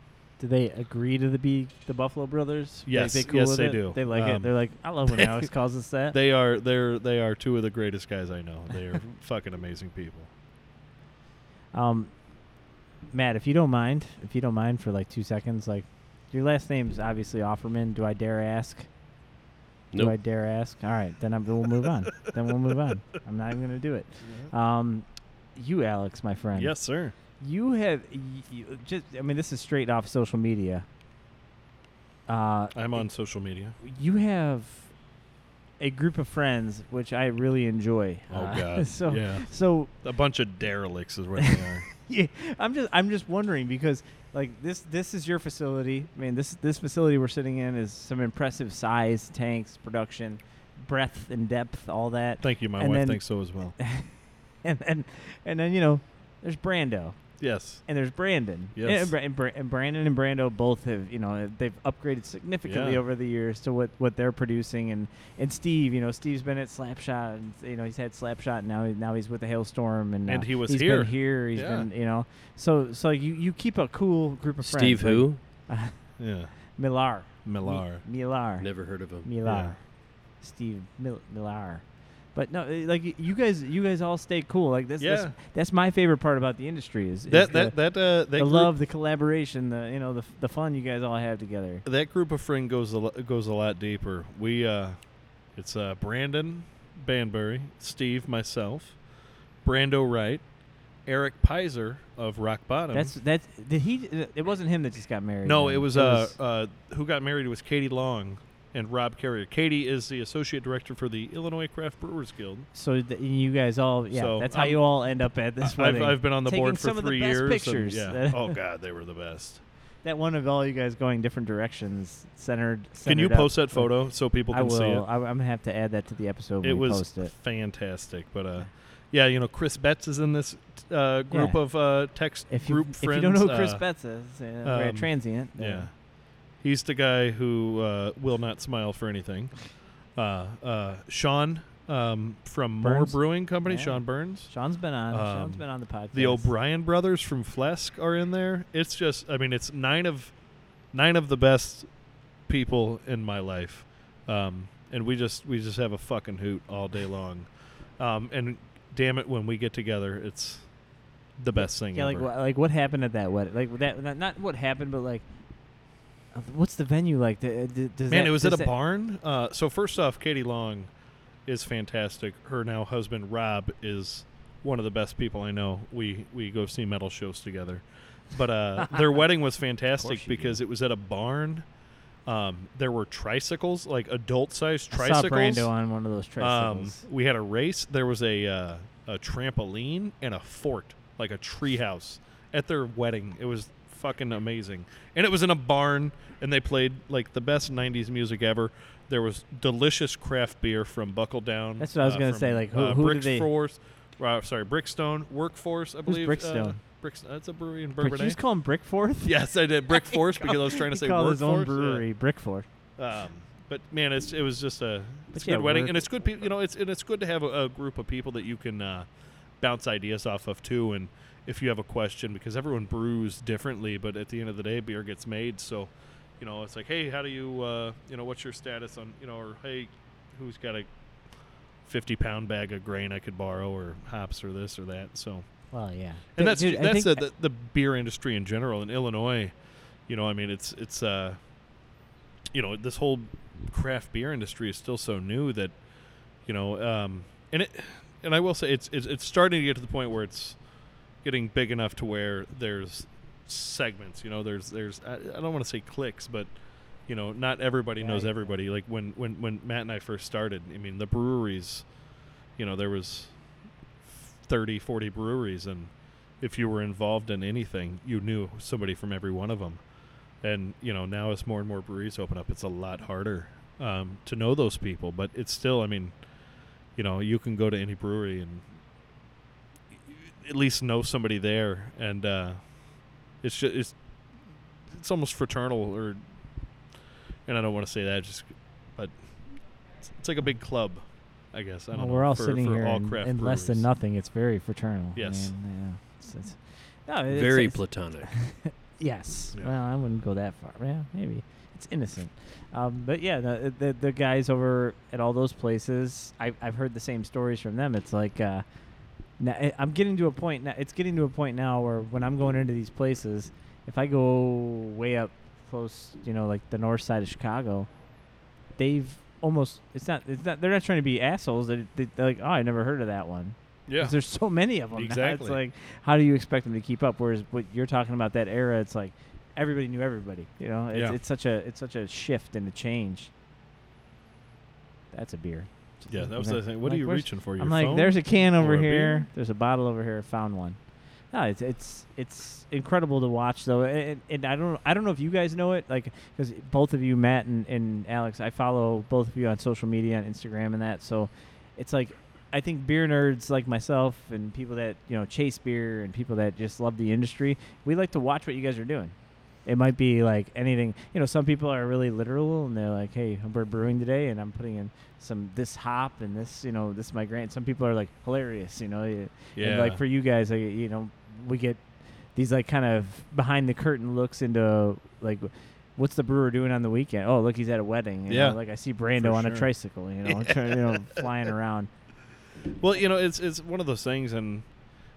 Speaker 1: do they agree to the be the Buffalo Brothers? They-
Speaker 2: Yes,
Speaker 1: they, cool
Speaker 2: yes,
Speaker 1: with
Speaker 2: they
Speaker 1: it?
Speaker 2: do.
Speaker 1: They like
Speaker 2: Um,
Speaker 1: it. They're like, I love when Alex calls us that.
Speaker 2: they are they're they are two of the greatest guys i know they are fucking amazing people
Speaker 1: um, Matt, if you don't mind, if you don't mind for like two seconds, like your last name's obviously Offerman. Do I dare ask? Do I
Speaker 3: Nope.
Speaker 1: dare ask? All right, then I'm, we'll move on. then we'll move on. I'm not even gonna do it. Um, you, Alex, my friend.
Speaker 2: yes sir
Speaker 1: You have y you, just. I mean, this is straight off social media. Uh,
Speaker 2: i'm on social media
Speaker 1: you have a group of friends which I really enjoy.
Speaker 2: oh
Speaker 1: Uh,
Speaker 2: god
Speaker 1: So
Speaker 2: yeah
Speaker 1: so
Speaker 2: a bunch of derelicts is what they are
Speaker 1: yeah, I'm just I'm just wondering because like this this is your facility. I mean this this facility we're sitting in is some impressive size, tanks, production, breadth and depth, all that.
Speaker 2: thank you my
Speaker 1: And
Speaker 2: wife
Speaker 1: then-
Speaker 2: thinks so as well
Speaker 1: And and and then you know, there's Brando.
Speaker 2: yes
Speaker 1: and there's Brandon.
Speaker 2: Yes.
Speaker 1: And, Bra- and, Bra- and Brandon and Brando both have, you know, they've upgraded significantly
Speaker 2: Yeah.
Speaker 1: over the years to what, what they're producing. And, and Steve, you know, Steve's been at Slapshot, and you know, he's had Slapshot, and now now he's with the Hailstorm, and
Speaker 2: And
Speaker 1: uh,
Speaker 2: he was
Speaker 1: he's
Speaker 2: here.
Speaker 1: Been here, he's
Speaker 2: Yeah.
Speaker 1: been, you know, so so you, you keep a cool group of
Speaker 3: Steve
Speaker 1: friends.
Speaker 3: who?
Speaker 2: yeah
Speaker 1: Millar.
Speaker 2: millar
Speaker 1: Mi- Millar.
Speaker 3: Never heard of him.
Speaker 1: Millar. Steve Mil- Millar. But no, eh, like y- you guys, you guys all stay cool. Like this,
Speaker 2: Yeah.
Speaker 1: that's, that's my favorite part about the industry is, is
Speaker 2: That
Speaker 1: the,
Speaker 2: that that uh, that
Speaker 1: the
Speaker 2: group,
Speaker 1: love, the collaboration, the you know, the f- the fun you guys all have together.
Speaker 2: that group of friend goes a lo- goes a lot deeper. We uh, it's uh, Brandon Banbury, Steve, myself, Brando Wright, Eric Pizer of Rock Bottom.
Speaker 1: That's that's did he? uh, It wasn't him that just got married.
Speaker 2: no,
Speaker 1: then.
Speaker 2: it was, uh, uh, who got married was Katie Long and Rob Carrier. Katie is the associate director for the Illinois Craft Brewers Guild.
Speaker 1: so th- you guys all yeah.
Speaker 2: so
Speaker 1: that's how
Speaker 2: I'm-
Speaker 1: you all end up at
Speaker 2: I-
Speaker 1: this
Speaker 2: I've,
Speaker 1: wedding.
Speaker 2: I've been on the
Speaker 1: Taking
Speaker 2: board for
Speaker 1: some of the
Speaker 2: three
Speaker 1: best pictures.
Speaker 2: years. and yeah. oh God, they were the best.
Speaker 1: that one of all you guys going different directions, centered.
Speaker 2: Can you
Speaker 1: centered up.
Speaker 2: post that photo so people
Speaker 1: I
Speaker 2: can
Speaker 1: will.
Speaker 2: see it?
Speaker 1: I, am gonna have to add that to the episode when
Speaker 2: it
Speaker 1: we
Speaker 2: was
Speaker 1: post it.
Speaker 2: fantastic. But uh, yeah, you know, Chris Betts is in this uh, group
Speaker 1: Yeah.
Speaker 2: of uh, text
Speaker 1: If you
Speaker 2: group
Speaker 1: if
Speaker 2: friends.
Speaker 1: you don't know who Chris
Speaker 2: uh,
Speaker 1: Betts is, uh, we're a
Speaker 2: um,
Speaker 1: transient. uh,
Speaker 2: yeah. he's the guy who uh, will not smile for anything. Uh, uh, Sean um, from Moore
Speaker 1: Burns?
Speaker 2: Brewing Company,
Speaker 1: Yeah.
Speaker 2: Sean Burns.
Speaker 1: Sean's been on. Sean's
Speaker 2: Um,
Speaker 1: been on the podcast.
Speaker 2: The O'Brien brothers from Flesk are in there. It's just, I mean, it's nine of nine of the best people in my life, um, and we just we just have a fucking hoot all day long. Um, and damn it, when we get together, it's the best thing.
Speaker 1: Yeah, like
Speaker 2: ever.
Speaker 1: wha- like what happened at that wedding? Like that, not, not what happened, but like, uh, what's the venue like? Th- th- does
Speaker 2: Man,
Speaker 1: that-
Speaker 2: it was at
Speaker 1: does
Speaker 2: a
Speaker 1: that-
Speaker 2: barn. Uh, so first off, Katie Long is fantastic. Her now husband Rob is one of the best people I know. We we go see metal shows together. But uh, their wedding was fantastic
Speaker 1: you do.
Speaker 2: because it was at a barn. Um, there were tricycles, like adult sized
Speaker 1: I saw
Speaker 2: tricycles.
Speaker 1: Brando on one of those
Speaker 2: Um,
Speaker 1: tricycles.
Speaker 2: we had a race. There was a uh, a trampoline and a fort, like a treehouse, at their wedding. It was fucking amazing, and it was in a barn. And they played like the best '90s music ever. There was delicious craft beer from Buckle Down.
Speaker 1: That's what I was gonna
Speaker 2: from,
Speaker 1: say, like, who-
Speaker 2: uh,
Speaker 1: who did
Speaker 2: Bricks
Speaker 1: they-
Speaker 2: Force, uh, sorry, Brickstone Workforce. I believe Uh,
Speaker 1: Brickstone?
Speaker 2: Bricks, that's a brewery in
Speaker 1: Brick, you
Speaker 2: Bourbon.
Speaker 1: just call him Brickforth.
Speaker 2: Yes, I did Brick Force because I was trying to
Speaker 1: he
Speaker 2: say
Speaker 1: called
Speaker 2: Workforce.
Speaker 1: his own
Speaker 2: yeah.
Speaker 1: brewery Brickforth.
Speaker 2: Um, but man, it's it was just a it's a
Speaker 1: yeah,
Speaker 2: good wedding,
Speaker 1: work-
Speaker 2: and it's good. Pe- you know, it's and it's good to have a, a group of people that you can uh, bounce ideas off of too. And if you have a question, because everyone brews differently, but at the end of the day, beer gets made. So, you know, it's like, hey, how do you, uh, you know, what's your status on, you know, or hey, who's got a fifty pound bag of grain I could borrow, or hops, or this or that. So,
Speaker 1: Well, yeah.
Speaker 2: and
Speaker 1: Th-
Speaker 2: that's
Speaker 1: dude, I
Speaker 2: that's
Speaker 1: think
Speaker 2: the, the the beer industry in general in Illinois. You know, I mean, it's it's uh, you know, this whole craft beer industry is still so new that, you know, um, and it, and I will say it's it's, it's starting to get to the point where it's getting big enough to where there's segments. You know, there's there's I, I don't want to say clicks, but you know, not everybody knows
Speaker 1: Right.
Speaker 2: everybody. Like when when when Matt and I first started, I mean, the breweries, you know, there was 30, 40 breweries, and if you were involved in anything, you knew somebody from every one of them. And you know, now as more and more breweries open up, it's a lot harder um, to know those people. But it's still, I mean, you know, you can go to any brewery and at least know somebody there, and uh, it's just it's it's almost fraternal, or and I don't want to say that, just but it's, it's like a big club, I guess. I don't
Speaker 1: well,
Speaker 2: know.
Speaker 1: We're all
Speaker 2: for-
Speaker 1: sitting
Speaker 2: for
Speaker 1: here
Speaker 2: all
Speaker 1: in,
Speaker 2: craft
Speaker 1: in less than
Speaker 2: breweries.
Speaker 1: nothing. It's very fraternal. I
Speaker 2: Yes.
Speaker 1: mean, yeah, it's- it's- no, it's-
Speaker 3: Very
Speaker 1: it's-
Speaker 3: platonic.
Speaker 1: Yes.
Speaker 2: Yeah.
Speaker 1: Well, I wouldn't go that far. Yeah, maybe it's innocent. Um, but yeah, the, the the guys over at all those places, I, I've heard the same stories from them. It's like, uh, now, I- I'm getting to a point now. It's getting to a point now where when I'm going into these places, if I go way up close, you know, like the north side of Chicago, they've almost. It's not. It's not. They're not trying to be assholes. They, they, they're like, oh, I never heard of that one.
Speaker 2: Yeah,
Speaker 1: 'Cause there's so many of them.
Speaker 2: Exactly.
Speaker 1: Now. It's like, how do you expect them to keep up? Whereas what you're talking about that era, it's like everybody knew everybody. You know, it's,
Speaker 2: Yeah.
Speaker 1: it's such a it's such a shift and a change. That's a beer.
Speaker 2: yeah, that was the thing. What
Speaker 1: Like,
Speaker 2: are you
Speaker 1: where's-
Speaker 2: reaching for? Your
Speaker 1: I'm like,
Speaker 2: phone?
Speaker 1: there's a can
Speaker 2: Or
Speaker 1: over
Speaker 2: a
Speaker 1: here.
Speaker 2: beer?
Speaker 1: There's a bottle over here. I found one. No, it's it's it's incredible to watch though, and, and I don't I don't know if you guys know it, like because both of you, Matt and, and Alex, I follow both of you on social media on Instagram and that, so it's like I think beer nerds like myself and people that you know chase beer and people that just love the industry, we like to watch what you guys are doing. It might be like anything, you know. Some people are really literal and they're like, "Hey, we're brewing today, and I'm putting in some this hop and this, you know, this migraine." Some people are like hilarious, you know. y-
Speaker 2: yeah,
Speaker 1: and like for you guys, like, you know, we get these like kind of behind the curtain looks into like what's the brewer doing on the weekend? Oh, look, he's at a wedding. you know,
Speaker 2: Yeah,
Speaker 1: like I see Brando
Speaker 2: for
Speaker 1: on a
Speaker 2: sure.
Speaker 1: tricycle, you know, trying, you know, flying around.
Speaker 2: Well, you know, it's it's one of those things, and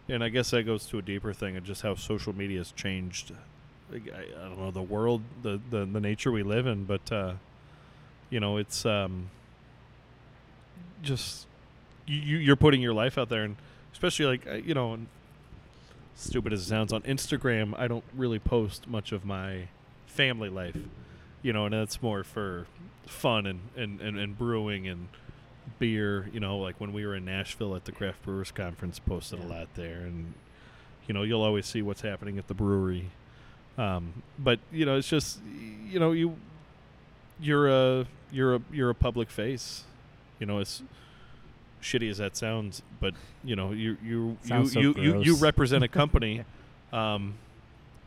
Speaker 2: and I guess that goes to a deeper thing of just how social media has changed. like, I, I don't know the world, the, the the nature we live in, but uh, you know, it's um, just you you- you're putting your life out there, and especially like I- you know, and stupid as it sounds, on Instagram, I don't really post much of my family life, you know, and that's more for fun and and and, and brewing and beer. You know, like when we were in Nashville at the craft brewers conference, posted a lot there, and you know you'll always see what's happening at the brewery. Um, but you know, it's just you know you you're a you're a you're a public face. You know, as shitty as that sounds, but you know you you you
Speaker 5: Sounds so
Speaker 2: you, you you
Speaker 5: gross.
Speaker 2: represent a company. um,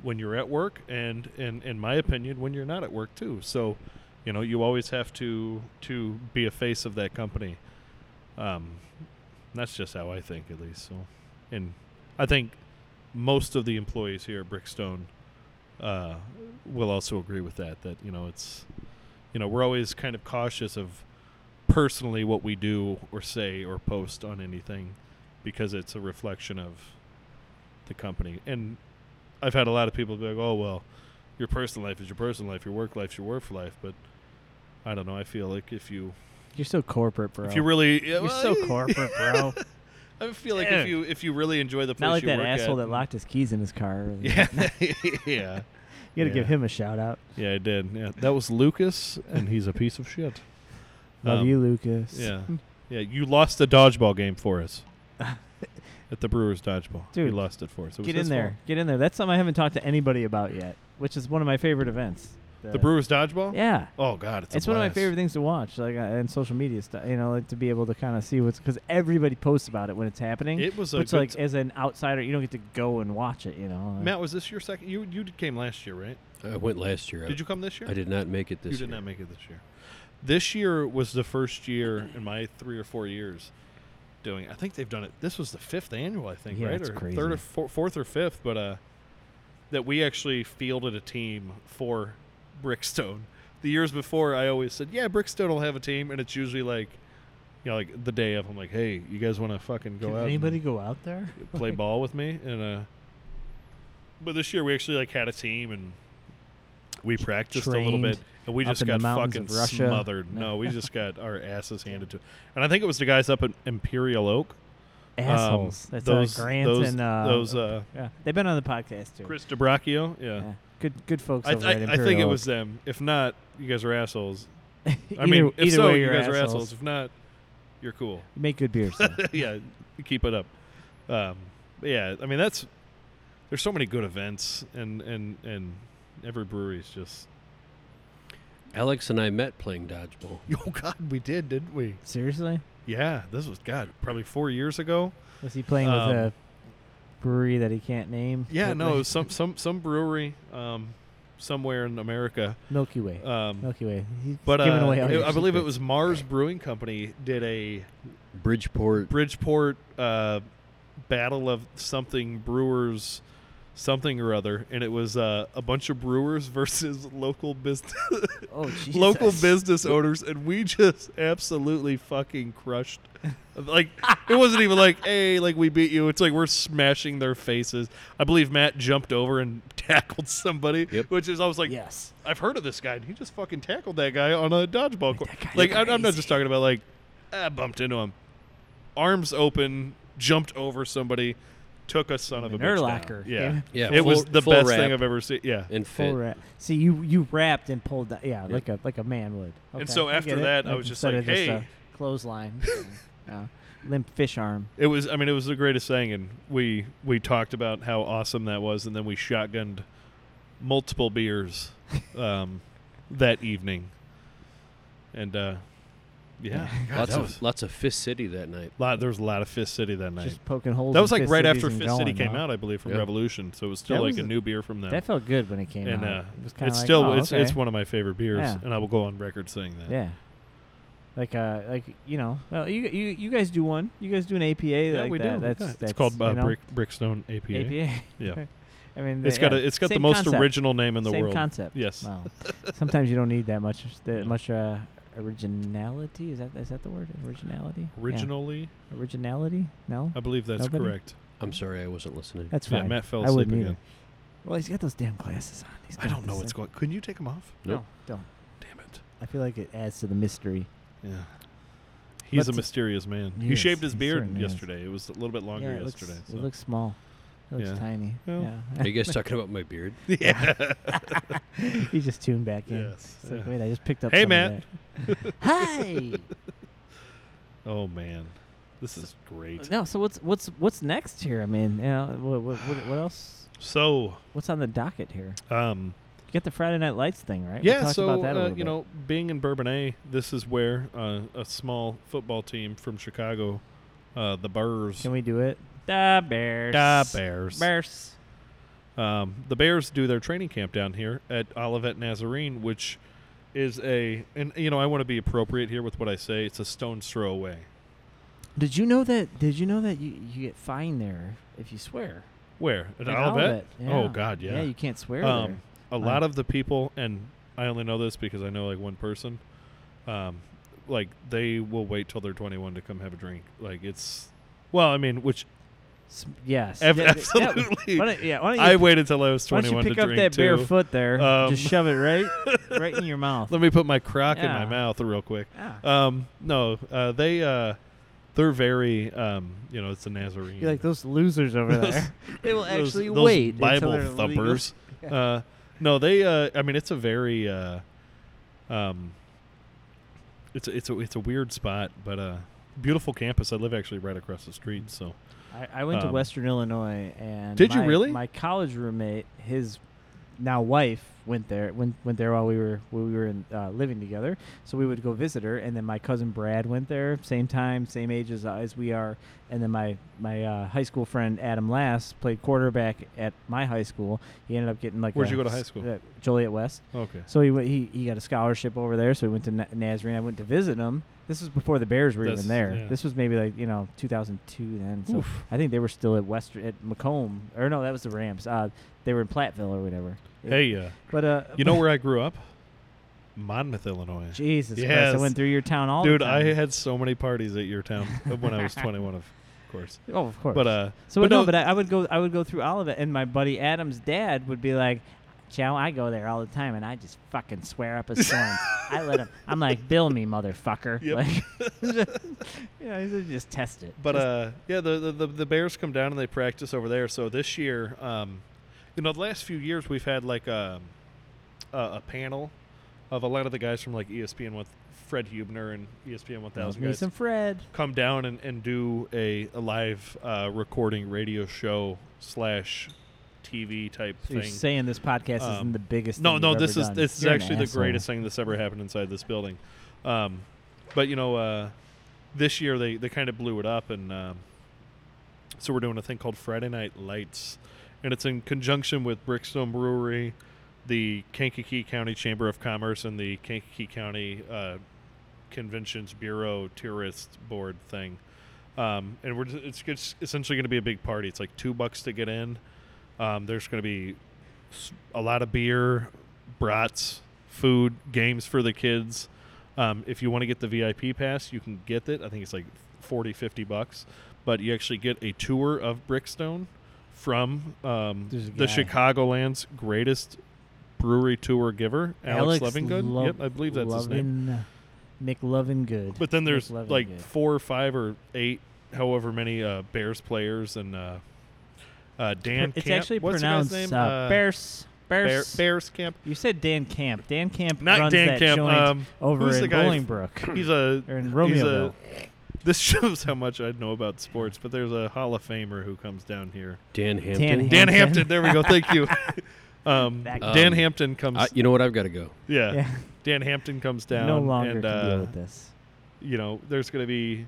Speaker 2: when you're at work and, and in my opinion when you're not at work too so you know you always have to to be a face of that company um, that's just how i think at least so and i think most of the employees here at brickstone uh, will also agree with that that you know it's you know we're always kind of cautious of personally what we do or say or post on anything because it's a reflection of the company and I've had a lot of people be like, "Oh well, your personal life is your personal life, your work life's your work life." But I don't know. I feel like if you
Speaker 1: You're so corporate, bro.
Speaker 2: if you really eh,
Speaker 1: You're so corporate, bro.
Speaker 2: I feel like
Speaker 1: Damn.
Speaker 2: if you if you really enjoy the place
Speaker 1: Not like
Speaker 2: you
Speaker 1: that
Speaker 2: work
Speaker 1: asshole
Speaker 2: at,
Speaker 1: that locked his keys in his car. earlier.
Speaker 2: Yeah, yeah,
Speaker 1: you got to give
Speaker 2: Yeah.
Speaker 1: him a shout out.
Speaker 2: yeah. I did. Yeah, that was Lucas, and he's a piece of shit.
Speaker 1: Love
Speaker 2: Um,
Speaker 1: you, Lucas.
Speaker 2: Yeah, yeah. You lost the dodgeball game for us at the Brewers dodgeball. you
Speaker 1: Dude,
Speaker 2: lost it for us. It was
Speaker 1: Get in
Speaker 2: his
Speaker 1: there. Get in there. That's something I haven't talked to anybody about yet, which is one of my favorite events.
Speaker 2: fault. The Brewers dodgeball.
Speaker 1: Yeah.
Speaker 2: Oh God, it's a
Speaker 1: it's one of my
Speaker 2: blast.
Speaker 1: favorite things to watch, like uh, and social media stuff. You know, like to be able to kind of see what's because everybody posts about it when it's happening.
Speaker 2: It was a
Speaker 1: but it's
Speaker 2: good
Speaker 1: like as an outsider, you don't get to go and watch it. You know,
Speaker 2: Matt, was this your second? You you came last year, right?
Speaker 3: I went last year. I-
Speaker 2: Did you come this year?
Speaker 3: I did not make it this
Speaker 2: You did
Speaker 3: year.
Speaker 2: not make it this year. This year was the first year in my three or four years doing. I think they've done it. This was the fifth annual, I think,
Speaker 1: Yeah,
Speaker 2: right?
Speaker 1: it's
Speaker 2: or
Speaker 1: crazy.
Speaker 2: third or four, fourth or fifth, but uh, that we actually fielded a team for Brickstone. The years before, I always said, "Yeah, Brickstone will have a team," and it's usually like, you know, like the day of. I'm like, "Hey, you guys want to fucking go
Speaker 1: Can
Speaker 2: out?" and-
Speaker 1: anybody go out there?
Speaker 2: play ball with me and uh but this year we actually like had a team and we practiced a little
Speaker 1: Trained
Speaker 2: bit and we
Speaker 1: up
Speaker 2: just
Speaker 1: in the
Speaker 2: got
Speaker 1: mountains
Speaker 2: fucking
Speaker 1: of Russia.
Speaker 2: smothered. No,
Speaker 1: No.
Speaker 2: we just got our asses handed to. And I think it was the guys up at Imperial Oak. Um,
Speaker 1: Assholes. That's
Speaker 2: those,
Speaker 1: uh, Grant
Speaker 2: those,
Speaker 1: and uh,
Speaker 2: those uh
Speaker 1: yeah, they've been on the podcast too.
Speaker 2: Chris DeBracchio. Yeah.
Speaker 1: Yeah. Good, good folks
Speaker 2: I,
Speaker 1: over
Speaker 2: I,
Speaker 1: at
Speaker 2: I think it
Speaker 1: Imperial
Speaker 2: was them. If not, you guys are assholes.
Speaker 1: Oak.
Speaker 2: I
Speaker 1: Either-
Speaker 2: mean, if
Speaker 1: either
Speaker 2: so,
Speaker 1: way,
Speaker 2: you
Speaker 1: you're
Speaker 2: guys are
Speaker 1: assholes.
Speaker 2: assholes. If not, you're cool.
Speaker 1: You Make good beers. though.
Speaker 2: yeah, keep it up. Um, but yeah, I mean that's there's so many good events and and and every brewery's just
Speaker 3: Alex and I met playing dodgeball.
Speaker 2: oh god we did didn't we
Speaker 1: Seriously,
Speaker 2: yeah this was god probably four years ago
Speaker 1: was he playing
Speaker 2: Um,
Speaker 1: with a brewery that he can't name?
Speaker 2: yeah
Speaker 1: What-
Speaker 2: no it was some some some brewery um somewhere in America
Speaker 1: Milky Way.
Speaker 2: um
Speaker 1: Milky Way. He's
Speaker 2: but uh,
Speaker 1: giving away all
Speaker 2: it-
Speaker 1: your
Speaker 2: I believe it
Speaker 1: secrets.
Speaker 2: was Mars Brewing Company did a
Speaker 3: Bridgeport.
Speaker 2: Bridgeport uh, battle of something brewers something or other and it was uh, a bunch of brewers versus local business
Speaker 1: Oh,
Speaker 2: local
Speaker 1: Jesus.
Speaker 2: business owners and we just absolutely fucking crushed like it wasn't even like hey like we beat you it's like we're smashing their faces i believe matt jumped over and tackled somebody
Speaker 3: Yep.
Speaker 2: which is i was like
Speaker 1: Yes.
Speaker 2: I've heard of this guy, and he just fucking tackled that guy on a dodgeball court.
Speaker 1: that guy's
Speaker 2: Like, I, I'm not
Speaker 1: crazy.
Speaker 2: just talking about like, I bumped into him, arms open, jumped over somebody, took a son of a bitch
Speaker 1: Nurlacher.
Speaker 2: down. Yeah,
Speaker 3: Yeah,
Speaker 2: it was
Speaker 3: full-
Speaker 2: the
Speaker 3: full
Speaker 2: best
Speaker 3: wrap
Speaker 2: thing I've ever seen. Yeah,
Speaker 3: And
Speaker 1: Full
Speaker 3: fit.
Speaker 1: wrap. See, you you wrapped and pulled that. Yeah,
Speaker 3: Yep.
Speaker 1: like a like a man would.
Speaker 2: And
Speaker 1: Okay,
Speaker 2: so
Speaker 1: I
Speaker 2: after
Speaker 1: get it.
Speaker 2: that, I
Speaker 1: Like,
Speaker 2: was just
Speaker 1: instead
Speaker 2: like,
Speaker 1: of this,
Speaker 2: "Hey."
Speaker 1: uh, clothesline, uh, limp fish arm.
Speaker 2: it was. I mean, it was the greatest thing, and we we talked about how awesome that was, and then we shotgunned multiple beers um, that evening, and uh, yeah, God,
Speaker 3: Lots
Speaker 2: that
Speaker 3: of
Speaker 2: was-
Speaker 3: lots of Fist City that night.
Speaker 2: lot. There was a lot of Fist City that night.
Speaker 1: Just poking holes.
Speaker 2: That
Speaker 1: in
Speaker 2: was like
Speaker 1: Fist
Speaker 2: right
Speaker 1: Cities
Speaker 2: after
Speaker 1: and
Speaker 2: Fist City
Speaker 1: going,
Speaker 2: came
Speaker 1: huh?
Speaker 2: out, I believe, from
Speaker 3: Yeah.
Speaker 2: Revolution. So it was still
Speaker 1: That
Speaker 2: like
Speaker 1: was
Speaker 2: a
Speaker 1: a-
Speaker 2: new beer from them.
Speaker 1: That felt good when it came
Speaker 2: and uh,
Speaker 1: out. It was
Speaker 2: it's
Speaker 1: kinda like,
Speaker 2: still
Speaker 1: oh,
Speaker 2: it's,
Speaker 1: okay.
Speaker 2: it's one of my favorite beers,
Speaker 1: Yeah.
Speaker 2: and I will go on record saying that.
Speaker 1: Yeah. Like uh, like you know, well, you you you guys do one. You guys do an APA
Speaker 2: Yeah,
Speaker 1: like
Speaker 2: we
Speaker 1: that.
Speaker 2: do.
Speaker 1: That's
Speaker 2: Yeah.
Speaker 1: that's
Speaker 2: it's called uh,
Speaker 1: you know,
Speaker 2: Brick, Brickstone APA.
Speaker 1: APA.
Speaker 2: Yeah.
Speaker 1: I mean,
Speaker 2: It's
Speaker 1: yeah,
Speaker 2: got a, it's got the
Speaker 1: same
Speaker 2: most
Speaker 1: concept.
Speaker 2: original name in the
Speaker 1: Same
Speaker 2: world.
Speaker 1: concept.
Speaker 2: Yes.
Speaker 1: Wow. Sometimes you don't need that much that much uh, originality. Is that is that the word? Originality. Yeah.
Speaker 2: Originally,
Speaker 1: Originality. No.
Speaker 2: I believe that's
Speaker 1: Nobody?
Speaker 2: correct.
Speaker 3: I'm sorry I wasn't listening.
Speaker 1: That's
Speaker 2: yeah,
Speaker 1: fine.
Speaker 2: Matt fell
Speaker 1: I
Speaker 2: asleep
Speaker 1: wouldn't
Speaker 2: again.
Speaker 1: either. Well, he's got those damn glasses on. He's
Speaker 2: I
Speaker 1: got
Speaker 2: don't know
Speaker 1: this
Speaker 2: what's
Speaker 1: thing.
Speaker 2: going. Couldn't you take them off?
Speaker 3: Nope.
Speaker 1: No, don't.
Speaker 2: Damn it.
Speaker 1: I feel like it adds to the mystery.
Speaker 2: Yeah. He's a
Speaker 1: Let's-
Speaker 2: mysterious man. he
Speaker 1: Yes,
Speaker 2: shaved his
Speaker 1: he
Speaker 2: beard
Speaker 1: certainly is.
Speaker 2: yesterday. It was a little bit longer
Speaker 1: yeah, it looks,
Speaker 2: yesterday. so.
Speaker 1: It looks small. It looks
Speaker 2: Yeah.
Speaker 1: tiny.
Speaker 2: Well,
Speaker 1: yeah.
Speaker 3: Are you guys talking about my beard?
Speaker 2: yeah.
Speaker 1: you just tune back in.
Speaker 2: Yes,
Speaker 1: It's like,
Speaker 2: yeah.
Speaker 1: wait, I just picked up.
Speaker 2: Hey,
Speaker 1: some of
Speaker 2: Matt.
Speaker 1: that." Hi.
Speaker 2: Oh man, this is great.
Speaker 1: No, so what's what's what's next here? I mean, you know, what what, what, what else?
Speaker 2: So,
Speaker 1: What's on the docket here?
Speaker 2: um,
Speaker 1: You got the Friday Night Lights thing, right? We
Speaker 2: yeah.
Speaker 1: talked
Speaker 2: So
Speaker 1: about that a
Speaker 2: uh,
Speaker 1: little
Speaker 2: you
Speaker 1: bit.
Speaker 2: know, being in Bourbonnais, this is where uh, a small football team from Chicago, uh, the Bears,
Speaker 1: can we do it? The Bears.
Speaker 2: Da Bears,
Speaker 1: Bears.
Speaker 2: Um, the Bears do their training camp down here at Olivet Nazarene, which is a and you know I want to be appropriate here with what I say. It's a stone's throw away.
Speaker 1: Did you know that? Did you know that you, you get fined there if you swear?
Speaker 2: Where at
Speaker 1: At
Speaker 2: Olivet?
Speaker 1: Olivet,
Speaker 2: Oh
Speaker 1: yeah.
Speaker 2: God, yeah.
Speaker 1: you can't swear
Speaker 2: um, a
Speaker 1: Wow.
Speaker 2: lot of the people, and I only know this because I know like one person. Um, like they will wait till they're 21 to come have a drink. Like it's, well, I mean, which
Speaker 1: there. S- Yes.
Speaker 2: ab-
Speaker 1: Yeah, th- yeah,
Speaker 2: absolutely.
Speaker 1: why don't- yeah, why don't
Speaker 2: I
Speaker 1: you,
Speaker 2: waited till I was
Speaker 1: why don't you
Speaker 2: 21
Speaker 1: pick
Speaker 2: to
Speaker 1: up
Speaker 2: drink
Speaker 1: that
Speaker 2: too.
Speaker 1: bare foot there?
Speaker 2: Um,
Speaker 1: just shove it right, right in your mouth.
Speaker 2: Let me put my crock in my
Speaker 1: Yeah.
Speaker 2: mouth real quick.
Speaker 1: Yeah.
Speaker 2: Um, no, uh, they uh, they're very um, you know, it's a Nazarene.
Speaker 1: You're like those losers over
Speaker 2: Those-
Speaker 1: there. They will
Speaker 2: Those-
Speaker 1: actually
Speaker 2: those
Speaker 1: wait. until
Speaker 2: Bible
Speaker 1: they're legal.
Speaker 2: thumpers. Uh, no, they. Uh, I mean, it's a very. Uh, um, it's a, it's a it's a weird spot, but uh, beautiful campus. I live actually right across the street, so
Speaker 1: I, I went
Speaker 2: Um,
Speaker 1: to Western Illinois, and
Speaker 2: Did you
Speaker 1: my-
Speaker 2: really?
Speaker 1: My college roommate, his now wife, went there. Went went there while we were while we were in, uh, living together. So we would go visit her, and then my cousin Brad went there, same time, same age as, as we are. And then my my uh, high school friend Adam Lass played quarterback at my high school. He ended up getting like
Speaker 2: Where'd
Speaker 1: a
Speaker 2: you go to high
Speaker 1: s-
Speaker 2: school?
Speaker 1: uh, Joliet West.
Speaker 2: okay.
Speaker 1: So he, went, he he got a scholarship over there. So he went to Na- Nazarene. I went to visit him. This was before the Bears were
Speaker 2: That's-
Speaker 1: even there.
Speaker 2: yeah.
Speaker 1: This was maybe like you know 2002 then. So
Speaker 5: Oof.
Speaker 1: I think they were still at Western at Macomb or no, that was the Rams. Uh, they were in Platteville or whatever. It-
Speaker 2: Hey, uh,
Speaker 1: but uh,
Speaker 2: you know where I grew up? Monmouth, Illinois.
Speaker 1: Jesus Christ!
Speaker 2: Yes.
Speaker 1: I went through your town all
Speaker 2: Dude,
Speaker 1: the time.
Speaker 2: I had so many parties at your town when I was 21, of course.
Speaker 1: oh, of course.
Speaker 2: But uh,
Speaker 1: so
Speaker 2: but
Speaker 1: no,
Speaker 2: no-
Speaker 1: but I, I would go. I would go through all of it, and my buddy Adam's dad would be like. Chow, I go there all the time, and I just fucking swear up a storm. I let him. I'm like, bill me, motherfucker.
Speaker 2: Yep.
Speaker 1: Like, yeah, he said, just test it.
Speaker 2: But
Speaker 1: Just
Speaker 2: uh, yeah, the, the the the Bears come down and they practice over there. So this year, um, you know, the last few years we've had like um, a, a panel of a lot of the guys from like E ESPN with Fred Hubner and E ESPN One
Speaker 1: That was
Speaker 2: Thousand
Speaker 1: me
Speaker 2: guys
Speaker 1: some Fred.
Speaker 2: come down and, and do a, a live uh, recording radio show slash TV type
Speaker 1: So you're
Speaker 2: thing.
Speaker 1: saying this podcast
Speaker 2: Um,
Speaker 1: isn't the biggest?
Speaker 2: No,
Speaker 1: thing
Speaker 2: no,
Speaker 1: you've
Speaker 2: this
Speaker 1: ever
Speaker 2: is
Speaker 1: done.
Speaker 2: this is
Speaker 1: You're an
Speaker 2: actually the
Speaker 1: asshole.
Speaker 2: greatest thing that's ever happened inside this building. Um, but you know, uh, this year they they kind of blew it up, and um, so we're doing a thing called Friday Night Lights, and it's in conjunction with Brickstone Brewery, the Kankakee County Chamber of Commerce, and the Kankakee County uh, Conventions Bureau Tourist Board thing. Um, and we're just, it's, it's essentially going to be a big party. It's like two bucks to get in. Um, there's going to be s- a lot of beer, brats, food, games for the kids. Um, if you want to get the VIP pass, you can get it. I think it's like 40, 50 bucks. But you actually get a tour of Brickstone from um,
Speaker 1: There's a
Speaker 2: the
Speaker 1: guy.
Speaker 2: Chicagoland's greatest brewery tour giver, Alex, Levingood.
Speaker 1: Lo-
Speaker 2: yep, I believe that's his name.
Speaker 1: Lovin- McLovin Good.
Speaker 2: But then there's
Speaker 1: McLovin
Speaker 2: like
Speaker 1: Good.
Speaker 2: four or five or eight, however many uh, Bears players and uh, uh, Dan.
Speaker 1: it's
Speaker 2: Camp.
Speaker 1: actually
Speaker 2: What's the guy's
Speaker 1: pronounced
Speaker 2: name?
Speaker 1: uh,
Speaker 2: Uh,
Speaker 1: Bears.
Speaker 2: Bear-
Speaker 1: Bears.
Speaker 2: Bears Camp.
Speaker 1: You said Dan Camp. Dan Camp
Speaker 2: Not
Speaker 1: runs
Speaker 2: Dan
Speaker 1: that
Speaker 2: Camp,
Speaker 1: joint
Speaker 2: um,
Speaker 1: over
Speaker 2: who's the
Speaker 1: in
Speaker 2: guy f-
Speaker 1: Bolingbrook
Speaker 2: He's a.
Speaker 1: or in
Speaker 2: He's
Speaker 1: Romeoville.
Speaker 2: a this shows how much I know about sports, but there's a Hall of Famer who comes down here.
Speaker 3: Dan Hampton.
Speaker 1: Hampton.
Speaker 2: Dan Hampton. There we go. Thank you. Um,
Speaker 1: That
Speaker 3: guy.
Speaker 2: Dan
Speaker 3: Um,
Speaker 2: Hampton comes.
Speaker 3: I, you know what? I've got to go.
Speaker 2: yeah,
Speaker 1: Yeah.
Speaker 2: Dan Hampton comes down.
Speaker 1: no longer
Speaker 2: and,
Speaker 1: can deal
Speaker 2: uh,
Speaker 1: with this.
Speaker 2: You know, there's going to be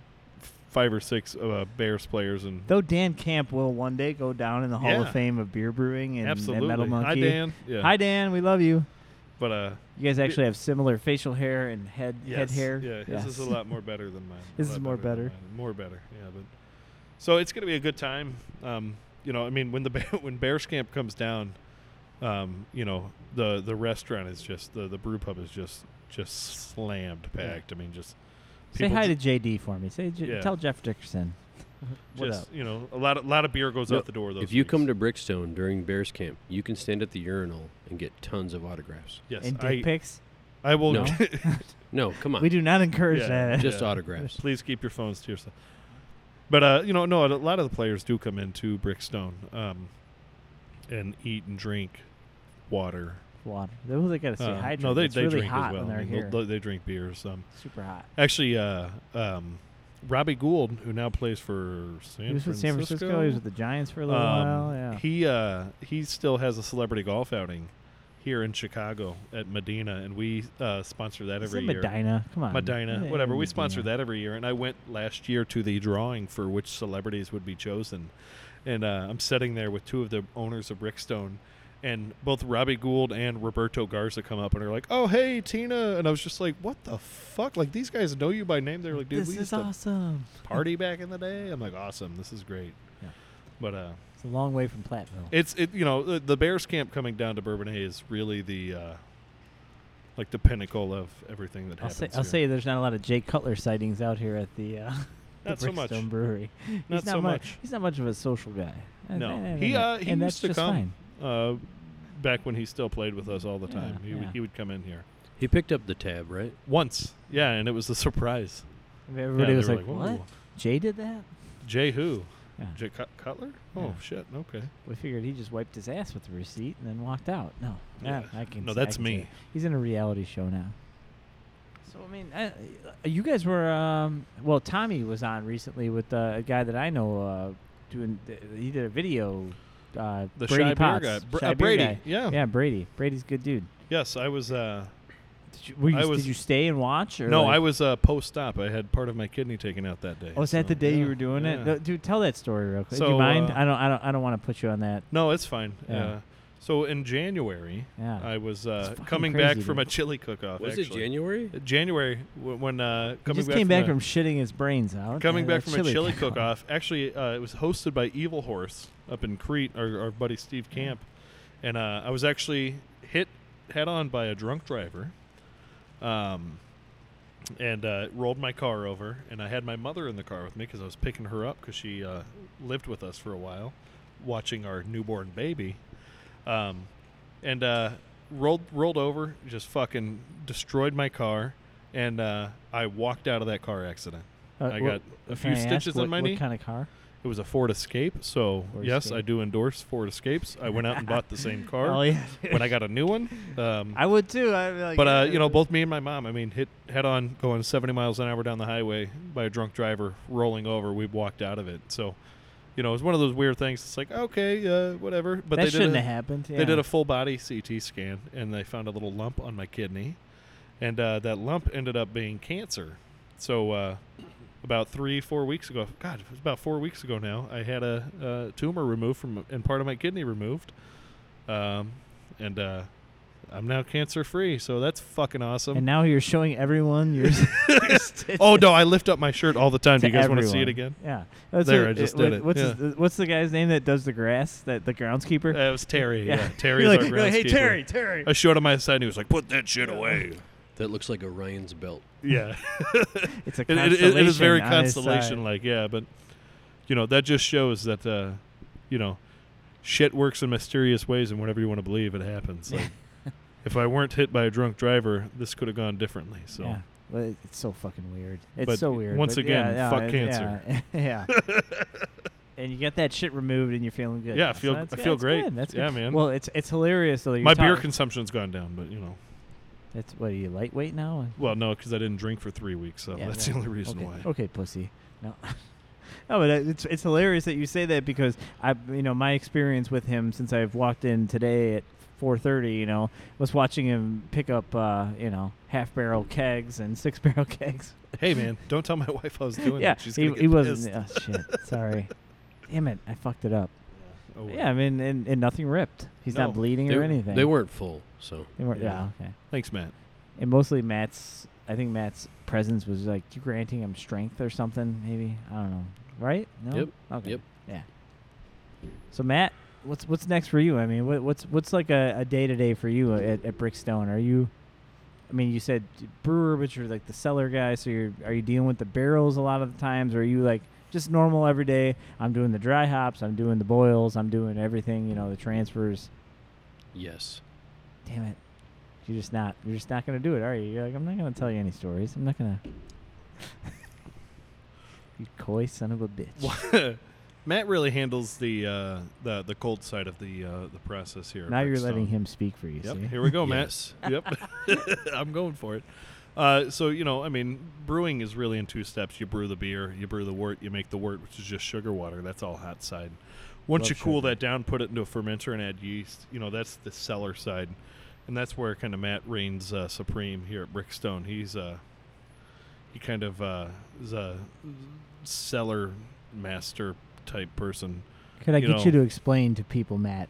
Speaker 2: five or six uh, Bears players and
Speaker 1: Though Dan Camp will one day go down in the Hall
Speaker 2: Yeah.
Speaker 1: of Fame of beer brewing and, and
Speaker 2: absolutely.
Speaker 1: Metal Monkey.
Speaker 2: Hi Dan. Yeah.
Speaker 1: Hi Dan, we love you.
Speaker 2: But uh,
Speaker 1: You guys actually have similar facial hair and head head
Speaker 2: yes,
Speaker 1: hair.
Speaker 2: Yeah, his is a
Speaker 1: Yes.
Speaker 2: lot more better than mine. A
Speaker 1: His is
Speaker 2: lot
Speaker 1: more
Speaker 2: than
Speaker 1: better.
Speaker 2: mine. More better. Yeah, but so it's going to be a good time. Um, you know, I mean, when the bear, when Bear Scamp comes down, um, you know, the the restaurant is just the the brew pub is just just slammed packed. I mean, just
Speaker 1: Say hi to JD for me. Say J-
Speaker 2: Yeah.
Speaker 1: tell Jeff Dickerson. what
Speaker 2: just
Speaker 1: up?
Speaker 2: you know a lot of, lot of beer goes
Speaker 3: No,
Speaker 2: out the door. Those
Speaker 3: if you
Speaker 2: weeks.
Speaker 3: come to Brickstone during Bears camp, you can stand at the urinal and get tons of autographs.
Speaker 2: yes,
Speaker 1: and dick
Speaker 2: I,
Speaker 1: pics.
Speaker 2: I will.
Speaker 3: No. No, come on,
Speaker 1: We do not encourage
Speaker 2: Yeah.
Speaker 1: that.
Speaker 3: just
Speaker 2: Yeah.
Speaker 3: autographs.
Speaker 2: Please keep your phones to yourself. But uh, you know, no, a lot of the players do come into Brickstone um, and eat and drink water.
Speaker 1: Water. They, well, they gotta stay
Speaker 2: Um,
Speaker 1: hydrated.
Speaker 2: no, they,
Speaker 1: it's
Speaker 2: they
Speaker 1: really
Speaker 2: drink
Speaker 1: hot
Speaker 2: as well.
Speaker 1: when
Speaker 2: I
Speaker 1: they're
Speaker 2: mean,
Speaker 1: here.
Speaker 2: they'll- They, drink beers. Um,
Speaker 1: Super hot.
Speaker 2: actually, uh, um, Robbie Gould, who now plays for San
Speaker 1: he was
Speaker 2: Francisco,
Speaker 1: with San Francisco. He was with the Giants for a little
Speaker 2: um,
Speaker 1: while. Yeah.
Speaker 2: He uh, he still has a celebrity golf outing here in Chicago at Medina, and we uh, sponsor that
Speaker 1: It's
Speaker 2: every
Speaker 1: in
Speaker 2: year.
Speaker 1: Medina. Come on.
Speaker 2: Medina,
Speaker 1: Yeah,
Speaker 2: whatever. We
Speaker 1: Medina.
Speaker 2: sponsor that every year, and I went last year to the drawing for which celebrities would be chosen, and uh, I'm sitting there with two of the owners of Brickstone, and both Robbie Gould and Roberto Garza come up and are like, "Oh, hey, Tina," and I was just like, "What the fuck?" Like these guys know you by name. They're like, "Dude,
Speaker 1: this
Speaker 2: we used
Speaker 1: is
Speaker 2: to
Speaker 1: awesome.
Speaker 2: party back in the day." I'm like, "Awesome, this is great."
Speaker 1: Yeah.
Speaker 2: But uh,
Speaker 1: It's a long way from Platteville.
Speaker 2: it's it you know the, the Bears camp coming down to Bourbon Hay is really the uh, like the pinnacle of everything that
Speaker 1: I'll
Speaker 2: happens.
Speaker 1: say, I'll
Speaker 2: here.
Speaker 1: say there's not a lot of Jay Cutler sightings out here at the, uh, the
Speaker 2: Not so much.
Speaker 1: Brickstone Brewery. He's
Speaker 2: Not so
Speaker 1: mu-
Speaker 2: much.
Speaker 1: He's not much of a social guy. And-
Speaker 2: No.
Speaker 1: and-
Speaker 2: He,
Speaker 1: and-
Speaker 2: uh, he
Speaker 1: and
Speaker 2: used
Speaker 1: that's
Speaker 2: to
Speaker 1: just
Speaker 2: come
Speaker 1: fine.
Speaker 2: uh, back when he still played with us all the
Speaker 1: Yeah,
Speaker 2: time. he, would,
Speaker 1: yeah.
Speaker 2: he would come in here
Speaker 3: He picked up the tab, right?
Speaker 2: once, yeah, and it was a surprise.
Speaker 1: Everybody
Speaker 2: yeah,
Speaker 1: was
Speaker 2: they were
Speaker 1: like, "What?
Speaker 2: "Whoa,
Speaker 1: Jay did that?"
Speaker 2: Jay who?
Speaker 1: Yeah.
Speaker 2: Jay Cut- Cutler? Oh
Speaker 1: Yeah.
Speaker 2: shit! Okay,
Speaker 1: We figured he just wiped his ass with the receipt and then walked out. No,
Speaker 2: Yeah.
Speaker 1: yeah, I can.
Speaker 2: no,
Speaker 1: s- I
Speaker 2: that's
Speaker 1: can say
Speaker 2: me.
Speaker 1: it. He's in a reality show now. So I mean, I, uh, you guys were um, well. Tommy was on recently with uh, a guy that I know uh, doing. th- He did a video. Uh,
Speaker 2: The
Speaker 1: Brady
Speaker 2: shy
Speaker 1: Potts,
Speaker 2: beer guy, Br-
Speaker 1: Shy
Speaker 2: uh,
Speaker 1: Beer
Speaker 2: Brady.
Speaker 1: guy.
Speaker 2: Yeah.
Speaker 1: Yeah, Brady. Brady's a good dude.
Speaker 2: Yes, I was. Uh,
Speaker 1: Did you, were you
Speaker 2: I
Speaker 1: s-
Speaker 2: was-
Speaker 1: did you stay and watch? Or
Speaker 2: no,
Speaker 1: like-
Speaker 2: I was uh, post-op. I had part of my kidney taken out that day.
Speaker 1: Oh, is that
Speaker 2: so,
Speaker 1: the day
Speaker 2: yeah,
Speaker 1: you were doing
Speaker 2: yeah.
Speaker 1: it? No, dude, tell that story real quick. Do you
Speaker 2: So,
Speaker 1: mind?
Speaker 2: uh,
Speaker 1: I don't. I don't. I don't want to put you on that.
Speaker 2: No, it's fine.
Speaker 1: Yeah.
Speaker 2: Uh, so in January,
Speaker 1: Yeah.
Speaker 2: I was
Speaker 1: It's
Speaker 2: uh,
Speaker 1: fucking
Speaker 2: coming back
Speaker 1: crazy,
Speaker 2: from
Speaker 1: dude.
Speaker 2: a chili cook-off.
Speaker 3: Was
Speaker 2: Uh, actually.
Speaker 3: it January?
Speaker 2: January wh- when uh,
Speaker 1: He
Speaker 2: coming
Speaker 1: just
Speaker 2: back
Speaker 1: came
Speaker 2: from
Speaker 1: back
Speaker 2: a-
Speaker 1: from shitting his brains out.
Speaker 2: Coming
Speaker 1: and
Speaker 2: back from a chili
Speaker 1: cook-off.
Speaker 2: cook-off, actually, uh, it was hosted by Evil Horse up in Crete, our, our buddy Steve Camp, and uh, I was actually hit head on by a drunk driver, um, and uh, rolled my car over, and I had my mother in the car with me because I was picking her up because she uh, lived with us for a while, watching our newborn baby, um, and uh, rolled rolled over, just fucking destroyed my car, and uh, I walked out of that car accident.
Speaker 1: Uh,
Speaker 2: I
Speaker 1: wha-
Speaker 2: got a
Speaker 1: can
Speaker 2: few
Speaker 1: I ask
Speaker 2: stitches
Speaker 1: what,
Speaker 2: on my
Speaker 1: what
Speaker 2: knee.
Speaker 1: kind of car?
Speaker 2: It was a Ford Escape, so
Speaker 1: Ford
Speaker 2: yes, I
Speaker 1: Escape.
Speaker 2: do endorse Ford Escapes. I went out and bought the same car
Speaker 1: Oh yeah.
Speaker 2: when I got a new one. Um,
Speaker 1: I would too. I'd be like,
Speaker 2: but uh, you know, both me and my mom, I mean, hit head on going 70 miles an hour down the highway by a drunk driver rolling over. We walked out of it, so you know, it was one of those weird things. It's like okay, uh, whatever. But
Speaker 1: that
Speaker 2: they
Speaker 1: shouldn't
Speaker 2: did a,
Speaker 1: have happened.
Speaker 2: they did
Speaker 1: yeah.
Speaker 2: a full body CT scan and they found a little lump on my kidney, and uh, that lump ended up being cancer. So uh, about three, four weeks ago, God, it was about four weeks ago now. I had a, uh tumor removed from and part of my kidney removed, um, and uh, I'm now cancer free. So that's fucking awesome.
Speaker 1: And now you're showing everyone your. s- your stitches
Speaker 2: oh no, I lift up my shirt all the time.
Speaker 1: to
Speaker 2: Do you guys want to see it
Speaker 1: everyone.
Speaker 2: again?
Speaker 1: Yeah. That's
Speaker 2: There,
Speaker 1: what-
Speaker 2: I just
Speaker 1: uh,
Speaker 2: did
Speaker 1: what-
Speaker 2: it,
Speaker 1: What's
Speaker 2: yeah.
Speaker 1: his- uh, what's the guy's name that does the grass? That the groundskeeper.
Speaker 2: That was Terry. Yeah,
Speaker 1: Yeah.
Speaker 2: Terry
Speaker 1: You're
Speaker 2: is
Speaker 1: like-
Speaker 2: our
Speaker 1: you're like, "Hey,
Speaker 2: groundskeeper."
Speaker 1: Terry, Terry.
Speaker 2: I showed him my side, and he was like, "Put that shit away."
Speaker 3: That looks like Orion's belt.
Speaker 2: Yeah.
Speaker 1: It's a
Speaker 2: It- it- it- it is very
Speaker 1: constellation on his side.
Speaker 2: constellation like yeah but you know that just shows that uh you know shit works in mysterious ways and whatever you want to believe it happens like if i weren't hit by a drunk driver this could have gone differently so
Speaker 1: Yeah. Well, it- it's so fucking weird. It's
Speaker 2: But
Speaker 1: so weird.
Speaker 2: once
Speaker 1: but yeah,
Speaker 2: again,
Speaker 1: yeah,
Speaker 2: fuck
Speaker 1: it-
Speaker 2: cancer.
Speaker 1: Yeah. yeah. and you get that shit removed, and you're feeling good.
Speaker 2: Yeah, I
Speaker 1: So
Speaker 2: feel-
Speaker 1: that's
Speaker 2: I
Speaker 1: good.
Speaker 2: feel
Speaker 1: That's
Speaker 2: great.
Speaker 1: Good. That's good.
Speaker 2: Yeah, man.
Speaker 1: Well, it's it's hilarious though. that you're
Speaker 2: my beer
Speaker 1: talking-
Speaker 2: consumption's gone down but you know
Speaker 1: That's what are you lightweight now?
Speaker 2: well no because i didn't drink for three weeks so
Speaker 1: Yeah,
Speaker 2: that's
Speaker 1: well,
Speaker 2: the only reason
Speaker 1: okay.
Speaker 2: why
Speaker 1: Okay, pussy. No. No, but uh, it's it's hilarious that you say that because I, you know, my experience with him since I've walked in today at 4:30, you know, was watching him pick up, uh, you know, half barrel kegs and six barrel kegs.
Speaker 2: hey man don't tell my wife i was doing
Speaker 1: yeah,
Speaker 2: it she's
Speaker 1: he,
Speaker 2: gonna get
Speaker 1: he wasn't.
Speaker 2: pissed.
Speaker 1: Oh shit, sorry. Damn it, I fucked it up.
Speaker 2: Oh, well.
Speaker 1: Yeah, I mean, and, and nothing ripped. He's
Speaker 2: No,
Speaker 1: not bleeding
Speaker 3: they,
Speaker 1: or anything.
Speaker 3: they weren't full, so
Speaker 1: They weren't-
Speaker 2: Yeah.
Speaker 1: yeah. Okay.
Speaker 2: thanks matt
Speaker 1: And mostly Matt's. I think Matt's presence was like you granting him strength or something. Maybe I don't know. Right? No.
Speaker 3: Yep.
Speaker 1: Okay.
Speaker 3: Yep.
Speaker 1: Yeah. So Matt, what's what's next for you? I mean, what, what's what's like a, a day to day for you at, at Brickstone? Are you, I mean, you said brewer, but you're like the cellar guy. So you're are you dealing with the barrels a lot of the times, or are you like just normal every day? I'm doing the dry hops, I'm doing the boils, I'm doing everything. You know, the transfers.
Speaker 3: Yes.
Speaker 1: Damn it, you're just not you're just not gonna do it, are you? You're like, I'm not gonna tell you any stories. I'm not gonna. you coy son of a bitch.
Speaker 2: Matt really handles the uh, the the cold side of the uh, the process here. at
Speaker 1: Now you're letting
Speaker 2: Brickstone.
Speaker 1: him speak for you.
Speaker 2: Yep,
Speaker 1: see?
Speaker 2: here we go,
Speaker 3: Yes.
Speaker 2: Matt. Yep, I'm going for it. Uh, so you know, I mean, brewing is really in two steps. You brew the beer, you brew the wort, you make the wort, which is just sugar water. That's all hot side. Once
Speaker 1: Love
Speaker 2: you cool
Speaker 1: sugar.
Speaker 2: that down, put it into a fermenter and add yeast. You know, that's the cellar side, and that's where kind of Matt reigns uh, supreme here at Brickstone. He's uh, he kind of uh, is a cellar master type person.
Speaker 1: Could I
Speaker 2: you
Speaker 1: get you
Speaker 2: know-
Speaker 1: to explain to people, Matt,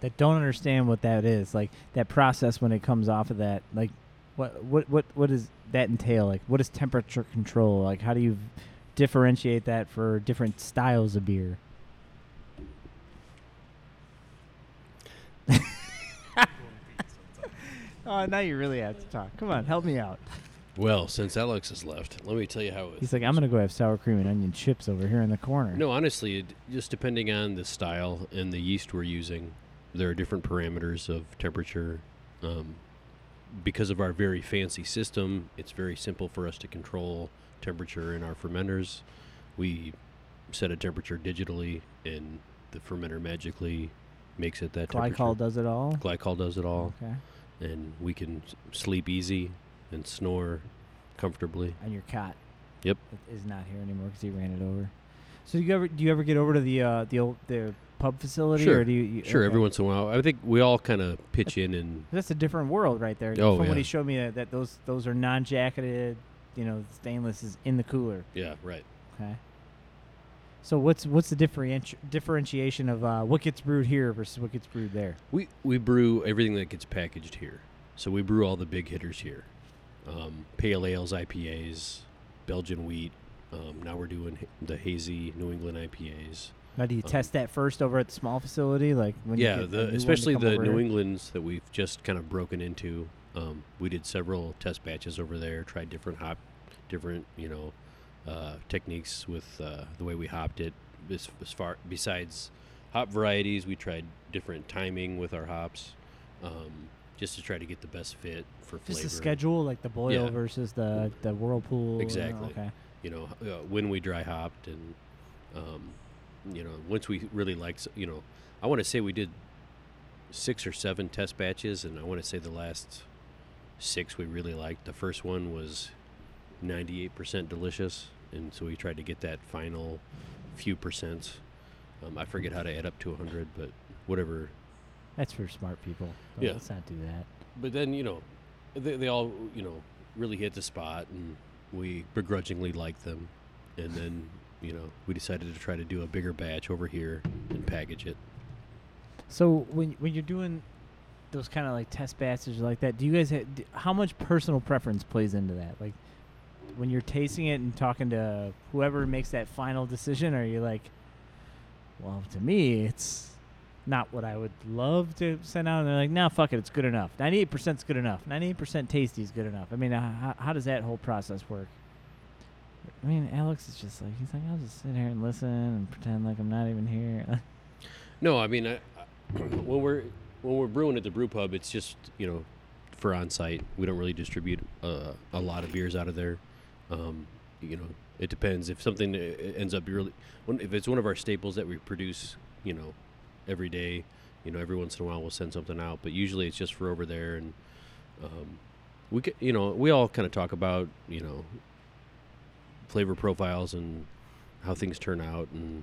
Speaker 1: that don't understand what that is, like that process when it comes off of that, like what what what what does that entail? Like what is temperature control? Like how do you differentiate that for different styles of beer? oh, now you really have to talk. Come on, help me out.
Speaker 3: Well, since Alex has left, let me tell you how it.
Speaker 1: He's like, I'm gonna go have sour cream and onion chips over here in the corner.
Speaker 3: No, honestly, it, just depending on the style and the yeast we're using, there are different parameters of temperature. Um, because of our very fancy system, it's very simple for us to control temperature in our fermenters. We set a temperature digitally, and the fermenter magically makes it that
Speaker 1: glycol
Speaker 3: temperature.
Speaker 1: does it all.
Speaker 3: Glycol does it all,
Speaker 1: Okay,
Speaker 3: and we can s- sleep easy and snore comfortably.
Speaker 1: and your cat.
Speaker 3: Yep.
Speaker 1: that is not here anymore because he ran it over. So do you ever do you ever get over to the uh, the old the pub facility?
Speaker 3: Sure.
Speaker 1: Or do you, you-
Speaker 3: Sure,
Speaker 1: okay.
Speaker 3: every once in a while, I think we all kind of pitch in and
Speaker 1: That's a different world right there.
Speaker 3: Oh,
Speaker 1: From when
Speaker 3: yeah.
Speaker 1: he showed me uh, that, that those those are non-jacketed, you know, stainless is in the cooler.
Speaker 3: yeah, right.
Speaker 1: Okay. So what's what's the differenti- differentiation of uh, what gets brewed here versus what gets brewed there?
Speaker 3: We we brew everything that gets packaged here, so we brew all the big hitters here: um, pale ales, IPAs, Belgian wheat. Um, now we're doing h- the hazy New England IPAs.
Speaker 1: Now, do you
Speaker 3: Um,
Speaker 1: test that first over at the small facility, like when you
Speaker 3: yeah,
Speaker 1: get a new
Speaker 3: the,
Speaker 1: one to
Speaker 3: especially
Speaker 1: come
Speaker 3: the
Speaker 1: over
Speaker 3: New
Speaker 1: here?
Speaker 3: Englands that we've just kind of broken into. Um, we did several test batches over there, tried different hop, different you know uh, techniques with uh, the way we hopped it. As, as far besides hop varieties, we tried different timing with our hops, um, just to try to get the best fit for
Speaker 1: Just
Speaker 3: flavor.
Speaker 1: the schedule, like the boil
Speaker 3: Yeah.
Speaker 1: versus the the whirlpool. you know,
Speaker 3: Exactly.
Speaker 1: Okay.
Speaker 3: you know h- uh, when we dry hopped and um, you know once we really liked s- you know i want to say we did six or seven test batches and i want to say the last six we really liked the first one was 98% delicious and so we tried to get that final few percents um, i forget how to add up to 100 but whatever
Speaker 1: That's for smart people.
Speaker 3: Yeah.
Speaker 1: Let's not do that.
Speaker 3: but then you know they, they all you know really hit the spot and we begrudgingly liked them and then you know we decided to try to do a bigger batch over here and package it
Speaker 1: So when when you're doing those kind of like test batches like that, do you guys have, d how much personal preference plays into that? Like when you're tasting it and talking to whoever makes that final decision, are you like, well, to me, it's not what I would love to send out, and they're like, no, fuck it, it's good enough. Ninety-eight percent is good enough. Ninety-eight percent tasty is good enough. I mean, how, how does that whole process work? I mean, Alex is just like he's like, I'll just sit here and listen and pretend like I'm not even here.
Speaker 3: no i mean I, I, when we're when we're brewing at the brew pub it's just you know for on site we don't really distribute uh, a lot of beers out of there um, you know it depends if something uh, ends up really when, if it's one of our staples that we produce you know every day you know every once in a while we'll send something out but usually it's just for over there and um, we c- you know we all kind of talk about you know flavor profiles and how things turn out and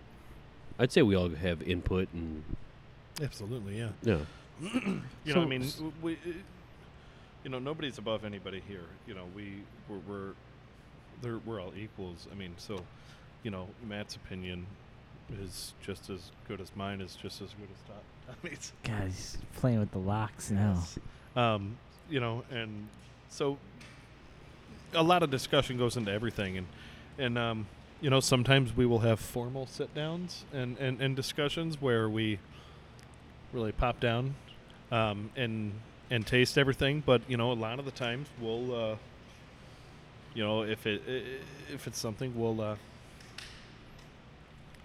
Speaker 3: i'd say we all have input and
Speaker 2: Absolutely, yeah.
Speaker 3: yeah
Speaker 2: you
Speaker 1: So
Speaker 2: know, I mean,
Speaker 1: s-
Speaker 2: w- we, uh, you know, nobody's above anybody here. You know, we we're we're, they're, we're all equals. I mean, so, you know, Matt's opinion is just as good as mine is just as good as Todd. I mean, it's-
Speaker 1: God, he's playing with the locks now.
Speaker 2: um, you know, and so a lot of discussion goes into everything, and and um, you know, sometimes we will have formal sit downs and, and, and discussions where we really pop down um, and and taste everything. But you know, a lot of the times we'll, uh, you know, if it i- if it's something we'll. Uh,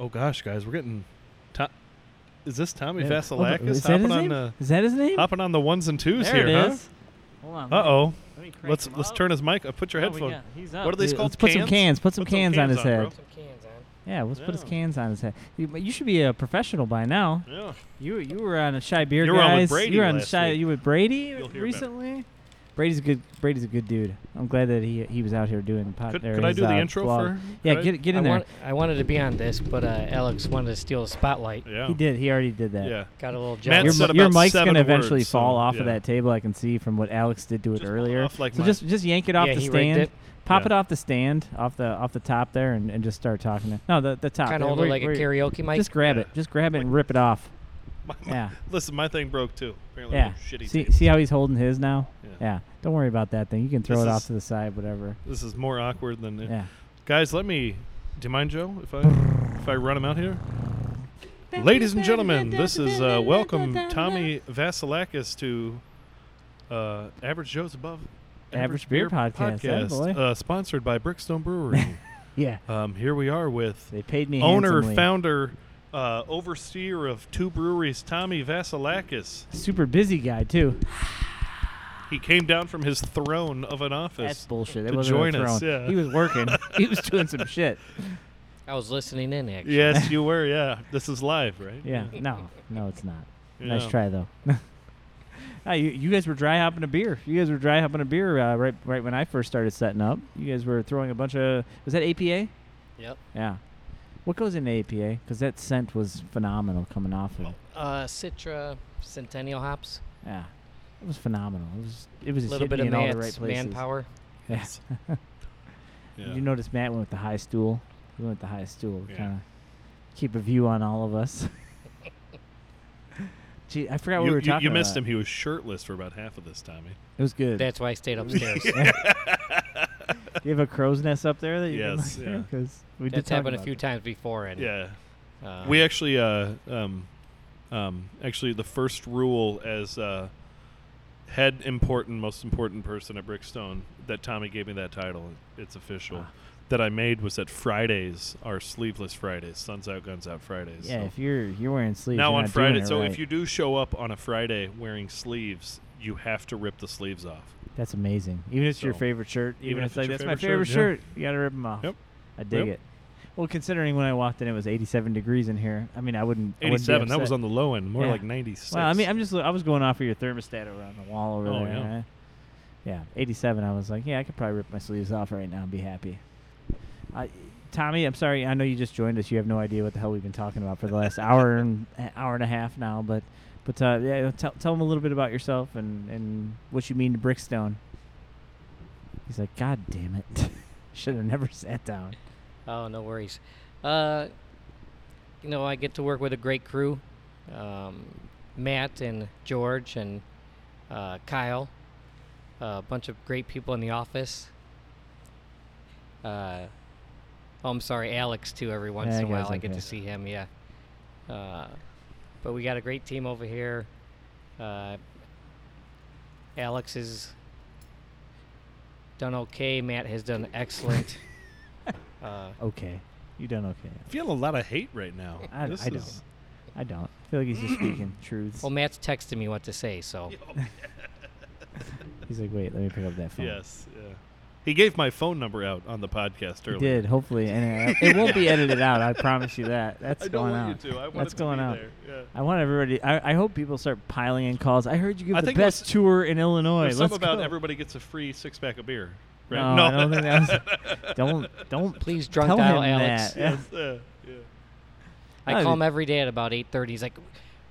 Speaker 2: oh gosh, guys, we're getting. To- is this Tommy
Speaker 1: Yeah.
Speaker 2: Vasilakis
Speaker 1: Is that his
Speaker 2: hopping on
Speaker 1: name?
Speaker 2: the
Speaker 1: Is that his name?
Speaker 2: hopping on the ones and twos
Speaker 1: there
Speaker 2: here?
Speaker 1: it
Speaker 2: huh?
Speaker 1: is. Hold on.
Speaker 2: Uh
Speaker 1: let me- let
Speaker 2: oh.
Speaker 1: me crank
Speaker 2: Let's
Speaker 1: him
Speaker 2: let's
Speaker 1: up.
Speaker 2: turn his mic. Uh, put your
Speaker 1: Oh, we
Speaker 2: headphone.
Speaker 1: got- he's
Speaker 2: What
Speaker 1: up.
Speaker 2: are these
Speaker 1: Dude,
Speaker 2: called?
Speaker 1: Let's put some cans. Put some
Speaker 2: Put some
Speaker 1: cans, on
Speaker 2: cans
Speaker 1: his
Speaker 2: on,
Speaker 1: head.
Speaker 2: bro.
Speaker 6: Some cans on.
Speaker 1: Yeah, let's put his
Speaker 2: Yeah.
Speaker 1: cans on his head. You, but you should be a professional by now.
Speaker 2: Yeah.
Speaker 1: You were- you were on a shy beer
Speaker 2: You were
Speaker 1: guys.
Speaker 2: on with Brady
Speaker 1: you were on
Speaker 2: last
Speaker 1: shy.
Speaker 2: week.
Speaker 1: You with Brady
Speaker 2: You'll hear
Speaker 1: recently. Brady's a good. Brady's a good dude. I'm glad that he he was out here doing the pod.
Speaker 2: Could,
Speaker 1: or
Speaker 2: could I
Speaker 1: his,
Speaker 2: do the
Speaker 1: uh,
Speaker 2: intro
Speaker 1: blog.
Speaker 2: for?
Speaker 1: Yeah,
Speaker 2: could I-
Speaker 1: get get in
Speaker 6: I,
Speaker 1: there.
Speaker 6: want, I wanted to be on this, but uh, Alex wanted to steal the spotlight.
Speaker 2: Yeah.
Speaker 1: He did. He already did that.
Speaker 2: Yeah.
Speaker 6: Got a little
Speaker 2: Matt
Speaker 1: Your,
Speaker 6: jealous.
Speaker 2: said
Speaker 1: mi- your
Speaker 2: about
Speaker 1: mic's
Speaker 2: seven
Speaker 1: gonna eventually
Speaker 2: words, so,
Speaker 1: fall off
Speaker 2: yeah.
Speaker 1: of that table. I can see from what Alex did to it
Speaker 2: Just
Speaker 1: earlier.
Speaker 2: off like
Speaker 1: so
Speaker 2: mine.
Speaker 1: just just yank it off
Speaker 6: Yeah,
Speaker 1: the
Speaker 6: he rigged
Speaker 1: stand.
Speaker 6: it.
Speaker 1: Pop
Speaker 2: Yeah.
Speaker 1: it off the stand, off the off the top there, and, and just start talking. To, no, the the top.
Speaker 6: Kind
Speaker 1: there,
Speaker 6: of hold
Speaker 1: where-
Speaker 6: it like a
Speaker 1: where-
Speaker 6: karaoke mic.
Speaker 1: Just grab
Speaker 2: Yeah.
Speaker 1: it. Just grab it and rip it off.
Speaker 2: My- my-
Speaker 1: Yeah.
Speaker 2: Listen, my thing broke too. Apparently,
Speaker 1: Yeah.
Speaker 2: we're shitty.
Speaker 1: See,
Speaker 2: people.
Speaker 1: see how he's holding his now?
Speaker 2: Yeah.
Speaker 1: Yeah. Don't worry about that thing. You can throw
Speaker 2: This
Speaker 1: it
Speaker 2: is-
Speaker 1: off to the side, whatever.
Speaker 2: This is more awkward than
Speaker 1: Yeah.
Speaker 2: guys. Let me. Do you mind, Joe, if I if I run him out here? Ladies and gentlemen, this is uh, welcome Tommy Vasilakis to uh, Average Joe's Above
Speaker 1: Average Beer Podcast, that boy.
Speaker 2: uh, sponsored by Brickstone Brewery.
Speaker 1: Yeah.
Speaker 2: um, here we are with
Speaker 1: They paid me
Speaker 2: owner,
Speaker 1: handsomely.
Speaker 2: founder, uh, overseer of two breweries, Tommy Vasilakis.
Speaker 1: Super busy guy too.
Speaker 2: He came down from his throne of an
Speaker 1: That's
Speaker 2: office.
Speaker 1: bullshit. That
Speaker 2: to
Speaker 1: wasn't a
Speaker 2: join us,
Speaker 1: throne.
Speaker 2: yeah.
Speaker 1: He was working. he was doing some shit.
Speaker 6: I was listening in actually.
Speaker 2: Yes, you were. Yeah, this is live, right?
Speaker 1: Yeah. No. No, it's not. Nice
Speaker 2: Yeah.
Speaker 1: try though. Ah, you, you guys were dry hopping a beer. You guys were dry hopping a beer uh, right right when I first started setting up. You guys were throwing a bunch of was that APA?
Speaker 6: Yep.
Speaker 1: Yeah. What goes into APA? Because that scent was phenomenal coming off of it.
Speaker 6: Uh, Citra Centennial hops.
Speaker 1: Yeah, it was phenomenal. It was it was
Speaker 6: A
Speaker 1: just
Speaker 6: little bit
Speaker 1: hitting
Speaker 6: of
Speaker 1: me in all
Speaker 6: Matt's
Speaker 1: the right places.
Speaker 6: manpower.
Speaker 1: Yeah.
Speaker 2: Yeah.
Speaker 1: Did you notice Matt went with the high stool? He went with the high stool.
Speaker 2: Yeah.
Speaker 1: Kind of keep a view on all of us. Gee, I forgot what
Speaker 2: You-
Speaker 1: we were
Speaker 2: you-
Speaker 1: talking.
Speaker 2: you missed
Speaker 1: about.
Speaker 2: him. He was shirtless for about half of this, Tommy.
Speaker 1: It was good.
Speaker 6: That's why I stayed upstairs.
Speaker 1: Do you have a crow's nest up there that you
Speaker 2: Yes,
Speaker 1: can like, Cause we did
Speaker 6: That's
Speaker 1: talk
Speaker 6: happened a
Speaker 1: about
Speaker 6: few
Speaker 1: it.
Speaker 6: times before. And,
Speaker 2: Yeah.
Speaker 6: uh,
Speaker 2: we actually uh um um actually the first rule as uh head important most important person at Brickstone that Tommy gave me that title it's official
Speaker 1: Ah.
Speaker 2: that I made was that Fridays are sleeveless Fridays suns out guns out Fridays
Speaker 1: Yeah,
Speaker 2: so.
Speaker 1: if you're you're wearing sleeves
Speaker 2: now
Speaker 1: you're
Speaker 2: on
Speaker 1: not doing
Speaker 2: Friday
Speaker 1: it
Speaker 2: so
Speaker 1: right.
Speaker 2: if you do show up on a Friday wearing sleeves you have to rip the sleeves off
Speaker 1: that's amazing. Even if it's your
Speaker 2: So,
Speaker 1: favorite shirt, even,
Speaker 2: even
Speaker 1: if
Speaker 2: if
Speaker 1: it's like
Speaker 2: it's
Speaker 1: that's
Speaker 2: your
Speaker 1: my favorite
Speaker 2: favorite shirt,
Speaker 1: shirt, you gotta rip them off.
Speaker 2: Yep.
Speaker 1: Oh, I dig
Speaker 2: Yep.
Speaker 1: it. Well, considering when I walked in, it was 87 degrees in here. I mean, I wouldn't. I wouldn't be
Speaker 2: 87 that was
Speaker 1: upset.
Speaker 2: on the low end more
Speaker 1: Yeah.
Speaker 2: like 96
Speaker 1: Well, I mean, I'm just I was going off of your thermostat over on the wall over
Speaker 2: Oh,
Speaker 1: there.
Speaker 2: yeah.
Speaker 1: huh? Yeah, 87. I was like, yeah, I could probably rip my sleeves off right now and be happy. I, Tommy, I'm sorry. I know you just joined us. You have no idea what the hell we've been talking about for the last hour and hour and a half now. But but uh, yeah, tell tell them a little bit about yourself and and what you mean to Brickstone. He's like, God damn it, should have never sat down.
Speaker 6: Oh, no worries. Uh, you know, I get to work with a great crew um, Matt and George and uh, Kyle, a bunch of great people in the office. Uh, oh, I'm sorry, Alex, too, every once
Speaker 1: Yeah,
Speaker 6: in a
Speaker 1: that guy's
Speaker 6: while. I get
Speaker 1: okay.
Speaker 6: to see him, yeah. Uh, but we got a great team over here. Uh, Alex has done okay. Matt has done excellent. uh,
Speaker 1: Okay, you done okay?
Speaker 2: I feel a lot of hate right now
Speaker 1: I, I
Speaker 2: This
Speaker 1: don't.
Speaker 2: is-
Speaker 1: I don't. I feel like he's just speaking truths.
Speaker 6: Well, Matt's texting me what to say, so
Speaker 1: He's like, wait, let me pick up that phone.
Speaker 2: yes yeah he gave my phone number out on the podcast
Speaker 1: He
Speaker 2: earlier
Speaker 1: did, hopefully. And uh, it, it won't be edited out, I promise you that. That's
Speaker 2: I don't
Speaker 1: going
Speaker 2: want
Speaker 1: out.
Speaker 2: you to. I want
Speaker 1: That's
Speaker 2: it to
Speaker 1: going
Speaker 2: be
Speaker 1: out.
Speaker 2: There. Yeah.
Speaker 1: I want everybody. I, I hope people start piling in calls. I heard you give
Speaker 2: I
Speaker 1: the
Speaker 2: think it was-
Speaker 1: best tour in Illinois.
Speaker 2: There's
Speaker 1: Let's
Speaker 2: something about
Speaker 1: go.
Speaker 2: everybody gets a free six pack of beer. Right?
Speaker 1: No, I don't think that was. Don't don't
Speaker 6: please drunk
Speaker 1: tell
Speaker 6: dial
Speaker 1: him
Speaker 6: Alex.
Speaker 1: that. Yeah.
Speaker 2: Yes, uh, yeah.
Speaker 1: No,
Speaker 6: I call
Speaker 1: it-
Speaker 6: him every day at about 8:30. He's like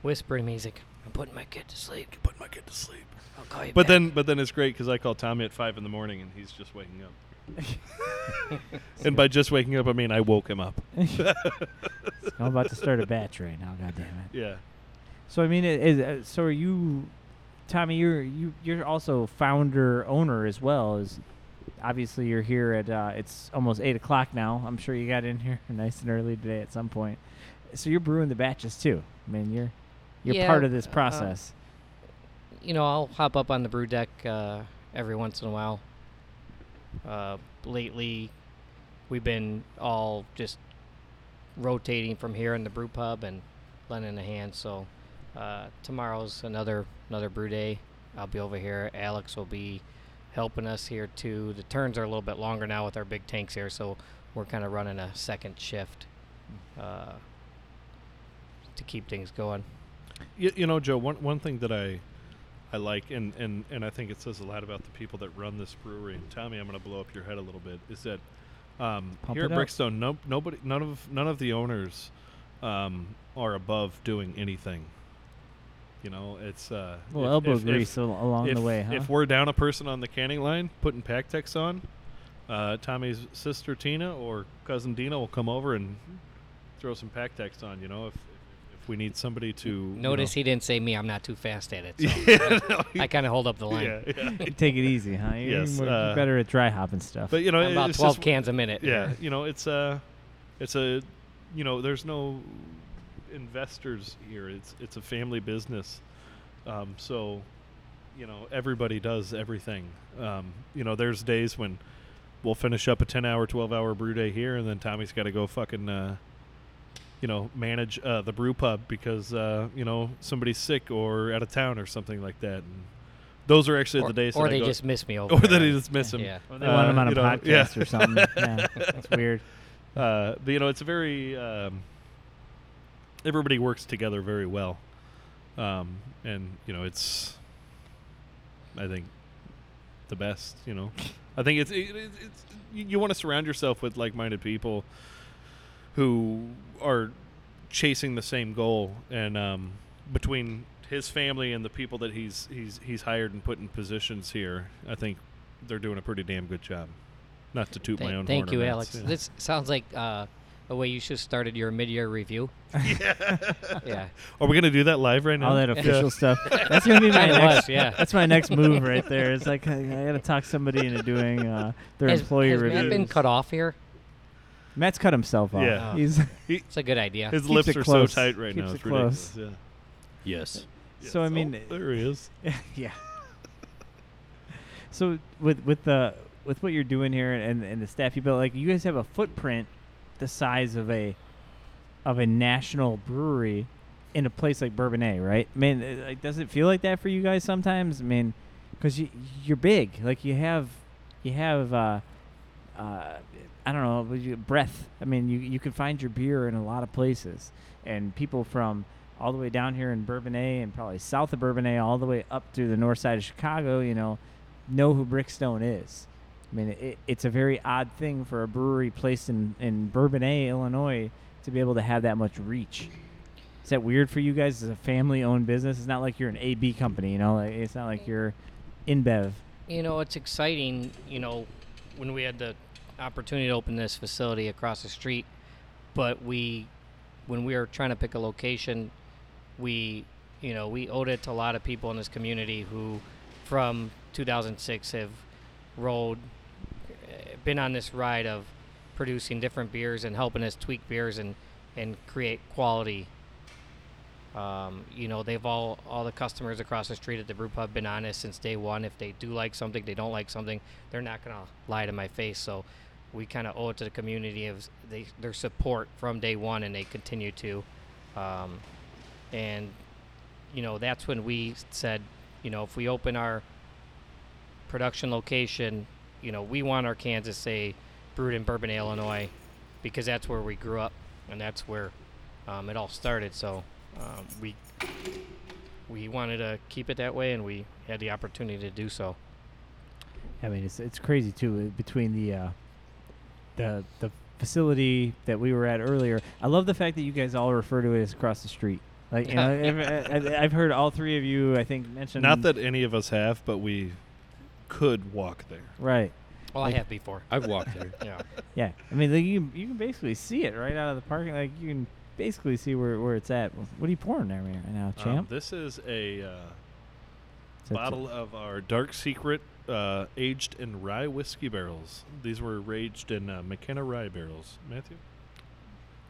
Speaker 6: whispering me, he's like, "I'm putting my kid to sleep.
Speaker 2: Put my kid to sleep.
Speaker 6: I'll call you
Speaker 2: But
Speaker 6: back."
Speaker 2: then, but then it's great because I call Tommy at five in the morning and he's just waking up. and by just waking up, I mean I woke him up.
Speaker 1: I'm about to start a batch right now. God damn it.
Speaker 2: Yeah.
Speaker 1: So I mean, it is. Uh, so are you, Tommy? You're you you're also founder owner as well as obviously you're here at uh, it's almost eight o'clock now. I'm sure you got in here nice and early today at some point. So you're brewing the batches too. I mean, you're you're
Speaker 6: Yeah,
Speaker 1: part of this
Speaker 6: uh,
Speaker 1: process.
Speaker 6: you know, I'll hop up on the brew deck uh, every once in a while. Uh, lately, we've been all just rotating from here in the brew pub and lending a hand. So uh, tomorrow's another another brew day. I'll be over here. Alex will be helping us here too. The turns are a little bit longer now with our big tanks here, so we're kind of running a second shift uh, to keep things going.
Speaker 2: you, you know, Joe, one, one thing that I I like and, and, and I think it says a lot about the people that run this brewery. And Tommy, I'm going to blow up your head a little bit. Is that um,
Speaker 1: Pump
Speaker 2: here
Speaker 1: it
Speaker 2: at
Speaker 1: up.
Speaker 2: Brickstone, no, nobody, none of none of the owners um, are above doing anything. You know, it's uh,
Speaker 1: A little
Speaker 2: if-
Speaker 1: elbow
Speaker 2: if- if-
Speaker 1: grease al- along
Speaker 2: if,
Speaker 1: the way, huh?
Speaker 2: If we're down a person on the canning line, putting pack techs on, uh, Tommy's sister Tina or cousin Dina will come over and throw some pack techs on. You know, if if we need somebody to you know-
Speaker 6: Notice he didn't say me. I'm not too fast at it. So
Speaker 2: yeah, no,
Speaker 6: I kind of hold up the line.
Speaker 2: yeah, yeah.
Speaker 1: Take it easy, huh? You're
Speaker 2: Yes,
Speaker 1: more-
Speaker 2: uh,
Speaker 1: better at dry hopping stuff.
Speaker 2: But you know,
Speaker 6: I'm about
Speaker 2: it's
Speaker 6: 12
Speaker 2: just,
Speaker 6: cans a minute.
Speaker 2: Yeah, you know, it's a, it's a, you know, there's no investors here. It's it's a family business, um, so, you know, everybody does everything. Um, you know, there's days when we'll finish up a 10-hour, 12-hour brew day here, and then Tommy's got to go fucking. Uh, you know, manage uh, the brew pub because uh, you know somebody's sick or out of town or something like that. And those are actually
Speaker 6: Or,
Speaker 2: the days.
Speaker 6: or
Speaker 2: that I
Speaker 6: they
Speaker 2: go-
Speaker 6: just miss me over.
Speaker 2: or that
Speaker 6: there.
Speaker 2: they just miss him.
Speaker 6: Yeah.
Speaker 1: they want him
Speaker 2: uh,
Speaker 1: on a
Speaker 2: you know,
Speaker 1: podcast
Speaker 2: yeah.
Speaker 1: or something. yeah, that's weird.
Speaker 2: Uh, but you know, it's a very um, everybody works together very well, um, and you know, it's I think the best. You know, I think it's it, it, it's you, you want to surround yourself with like-minded people who are chasing the same goal, and um, between his family and the people that he's he's he's hired and put in positions here, I think they're doing a pretty damn good job. Not to toot
Speaker 6: Thank,
Speaker 2: my own
Speaker 6: thank
Speaker 2: horn
Speaker 6: you,
Speaker 2: or not,
Speaker 6: Alex.
Speaker 2: yeah.
Speaker 6: This sounds like uh, a way you should have started your mid-year review. Yeah. yeah.
Speaker 2: Are we gonna do that live right now?
Speaker 1: All that official stuff. That's gonna be my
Speaker 6: Kinda
Speaker 1: next.
Speaker 6: was, yeah.
Speaker 1: That's my next move right there. It's like I, I gotta talk somebody into doing uh, their
Speaker 6: Has,
Speaker 1: employee
Speaker 6: has
Speaker 1: reviews.
Speaker 6: Matt been cut off here?
Speaker 1: Matt's cut himself off.
Speaker 2: Yeah.
Speaker 6: Oh.
Speaker 1: He's
Speaker 6: It's a good idea.
Speaker 2: His
Speaker 1: Keeps
Speaker 2: lips
Speaker 1: it
Speaker 2: are
Speaker 1: close.
Speaker 2: so tight right
Speaker 1: Keeps
Speaker 2: now.
Speaker 1: it
Speaker 2: It's
Speaker 1: close.
Speaker 2: ridiculous. Yeah.
Speaker 3: Yes.
Speaker 1: So, I
Speaker 2: Yes.
Speaker 1: mean,
Speaker 2: Oh, there he is.
Speaker 1: yeah. So with with the with what you're doing here and and the staff you built, like you guys have a footprint the size of a of a national brewery in a place like Bourbonnais, right? I mean, uh, like, does it feel like that for you guys sometimes? I mean, because you you're big, like you have you have uh, uh, I don't know but you- breadth. I mean, you you can find your beer in a lot of places, and people from all the way down here in Bourbonnais and probably south of Bourbonnais, all the way up through the north side of Chicago, you know, know who Brickstone is. I mean, it, it's a very odd thing for a brewery placed in in Bourbonnais, Illinois, to be able to have that much reach. Is that weird for you guys as a family-owned business? It's not like you're an AB company, you know. Like, it's not like you're InBev.
Speaker 6: You know, it's exciting. You know, when we had the opportunity to open this facility across the street, but we, when we were trying to pick a location, we, you know, we owed it to a lot of people in this community who, from 2006, have rode, eh, been on this ride of producing different beers and helping us tweak beers and and create quality um, you know, they've all all the customers across the street at the brew pub been honest since day one. If they do like something, they don't like something, they're not gonna lie to my face. So we kind of owe it to the community of s- they, their support from day one, and they continue to. Um, and you know, that's when we s- said, you know, if we open our production location, you know, we want our cans to say brewed in Bourbon, Illinois, because that's where we grew up, and that's where um, it all started. So um, we we wanted to keep it that way, and we had the opportunity to do so.
Speaker 1: I mean, it's it's crazy too uh, between the uh, the the facility that we were at earlier. I love the fact that you guys all refer to it as across the street. Like you know, I've, I've- I've heard all three of you, I think, mention
Speaker 2: Not that any of us have, but we could walk there.
Speaker 1: right.
Speaker 6: Well,
Speaker 1: Like-
Speaker 6: I have before.
Speaker 3: I've walked there.
Speaker 6: Yeah,
Speaker 1: Yeah, I mean, like you you can basically see it right out of the parking. Like you can basically see where, where it's at. What are you pouring there right now,
Speaker 2: Um,
Speaker 1: champ?
Speaker 2: this is a uh,
Speaker 1: Is that-
Speaker 2: bottle of our dark secret uh, aged in rye whiskey barrels. These were aged in uh, McKenna rye barrels. Matthew,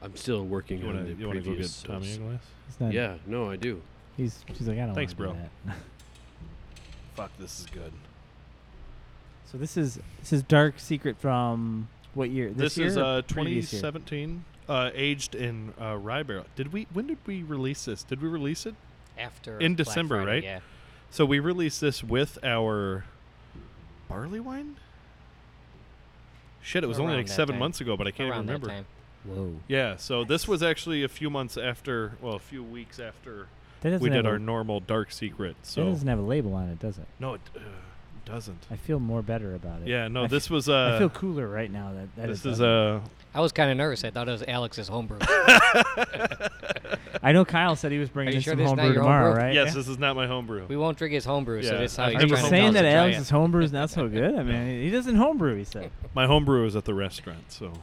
Speaker 3: I'm still working
Speaker 2: you
Speaker 3: on
Speaker 2: want
Speaker 3: the
Speaker 2: to you want to go get
Speaker 3: previous.
Speaker 2: Tommy a glass?
Speaker 1: He's not,
Speaker 3: yeah, no, I do.
Speaker 1: He's, she's like, I don't
Speaker 2: Thanks,
Speaker 1: wanna do
Speaker 2: bro.
Speaker 1: that."
Speaker 2: Fuck, this is good.
Speaker 1: So this is this is Dark Secret from what year? This,
Speaker 2: This,
Speaker 1: year
Speaker 2: is
Speaker 1: or
Speaker 2: uh,
Speaker 1: previous year?
Speaker 2: 2017, uh, aged in uh, rye barrel. Did we? When did we release this? Did we release it?
Speaker 6: after
Speaker 2: In
Speaker 6: Black
Speaker 2: December,
Speaker 6: Friday,
Speaker 2: right?
Speaker 6: Yeah.
Speaker 2: So we released this with our barley wine. Shit, it was only
Speaker 6: Around
Speaker 2: like
Speaker 6: that
Speaker 2: seven
Speaker 6: time.
Speaker 2: months ago, but I can't
Speaker 6: around
Speaker 2: even remember.
Speaker 6: that time.
Speaker 1: Whoa.
Speaker 2: Yeah, so this was actually a few months after, well, a few weeks after
Speaker 1: That doesn't
Speaker 2: we
Speaker 1: have
Speaker 2: did
Speaker 1: a-
Speaker 2: our normal dark secret.
Speaker 1: that
Speaker 2: So
Speaker 1: doesn't have a label on it, does it?
Speaker 2: no, it uh, doesn't.
Speaker 1: I feel more better about it.
Speaker 2: Yeah, no,
Speaker 1: I
Speaker 2: this
Speaker 1: f-
Speaker 2: was
Speaker 1: I feel
Speaker 2: uh,
Speaker 1: cooler right now. That, that
Speaker 2: this
Speaker 1: it's
Speaker 2: is
Speaker 1: on
Speaker 2: uh,
Speaker 6: I was kind of nervous. I thought it was Alex's homebrew.
Speaker 1: there. I know Kyle said he was bringing
Speaker 6: you
Speaker 1: in
Speaker 6: sure
Speaker 1: some
Speaker 6: this is not
Speaker 1: homebrew
Speaker 6: your
Speaker 1: tomorrow,
Speaker 6: homebrew?
Speaker 1: right?
Speaker 2: uh, yes,
Speaker 1: Yeah.
Speaker 2: this is not my homebrew.
Speaker 6: we won't drink his homebrew, so
Speaker 2: Yeah,
Speaker 6: that's how
Speaker 2: I
Speaker 6: he's
Speaker 1: Are
Speaker 2: remember
Speaker 1: you
Speaker 6: trying to
Speaker 1: saying
Speaker 6: tell
Speaker 1: that
Speaker 6: us to try
Speaker 1: Alex's
Speaker 6: it.
Speaker 1: homebrew is not so good? I mean, he doesn't homebrew. He said,
Speaker 2: My homebrew is at the restaurant, so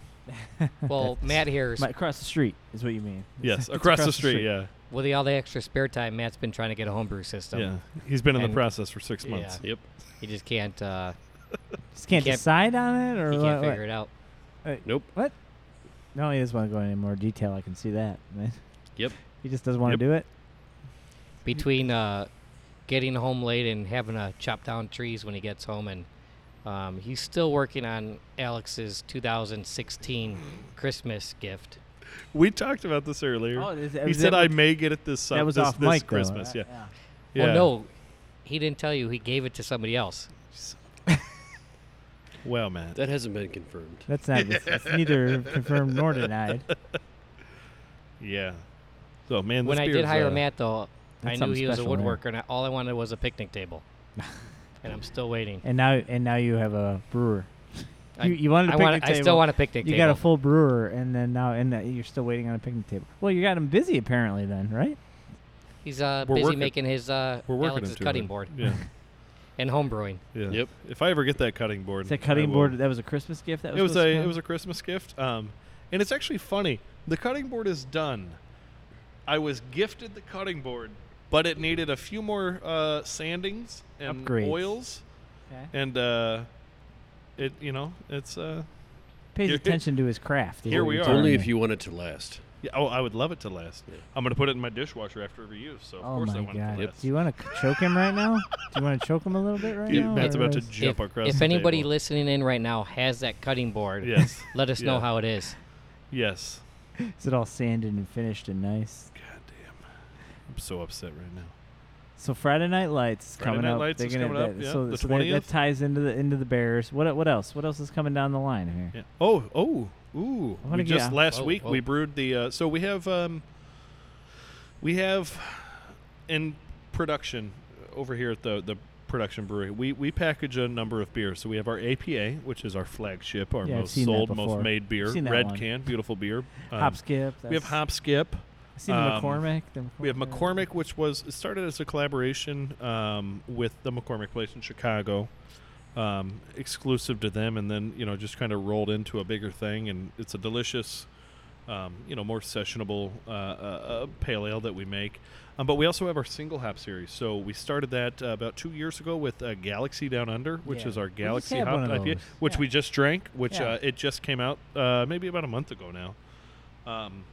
Speaker 6: Well, Matt here, is-
Speaker 1: My, across the street is what you mean. It's-
Speaker 2: yes,
Speaker 1: it's
Speaker 2: across, the street. Yeah,
Speaker 6: with all the extra spare time, Matt's been trying to get a homebrew system.
Speaker 2: yeah. He's been in the
Speaker 6: And-
Speaker 2: process for six
Speaker 6: yeah.
Speaker 2: months.
Speaker 3: Yep.
Speaker 6: He just can't. Uh,
Speaker 1: Just can't,
Speaker 6: can't-
Speaker 1: decide on it,
Speaker 6: he
Speaker 1: or
Speaker 6: can't
Speaker 1: what, what?
Speaker 6: figure it out.
Speaker 3: Nope.
Speaker 1: No, he doesn't want to go into more detail. I can see that. man.
Speaker 3: Yep.
Speaker 1: He just doesn't want
Speaker 2: Yep.
Speaker 1: to do it.
Speaker 6: between uh, getting home late and having to chop down trees when he gets home, and um, he's still working on Alex's 2016 Christmas gift. Oh,
Speaker 2: We talked about this earlier.
Speaker 1: Oh, is,
Speaker 2: he said I may get it this sum-
Speaker 1: That was
Speaker 2: this,
Speaker 1: off
Speaker 2: this
Speaker 1: mic, though. Oh,
Speaker 2: Christmas. Yeah.
Speaker 1: yeah.
Speaker 2: yeah.
Speaker 6: Well, no, he didn't tell you. He gave it to somebody else.
Speaker 2: Well, man.
Speaker 3: That hasn't been confirmed.
Speaker 1: That's not. That's, that's neither confirmed nor denied.
Speaker 2: Yeah. So man,
Speaker 6: when
Speaker 2: this
Speaker 6: I
Speaker 2: beer
Speaker 6: did
Speaker 2: is,
Speaker 6: hire
Speaker 2: uh,
Speaker 6: Matt, though, I
Speaker 1: That's
Speaker 6: knew
Speaker 1: something
Speaker 6: he was a
Speaker 1: special there.
Speaker 6: woodworker, and I, all I wanted was a picnic table. and I'm still waiting.
Speaker 1: And now, and now you have a brewer.
Speaker 6: I-
Speaker 1: you, you wanted a
Speaker 6: I,
Speaker 1: picnic
Speaker 6: want, I
Speaker 1: table.
Speaker 6: still want a picnic
Speaker 1: you
Speaker 6: table.
Speaker 1: got a full brewer, and then now, and that you're still waiting on a picnic table. Well, you got him busy apparently, then, right?
Speaker 6: He's uh,
Speaker 2: We're
Speaker 6: busy
Speaker 2: working-
Speaker 6: making his uh,
Speaker 2: We're working
Speaker 6: Alex's
Speaker 2: into
Speaker 6: cutting
Speaker 2: it.
Speaker 6: board
Speaker 2: Yeah.
Speaker 6: and homebrewing.
Speaker 2: Yeah.
Speaker 3: Yep.
Speaker 2: If I ever get that cutting board,
Speaker 1: It's a
Speaker 2: I
Speaker 1: cutting
Speaker 2: will.
Speaker 1: board. That was a Christmas gift. That was
Speaker 2: it was
Speaker 1: supposed to
Speaker 2: a
Speaker 1: come?
Speaker 2: it was a Christmas gift. Um, and it's actually funny. The cutting board is done. I was gifted the cutting board, but it needed a few more uh, sandings and
Speaker 1: Upgrades.
Speaker 2: oils,
Speaker 1: Okay.
Speaker 2: and uh, it you know it's uh
Speaker 1: Pays
Speaker 2: Here-
Speaker 1: attention to his craft. is
Speaker 2: here
Speaker 1: what
Speaker 2: we
Speaker 1: you're
Speaker 2: are.
Speaker 3: It's
Speaker 1: telling
Speaker 3: only
Speaker 1: me.
Speaker 3: if you want it to last.
Speaker 2: yeah, oh I would love it to last.
Speaker 3: Yeah.
Speaker 2: I'm gonna put it in my dishwasher after every use. So of
Speaker 1: Oh
Speaker 2: course
Speaker 1: my
Speaker 2: I want
Speaker 1: god!
Speaker 2: it to last.
Speaker 1: Do you want to choke him right now? Do you want to choke him a little bit right
Speaker 2: Dude,
Speaker 1: now?
Speaker 2: Matt's
Speaker 1: or
Speaker 2: about to
Speaker 1: is-
Speaker 2: jump
Speaker 6: if,
Speaker 2: across
Speaker 6: if
Speaker 2: the
Speaker 6: anybody
Speaker 2: table.
Speaker 6: listening in right now has that cutting board,
Speaker 2: Yes.
Speaker 6: let us know
Speaker 2: Yeah.
Speaker 6: how it is.
Speaker 2: yes.
Speaker 1: Is it all sanded and finished and nice?
Speaker 2: God damn. I'm so upset right now.
Speaker 1: So Friday Night Lights is
Speaker 2: Friday
Speaker 1: coming
Speaker 2: Night
Speaker 1: up.
Speaker 2: Lights
Speaker 1: They're
Speaker 2: is
Speaker 1: gonna-
Speaker 2: coming up,
Speaker 1: that-
Speaker 2: yeah,
Speaker 1: So,
Speaker 2: the
Speaker 1: so that, that
Speaker 2: 20th.
Speaker 1: ties into the into the Bears. What what else? What else is coming down the line here?
Speaker 2: Yeah. Oh, oh,
Speaker 1: I
Speaker 2: ooh.
Speaker 1: wanna
Speaker 2: We
Speaker 1: get-
Speaker 2: just last
Speaker 6: Whoa,
Speaker 2: week we
Speaker 6: whoa.
Speaker 2: brewed the. Uh, so we have um, we have in production over here at the the production brewery. We we package a number of beers. So we have our APA, which is our flagship, our
Speaker 1: Yeah, I've
Speaker 2: most
Speaker 1: seen that
Speaker 2: sold, most
Speaker 1: before.
Speaker 2: made beer.
Speaker 1: I've seen that
Speaker 2: Red
Speaker 1: one.
Speaker 2: can, beautiful beer. Um,
Speaker 1: hop skip.
Speaker 2: we have
Speaker 1: that's-
Speaker 2: Hop Skip.
Speaker 1: I seen the
Speaker 2: um,
Speaker 1: McCormick. the
Speaker 2: We have McCormick, which was it started as a collaboration um, with the McCormick place in Chicago, um, exclusive to them, and then you know just kind of rolled into a bigger thing. And it's a delicious, um, you know, more sessionable uh, uh, uh, pale ale that we make. Um, but we also have our single hop series. So we started that uh, about two years ago with uh, Galaxy Down Under, which
Speaker 1: Yeah.
Speaker 2: is our
Speaker 1: We just
Speaker 2: Galaxy
Speaker 1: had
Speaker 2: Hop
Speaker 1: one of
Speaker 2: IPA,
Speaker 1: those.
Speaker 2: which
Speaker 1: Yeah.
Speaker 2: we just drank. Which
Speaker 1: Yeah.
Speaker 2: uh, it just came out uh, maybe about a month ago now. Um,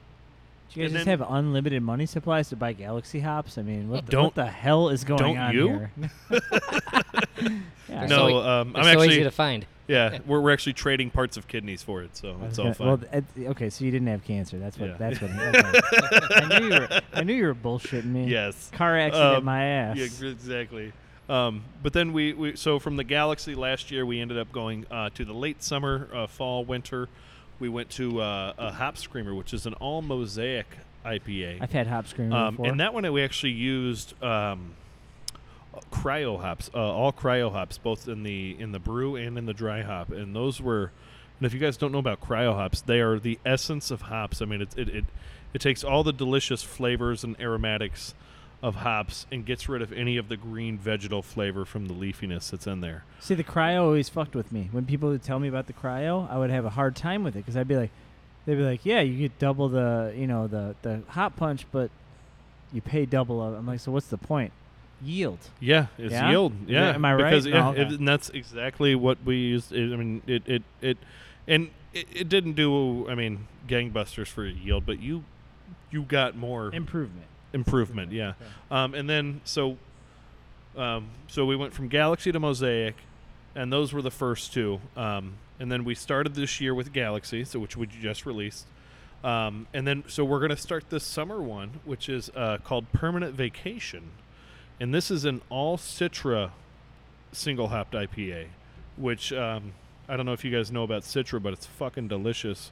Speaker 1: Do you guys
Speaker 2: and
Speaker 1: just
Speaker 2: then-
Speaker 1: have unlimited money supplies to buy Galaxy hops? I mean, what the,
Speaker 2: Don't-
Speaker 1: what the hell is going
Speaker 2: don't
Speaker 1: on
Speaker 2: you?
Speaker 1: here? yeah.
Speaker 6: They're
Speaker 2: no,
Speaker 6: so e-
Speaker 2: um,
Speaker 6: They're
Speaker 2: I'm
Speaker 6: so
Speaker 2: actually
Speaker 6: easy to find.
Speaker 2: Yeah, we're, we're actually trading parts of kidneys for it, so
Speaker 1: I was
Speaker 2: it's all
Speaker 1: gonna- Well,
Speaker 2: fine.
Speaker 1: th- it- okay, so you didn't have cancer. That's what.
Speaker 2: Yeah.
Speaker 1: That's what. okay. I knew you were. I knew you were bullshitting me.
Speaker 2: yes.
Speaker 1: Car accident,
Speaker 2: Um,
Speaker 1: my ass.
Speaker 2: Yeah, ex- exactly. Um, but then we, we so from the galaxy last year we ended up going uh, to the late summer, uh, fall, winter. We went to uh, a Hop Screamer, which is an all mosaic IPA.
Speaker 1: I've had hop screamer
Speaker 2: Um,
Speaker 1: before.
Speaker 2: and that one we actually used um, cryo hops, uh, all cryo hops, both in the in the brew and in the dry hop. And those were, and if you guys don't know about cryo hops, they are the essence of hops. I mean, it it it, it takes all the delicious flavors and aromatics of hops and gets rid of any of the green vegetal flavor from the leafiness that's in there.
Speaker 1: See, the cryo always fucked with me. When people would tell me about the cryo, I would have a hard time with it because I'd be like, they'd be like, yeah, you get double the, you know, the the hot punch, but you pay double of. it." I'm like, so what's the point? yield.
Speaker 2: Yeah, it's
Speaker 1: Yeah?
Speaker 2: yield.
Speaker 1: Is
Speaker 2: Yeah,
Speaker 1: that- am I right?
Speaker 2: Because yeah,
Speaker 1: Oh, okay.
Speaker 2: it- and that's exactly what we used. It, I mean, it it it, and it, it didn't do. I mean, gangbusters for yield, but you you got more
Speaker 1: Improvement.
Speaker 2: improvement. Yeah, um, and then so um, so we went from Galaxy to Mosaic, and those were the first two. Um, and then we started this year with Galaxy, so which we just released. Um, and then so we're going to start this summer one, which is uh, called Permanent Vacation, and this is an all Citra single hopped IPA, which um, I don't know if you guys know about Citra, but it's fucking delicious.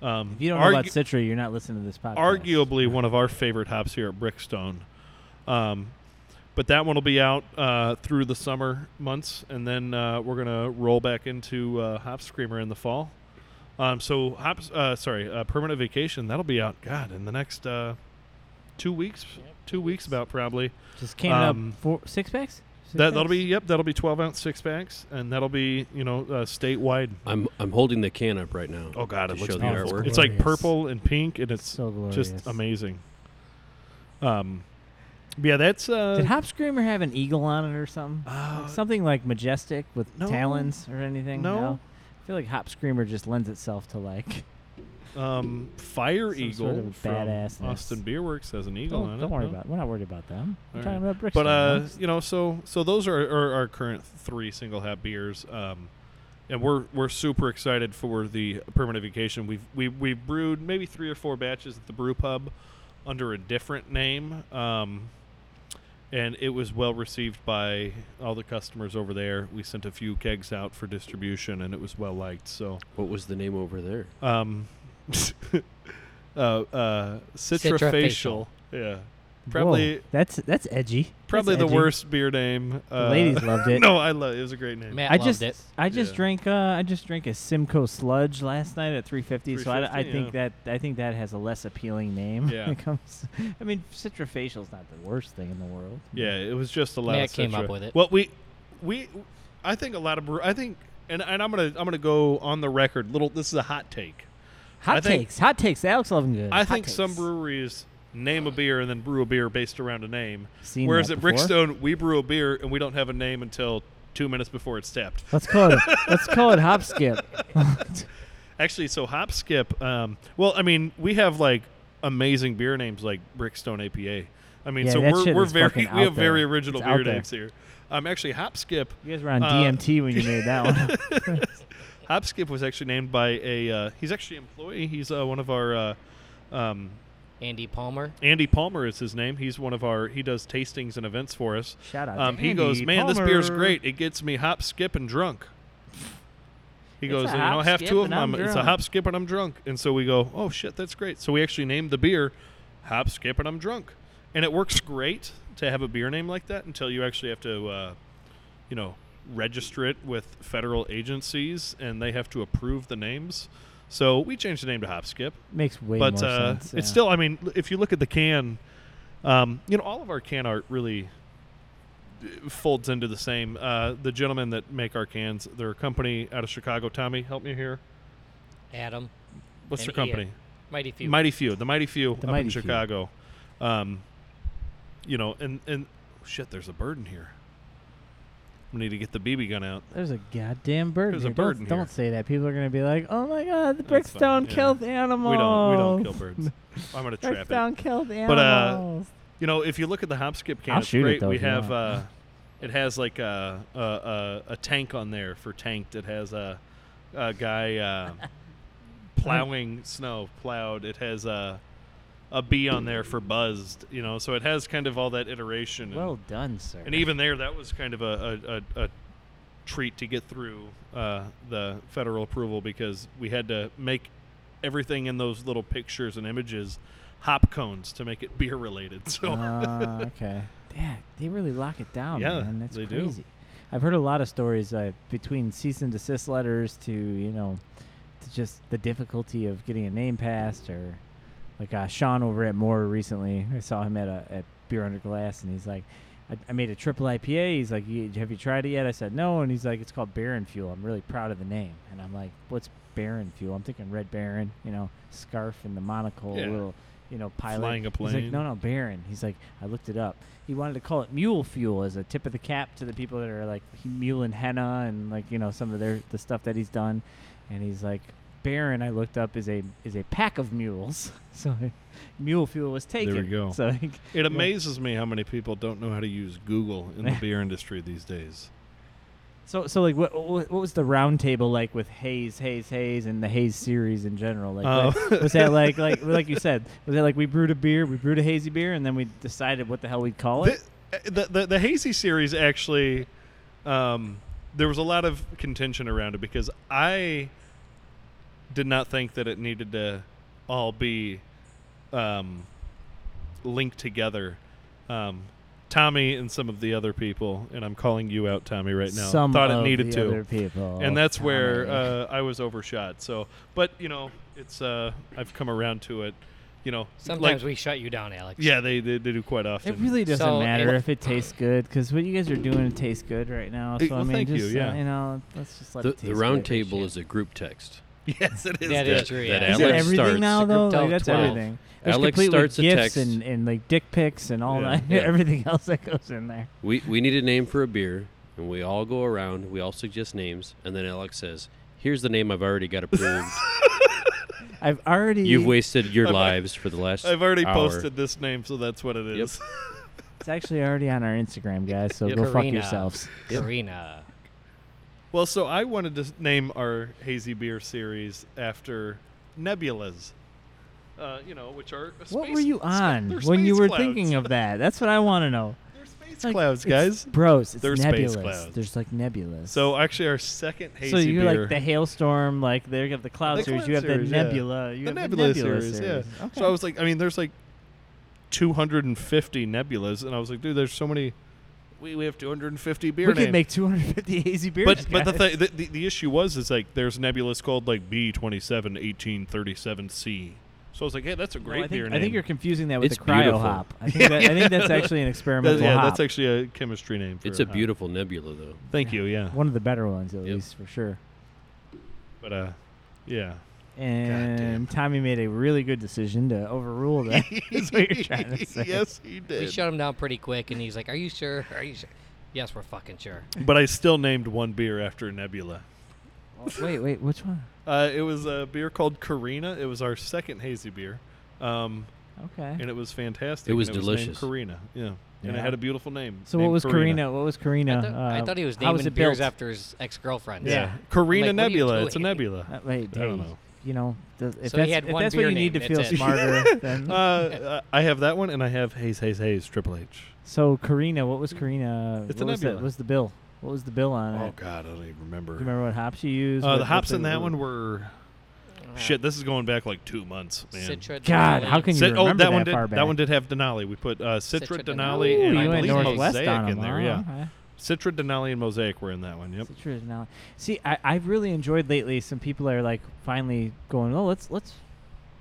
Speaker 2: Um,
Speaker 1: If you don't know
Speaker 2: argu-
Speaker 1: about Citra, you're not listening to this podcast.
Speaker 2: arguably one of our favorite hops here at Brickstone. Um, but that one will be out uh, through the summer months, and then uh, we're gonna roll back into uh, Hop Screamer in the fall. Um, so hops, uh, sorry, uh, permanent vacation that'll be out. God, in the next uh, two weeks, two weeks about probably.
Speaker 1: Just came
Speaker 2: Um,
Speaker 1: up four six packs. Six
Speaker 2: That that'll
Speaker 1: packs?
Speaker 2: be yep, that'll be twelve ounce six packs, and that'll be you know uh, statewide.
Speaker 3: I'm I'm holding the can up right now.
Speaker 2: Oh God,
Speaker 3: to
Speaker 2: it looks
Speaker 3: show the
Speaker 2: beautiful.
Speaker 3: artwork.
Speaker 2: It's like
Speaker 1: Glorious.
Speaker 2: purple and pink, and it's
Speaker 1: so glorious.
Speaker 2: just amazing. Um, yeah, that's
Speaker 1: Did
Speaker 2: uh,
Speaker 1: Hop Screamer have an eagle on it or something? Like
Speaker 2: uh
Speaker 1: something like majestic with
Speaker 2: no.
Speaker 1: talons or anything?
Speaker 2: No.
Speaker 1: I feel like Hop Screamer just lends itself to like.
Speaker 2: um, fire
Speaker 1: some
Speaker 2: eagle
Speaker 1: sort of
Speaker 2: from
Speaker 1: badassness.
Speaker 2: Austin Beerworks has an eagle
Speaker 1: Don't,
Speaker 2: on
Speaker 1: don't
Speaker 2: it.
Speaker 1: worry
Speaker 2: no?
Speaker 1: about. We're not worried about them. We're
Speaker 2: All
Speaker 1: talking about Brixton.
Speaker 2: But uh,
Speaker 1: folks.
Speaker 2: you know, so so those are, are our current three single hat beers, um, and we're we're super excited for the permanent vacation. We've we we brewed maybe three or four batches at the brew pub under a different name, um, and it was well received by all the customers over there. We sent a few kegs out for distribution, and it was well liked. So,
Speaker 3: What was the name over there?
Speaker 2: um, uh, uh, Citra, facial,
Speaker 6: Citra Facial.
Speaker 2: yeah,
Speaker 1: Whoa,
Speaker 2: probably-
Speaker 1: that's that's edgy. That's
Speaker 2: probably the
Speaker 1: edgy.
Speaker 2: worst beer name. uh,
Speaker 1: The ladies loved it.
Speaker 2: No, I love it. was a great name.
Speaker 6: Matt
Speaker 1: I
Speaker 6: loved
Speaker 1: just
Speaker 6: it.
Speaker 1: I just
Speaker 2: Yeah.
Speaker 1: drank uh, I just drank a Simcoe Sludge last night at 350. So I, I
Speaker 2: 350,
Speaker 1: think that I think that has a less appealing name.
Speaker 2: Yeah.
Speaker 1: when it comes. I mean, Citra facial's not the worst thing in the world.
Speaker 2: Yeah, it was just a lot.
Speaker 6: Matt
Speaker 2: of
Speaker 6: came up
Speaker 2: Citra.
Speaker 6: with it.
Speaker 2: Well, we, we, I think a lot of. Brew, I think, and, and I'm gonna I'm gonna go on the record. Little, this is a hot take. I
Speaker 1: Hot
Speaker 2: think-
Speaker 1: takes, hot takes. Alex loving good.
Speaker 2: I
Speaker 1: Hot
Speaker 2: think some
Speaker 1: takes.
Speaker 2: breweries name a beer and then brew a beer based around a name.
Speaker 1: Seen
Speaker 2: Whereas
Speaker 1: that
Speaker 2: at
Speaker 1: before.
Speaker 2: Brickstone, we brew a beer and we don't have a name until two minutes before it's tapped.
Speaker 1: Let's call it. let's call it hop skip.
Speaker 2: Actually, so Hop Skip. Um, well, I mean, we have like amazing beer names like Brickstone APA. I mean,
Speaker 1: Yeah,
Speaker 2: so
Speaker 1: that
Speaker 2: we're,
Speaker 1: shit
Speaker 2: we're
Speaker 1: is
Speaker 2: very we
Speaker 1: fucking
Speaker 2: have
Speaker 1: out there.
Speaker 2: very original
Speaker 1: It's
Speaker 2: beer
Speaker 1: out there.
Speaker 2: names here. Um, actually, Hop Skip,
Speaker 1: You guys were on
Speaker 2: Uh,
Speaker 1: DMT when you made that one.
Speaker 2: Hop Skip was actually named by a. Uh, he's actually an employee. He's uh, one of our. Uh, um,
Speaker 6: Andy Palmer.
Speaker 2: Andy Palmer is his name. He's one of our. He does tastings and events for us.
Speaker 1: Shout out. to
Speaker 2: Um, he
Speaker 1: Andy
Speaker 2: goes, man, this
Speaker 1: Palmer."
Speaker 2: beer's great. It gets me hop, skip, and drunk. He
Speaker 1: It's
Speaker 2: goes,
Speaker 1: a
Speaker 2: you know, I
Speaker 1: hop,
Speaker 2: have
Speaker 1: skip,
Speaker 2: two of
Speaker 1: and
Speaker 2: them.
Speaker 1: I'm
Speaker 2: I'm- it's a
Speaker 1: drunk."
Speaker 2: hop, skip, and I'm drunk. And so we go, oh shit, that's great. So we actually named the beer, hop, skip, and I'm drunk. And it works great to have a beer name like that until you actually have to, uh, you know, register it with federal agencies and they have to approve the names. So we changed the name to Hop Skip
Speaker 1: Makes way
Speaker 2: but
Speaker 1: more
Speaker 2: uh,
Speaker 1: sense.
Speaker 2: it's
Speaker 1: yeah.
Speaker 2: still. I mean, l- if you look at the can, um, you know, all of our can art really uh, folds into the same. Uh, the gentlemen that make our cans, they're a company out of Chicago. Tommy, help me here.
Speaker 6: Adam.
Speaker 2: What's
Speaker 6: And
Speaker 2: their company?
Speaker 6: Ian. Mighty few.
Speaker 2: Mighty Few. The Mighty Few up
Speaker 1: Mighty
Speaker 2: in
Speaker 1: Few.
Speaker 2: Chicago. Um, you know, and and shit, there's a bird in here. We need to get the BB gun out.
Speaker 1: There's a goddamn bird.
Speaker 2: There's
Speaker 1: in
Speaker 2: a
Speaker 1: here.
Speaker 2: bird
Speaker 1: Don't,
Speaker 2: in
Speaker 1: don't
Speaker 2: here.
Speaker 1: say that. People are gonna be like, "Oh my God, the
Speaker 2: That's fine,
Speaker 1: Brickstone
Speaker 2: yeah.
Speaker 1: killed animals."
Speaker 2: We don't. We don't kill birds. I'm gonna trap it.
Speaker 1: Brickstone killed animals.
Speaker 2: uh, You know, if you look at the hop skip can,
Speaker 1: I'll
Speaker 2: it's
Speaker 1: shoot it,
Speaker 2: great.
Speaker 1: though,
Speaker 2: we
Speaker 1: if you
Speaker 2: have
Speaker 1: want.
Speaker 2: uh, it has like a, a, a, a tank on there for tanked. It has a, a guy uh, plowing snow, plowed. It has a a bee on there for buzzed. You know, so it has kind of all that iteration. And,
Speaker 1: well done, sir.
Speaker 2: and even there, that was kind of a, a, a, a treat to get through uh, the federal approval because we had to make everything in those little pictures and images hop cones to make it beer related. So.
Speaker 1: Ah, okay. Yeah, they really lock it down.
Speaker 2: Yeah,
Speaker 1: man. that's
Speaker 2: they do.
Speaker 1: crazy. I've heard a lot of stories uh, between cease and desist letters to you know, to just the difficulty of getting a name passed, or like uh, Sean over at Moore recently. I saw him at a at Beer Under Glass, and he's like. I, I made a triple IPA. He's like, "You- "Have you tried it yet?" I said, "No," and he's like, "It's called Baron Fuel. I'm really proud of the name." And I'm like, "What's Baron Fuel?" I'm thinking Red Baron, you know, scarf and the monocle,
Speaker 2: Yeah.
Speaker 1: little you know, pilot.
Speaker 2: Flying a
Speaker 1: He's
Speaker 2: plane.
Speaker 1: like, no, no, Baron. He's like, I looked it up. He wanted to call it mule fuel as a tip of the cap to the people that are like mule and henna and like you know some of their the stuff that he's done. And he's like, Baron, I looked up is a is a pack of mules. so mule fuel was
Speaker 2: we
Speaker 1: taken.
Speaker 2: go.
Speaker 1: So like,
Speaker 2: It amazes me how many people don't know how to use Google in the beer industry these days.
Speaker 1: so so like what what, what was the round table like with Hayes, Hayes, Hayes, and the Hayes series in general? Like,
Speaker 2: Oh.
Speaker 1: like, was that like like like you said? Was that like we brewed a beer, we brewed a hazy beer, and then we decided what the hell we'd call it?
Speaker 2: The, eh, the, the, the Hazy series actually, um, there was a lot of contention around it because I did not think that it needed to all be um, linked together. Um, Tommy and some of the other people, and I'm calling you out, Tommy, right now.
Speaker 1: Some
Speaker 2: thought
Speaker 1: of
Speaker 2: it needed
Speaker 1: the
Speaker 2: to.
Speaker 1: other people.
Speaker 2: and that's where
Speaker 1: Tommy.
Speaker 2: uh, I was overshot. So, but you know, it's uh, I've come around to it. You know,
Speaker 6: Sometimes
Speaker 2: like-
Speaker 6: we shut you down, Alex.
Speaker 2: yeah, they, they they do quite often.
Speaker 1: it really doesn't
Speaker 6: So
Speaker 1: matter
Speaker 6: it-
Speaker 1: if it tastes good because what you guys are doing tastes good right now. So
Speaker 2: Eh, well,
Speaker 1: I mean,
Speaker 2: thank you,
Speaker 1: just uh,
Speaker 2: yeah.
Speaker 1: you know, let's just let
Speaker 3: The,
Speaker 1: it
Speaker 3: the
Speaker 1: taste
Speaker 3: round
Speaker 1: good.
Speaker 3: table is a group text.
Speaker 2: yes, it is.
Speaker 6: That
Speaker 2: that.
Speaker 6: is true.
Speaker 3: that
Speaker 6: Yeah.
Speaker 1: Is
Speaker 3: Alex
Speaker 1: it everything
Speaker 3: starts.
Speaker 1: now
Speaker 6: It's a
Speaker 1: though?
Speaker 6: group
Speaker 1: Like,
Speaker 6: of
Speaker 1: that's
Speaker 6: 12.
Speaker 1: everything. There's
Speaker 3: Alex
Speaker 1: complete with
Speaker 3: starts a
Speaker 1: gifs
Speaker 3: text.
Speaker 1: and, and like dick pics and all
Speaker 2: Yeah,
Speaker 1: that,
Speaker 3: yeah.
Speaker 1: everything else that goes in there.
Speaker 3: We we need a name for a beer, and we all go around. We all suggest names, and then Alex says, "Here's the name I've already got approved.
Speaker 1: I've already
Speaker 3: You've wasted your lives for the last.
Speaker 2: I've already
Speaker 3: hour."
Speaker 2: posted this name, so that's what it
Speaker 3: Yep.
Speaker 2: is.
Speaker 1: It's actually already on our Instagram, guys. So
Speaker 3: Yep.
Speaker 1: go fuck
Speaker 6: Karina.
Speaker 1: yourselves.
Speaker 6: Karina.
Speaker 2: well, so I wanted to s- name our hazy beer series after nebulas. Uh, you know, which are a space,
Speaker 1: What were you
Speaker 2: spa-
Speaker 1: on
Speaker 2: they're
Speaker 1: when you
Speaker 2: space
Speaker 1: were
Speaker 2: clouds.
Speaker 1: thinking of that? That's what I want to know.
Speaker 2: They're space
Speaker 1: Like,
Speaker 2: clouds,
Speaker 1: it's-
Speaker 2: guys.
Speaker 1: Bros, it's
Speaker 2: They're space
Speaker 1: nebulous.
Speaker 2: clouds.
Speaker 1: There's like nebulous.
Speaker 2: So actually, our second hazy
Speaker 1: so you
Speaker 2: beer.
Speaker 1: like the hailstorm, like they have the cloud
Speaker 2: The
Speaker 1: series,
Speaker 2: cloud
Speaker 1: you have
Speaker 2: series,
Speaker 1: the
Speaker 2: yeah.
Speaker 1: nebula, you
Speaker 2: the
Speaker 1: have
Speaker 2: nebula,
Speaker 1: the nebula
Speaker 2: series, yeah.
Speaker 1: Okay.
Speaker 2: So I was like, I mean, there's like 250 nebulas, and I was like, dude, there's so many. We, we have 250 beer
Speaker 1: we
Speaker 2: names.
Speaker 1: could make 250 hazy beers.
Speaker 2: but but the,
Speaker 1: guys.
Speaker 2: thi- the, the the issue was is like there's nebulas called like B 271837 C. So I was like, hey, that's a
Speaker 1: No,
Speaker 2: great
Speaker 1: I think,
Speaker 2: beer
Speaker 1: I
Speaker 2: name.
Speaker 1: think you're confusing that with
Speaker 3: It's
Speaker 1: the cryo
Speaker 3: beautiful.
Speaker 1: hop. I think, that, I think that's actually an experimental
Speaker 2: That- yeah,
Speaker 1: hop.
Speaker 2: that's actually a chemistry name. For
Speaker 3: It's a
Speaker 2: hop.
Speaker 3: beautiful nebula, though.
Speaker 2: Thank you. Yeah.
Speaker 1: one of the better ones, at
Speaker 3: Yep.
Speaker 1: least for sure.
Speaker 2: But uh, yeah.
Speaker 1: And Tommy made a really good decision to overrule that. is what you're trying to say.
Speaker 2: yes, he
Speaker 6: We
Speaker 2: did.
Speaker 6: shut him down pretty quick, and he's like, "Are you sure? Are you sure?" Yes, we're fucking sure.
Speaker 2: But I still named one beer after a nebula.
Speaker 1: wait, wait, which one?
Speaker 2: Uh, it was a beer called Karina. It was our second hazy beer. Um,
Speaker 1: Okay.
Speaker 2: and it was fantastic.
Speaker 3: It was
Speaker 2: and named
Speaker 3: delicious.
Speaker 2: Karina, yeah. and it
Speaker 1: Yeah.
Speaker 2: had a beautiful name.
Speaker 1: So
Speaker 2: named
Speaker 1: what was Karina? What was Karina?
Speaker 6: I, thought, I
Speaker 1: uh,
Speaker 6: thought he was
Speaker 1: how
Speaker 6: naming
Speaker 1: was it
Speaker 6: beers
Speaker 1: built?
Speaker 6: after his ex-girlfriend.
Speaker 2: Yeah, Karina
Speaker 6: I'm like, what are you
Speaker 2: Nebula. It's a
Speaker 6: doing?
Speaker 2: nebula.
Speaker 1: Uh, wait,
Speaker 2: I don't
Speaker 1: hey,
Speaker 2: know.
Speaker 1: You know, th- if
Speaker 6: So he
Speaker 1: that's,
Speaker 6: had
Speaker 1: if
Speaker 6: one
Speaker 1: that's what
Speaker 6: beer
Speaker 1: you need to
Speaker 6: name,
Speaker 1: feel
Speaker 6: that's it.
Speaker 1: smarter, then.
Speaker 2: Uh, uh, I have that one, and I have Hayes Hayes Hayes Triple H.
Speaker 1: so Karina, what was Karina? uh,
Speaker 2: It's a
Speaker 1: what was the,
Speaker 2: nebula.
Speaker 1: what was the bill? What was the bill on it?
Speaker 2: Oh, God, I don't
Speaker 1: Do
Speaker 2: even remember.
Speaker 1: you remember what hops you used?
Speaker 2: Uh,
Speaker 1: What-
Speaker 2: the
Speaker 1: what
Speaker 2: hops in
Speaker 1: they
Speaker 2: that
Speaker 1: were-
Speaker 2: one were
Speaker 6: Uh,
Speaker 2: shit. This is going back like two months, man.
Speaker 6: Citra
Speaker 1: God,
Speaker 6: Denali.
Speaker 1: how can you
Speaker 2: Cit- oh,
Speaker 1: remember
Speaker 2: that one
Speaker 1: far
Speaker 2: did.
Speaker 1: back?
Speaker 2: That one did have Denali. We put uh, Citra,
Speaker 6: Citra
Speaker 2: Denali,
Speaker 6: Denali.
Speaker 1: Ooh,
Speaker 2: and
Speaker 1: you
Speaker 2: I
Speaker 1: went
Speaker 2: believe
Speaker 1: northwest
Speaker 2: Mosaic
Speaker 1: on 'em,
Speaker 2: in there.
Speaker 1: huh?
Speaker 2: Yeah,
Speaker 1: Okay.
Speaker 2: Citra Denali and Mosaic were in that one. Yep.
Speaker 1: Citrus now. See, I, I've really enjoyed lately. Some people are like finally going, oh, let's let's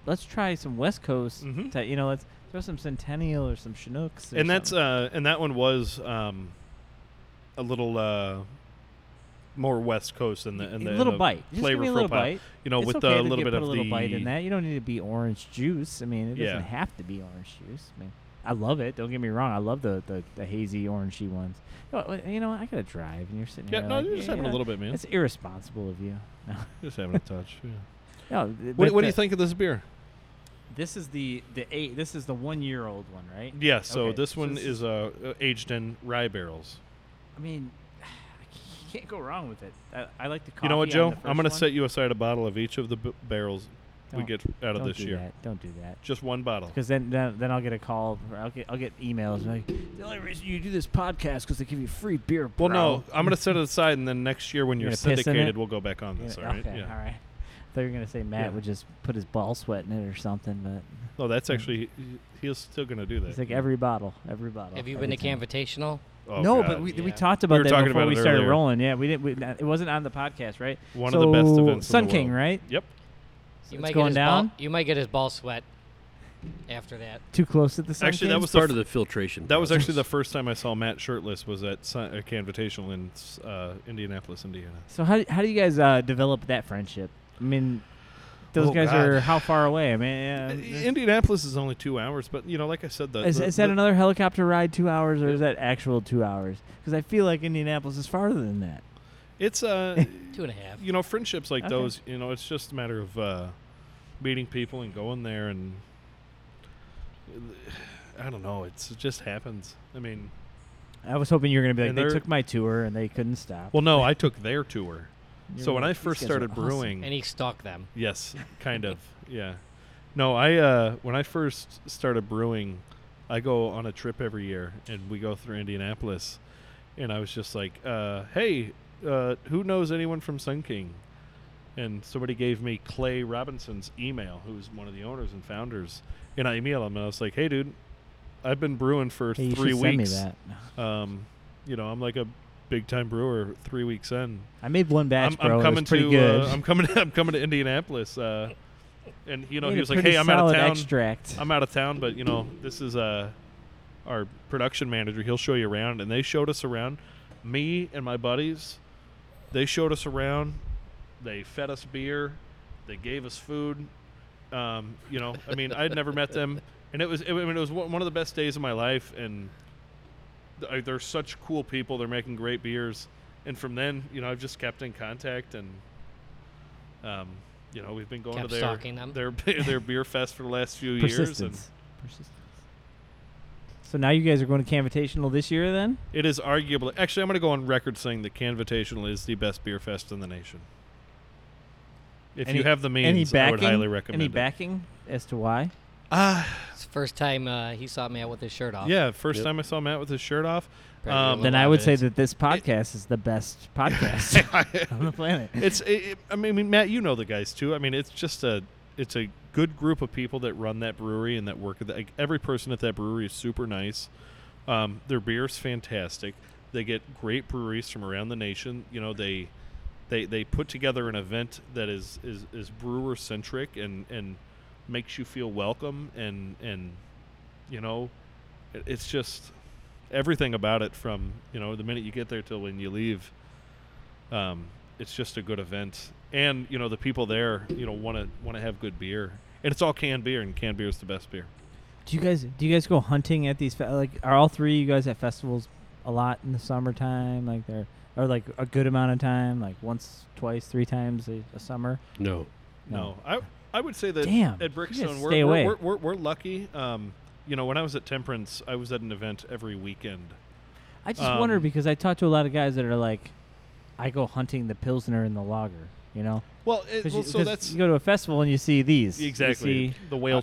Speaker 1: let's try some West Coast.
Speaker 2: Mhm.
Speaker 1: ty- you know, let's throw some Centennial or some Chinooks. Or
Speaker 2: and that's
Speaker 1: something.
Speaker 2: uh, and that one was um, a little uh, more West Coast in the in the
Speaker 1: a
Speaker 2: in
Speaker 1: little
Speaker 2: the
Speaker 1: bite. Just
Speaker 2: flavor
Speaker 1: give me a little
Speaker 2: profile.
Speaker 1: bite.
Speaker 2: You know,
Speaker 1: it's
Speaker 2: with
Speaker 1: okay
Speaker 2: the
Speaker 1: to
Speaker 2: little
Speaker 1: get-
Speaker 2: bit
Speaker 1: put
Speaker 2: of
Speaker 1: a little
Speaker 2: the
Speaker 1: bite in that. You don't need to be orange juice. I mean, it doesn't
Speaker 2: Yeah.
Speaker 1: have to be orange juice. I mean, I love it. Don't get me wrong. I love the the, the hazy orangey ones. You know, you know, I gotta drive, and you're sitting
Speaker 2: Yeah,
Speaker 1: here.
Speaker 2: no,
Speaker 1: like,
Speaker 2: you're just having
Speaker 1: yeah,
Speaker 2: a little bit, man.
Speaker 1: It's irresponsible of you. No,
Speaker 2: Just having a touch. Yeah.
Speaker 1: no but
Speaker 2: What, what do
Speaker 1: the-
Speaker 2: you think of this beer?
Speaker 1: This is the the eight. This is the one year old one, right?
Speaker 2: Yeah, so
Speaker 1: Okay,
Speaker 2: this
Speaker 1: so
Speaker 2: one
Speaker 1: this
Speaker 2: is uh, uh, aged in rye barrels.
Speaker 1: I mean, you can't go wrong with it. I, I like the coffee.
Speaker 2: you know what,
Speaker 1: on
Speaker 2: Joe?
Speaker 1: the first
Speaker 2: I'm going to
Speaker 1: one.
Speaker 2: set you aside a bottle of each of the b- barrels we
Speaker 1: Don't-
Speaker 2: get out of
Speaker 1: Don't
Speaker 2: this
Speaker 1: do
Speaker 2: year.
Speaker 1: That. Don't do that.
Speaker 2: Just one bottle.
Speaker 1: Because then, then, then I'll get a call. Or I'll get I'll get emails like the only reason you do this podcast because they give you free beer. Bro.
Speaker 2: Well, no, I'm going to set it aside, and then next year when
Speaker 1: You're gonna
Speaker 2: you're
Speaker 1: piss in it?
Speaker 2: syndicated, we'll go back on
Speaker 1: Yeah,
Speaker 2: this, all right?
Speaker 1: okay,
Speaker 2: yeah.
Speaker 1: all right. I thought you were gonna say Matt
Speaker 2: Yeah.
Speaker 1: would just put his ball sweat in it or something, but
Speaker 2: No, that's actually, he- he's still going to do that.
Speaker 1: it's like every bottle, every bottle.
Speaker 6: Have you
Speaker 1: every
Speaker 6: been to
Speaker 1: time.
Speaker 6: Canvitational?
Speaker 2: Oh,
Speaker 1: no,
Speaker 2: God.
Speaker 1: but we, we
Speaker 6: Yeah.
Speaker 1: talked
Speaker 2: We
Speaker 1: about
Speaker 2: were
Speaker 1: that
Speaker 2: talking
Speaker 1: before
Speaker 2: about
Speaker 1: we
Speaker 2: it
Speaker 1: started
Speaker 2: earlier.
Speaker 1: rolling. Yeah, we didn't. We, it wasn't on the podcast, right?
Speaker 2: One of the best
Speaker 1: So,
Speaker 2: events. in the
Speaker 1: Sun King,
Speaker 2: world.
Speaker 1: right?
Speaker 2: Yep.
Speaker 1: So
Speaker 6: You
Speaker 1: it's
Speaker 6: might get
Speaker 1: going
Speaker 6: his
Speaker 1: down.
Speaker 6: Ball, you might get his ball sweat after that.
Speaker 1: Too close to the Sun
Speaker 2: Actually, that
Speaker 1: King?
Speaker 2: was the
Speaker 3: Part
Speaker 2: f-
Speaker 3: of the filtration.
Speaker 2: That was actually the
Speaker 3: process.
Speaker 2: first time I saw Matt shirtless was at Sun- uh, Canvitational in uh, Indianapolis, Indiana.
Speaker 1: So how do, how do you guys uh, develop that friendship? I mean, Those
Speaker 2: Oh,
Speaker 1: guys
Speaker 2: God. Uh,
Speaker 1: are how far away? I mean, yeah, it's-
Speaker 2: Indianapolis is only two hours, but you know, like I said, the,
Speaker 1: Uh, is,
Speaker 2: Uh, the-
Speaker 1: is that
Speaker 2: the-
Speaker 1: another helicopter ride two hours or is that actual two hours? Because I feel like Indianapolis is farther than that.
Speaker 2: it's uh,
Speaker 6: Two and a half.
Speaker 2: you know, friendships like
Speaker 1: Okay.
Speaker 2: those. You know, it's just a matter of uh, meeting people and going there, and I don't know. It's it just happens. I mean,
Speaker 1: I was hoping you were going to be like,
Speaker 2: And
Speaker 1: they
Speaker 2: they're-
Speaker 1: took my tour and they couldn't stop.
Speaker 2: well, no, I took their tour.
Speaker 1: You're
Speaker 2: so when
Speaker 1: like,
Speaker 2: I
Speaker 1: "These
Speaker 2: first
Speaker 1: guys are
Speaker 2: started
Speaker 1: awesome."
Speaker 2: brewing,
Speaker 6: And he stalked them.
Speaker 2: Yes, kind of. Yeah. No, I uh when I first started brewing, I go on a trip every year and we go through Indianapolis and I was just like, uh, hey, uh, who knows anyone from Sun King? And somebody gave me Clay Robinson's email, who's one of the owners and founders, and I emailed him and I was like, Hey dude, I've been brewing for
Speaker 1: Hey, you
Speaker 2: three
Speaker 1: should
Speaker 2: weeks.
Speaker 1: Send me that.
Speaker 2: Um, you know, I'm like a big time brewer three weeks in.
Speaker 1: I made one batch,
Speaker 2: I'm,
Speaker 1: bro.
Speaker 2: I'm
Speaker 1: it
Speaker 2: coming
Speaker 1: was pretty
Speaker 2: to
Speaker 1: good.
Speaker 2: Uh, I'm coming I'm coming to Indianapolis, uh, and you know
Speaker 1: Made
Speaker 2: he
Speaker 1: a
Speaker 2: was like,
Speaker 1: pretty
Speaker 2: "Hey, I'm out of
Speaker 1: solid
Speaker 2: town.
Speaker 1: Extract.
Speaker 2: I'm out of town, but you know this is uh, our production manager. He'll show you around." And they showed us around. Me and my buddies, they showed us around. They fed us beer. They gave us food. Um, you know, I mean, I'd never met them, and it was it, I mean, it was one one of the best days of my life, and th- uh, they're such cool people. They're making great beers, and from then, you know, I've just kept in contact, and um, you know, we've been going
Speaker 6: Kept
Speaker 2: to their
Speaker 6: stalking them.
Speaker 2: their b- their beer fest for the last few years, and
Speaker 1: Persistence. Persistence. So now you guys are going to Canvitational this year then?
Speaker 2: it is arguably actually I'm going to go on record saying that Canvitational is the best beer fest in the nation. If
Speaker 1: Any-
Speaker 2: you have the
Speaker 1: Any
Speaker 2: means, I
Speaker 1: backing?
Speaker 2: would highly recommend
Speaker 1: Any
Speaker 2: it.
Speaker 1: backing as to why?
Speaker 2: Ah,
Speaker 6: It's the first time uh, he saw me out with his shirt
Speaker 1: Ah.
Speaker 6: off.
Speaker 2: yeah. First
Speaker 3: Yep.
Speaker 2: time I saw Matt with his shirt off.
Speaker 6: Probably
Speaker 2: Um,
Speaker 6: a
Speaker 1: Then
Speaker 6: lot
Speaker 1: I
Speaker 6: of
Speaker 1: would
Speaker 6: it
Speaker 1: say
Speaker 6: is.
Speaker 1: that this podcast is the best podcast on the planet.
Speaker 2: it's it, it- I mean I mean, Matt, you know the guys too. I mean, it's just a it's a good group of people that run that brewery and that work at that. Like, every person at that brewery is super nice. Um, their beer's fantastic. They get great breweries from around the nation. You know they they they put together an event that is is, is brewer centric and and makes you feel welcome and and you know it, it's just everything about it from you know the minute you get there till when you leave um, it's just a good event and you know the people there you know want to want to have good beer and it's all canned beer and canned beer is the best beer
Speaker 1: Do you guys do you guys go hunting at these fe- like are all three of you guys at festivals a lot in the summertime like they're or like a good amount of time like once twice three times a, a summer?
Speaker 3: No.
Speaker 2: no i i would say that
Speaker 1: Damn,
Speaker 2: at
Speaker 1: you guys
Speaker 2: brickstone
Speaker 1: stay
Speaker 2: we're,
Speaker 1: away.
Speaker 2: we're, we're, we're, we're lucky um, you know when i was at temperance i was at an event every weekend
Speaker 1: I just wonder
Speaker 2: Um,
Speaker 1: because I talk to a lot of guys that are like I go hunting the pilsner and the lager, you know?
Speaker 2: well, it,
Speaker 1: Because
Speaker 2: well
Speaker 1: you,
Speaker 2: so
Speaker 1: 'cause
Speaker 2: that's
Speaker 1: you go to a festival and you see these. You
Speaker 2: exactly
Speaker 1: see
Speaker 2: the whale
Speaker 1: uh,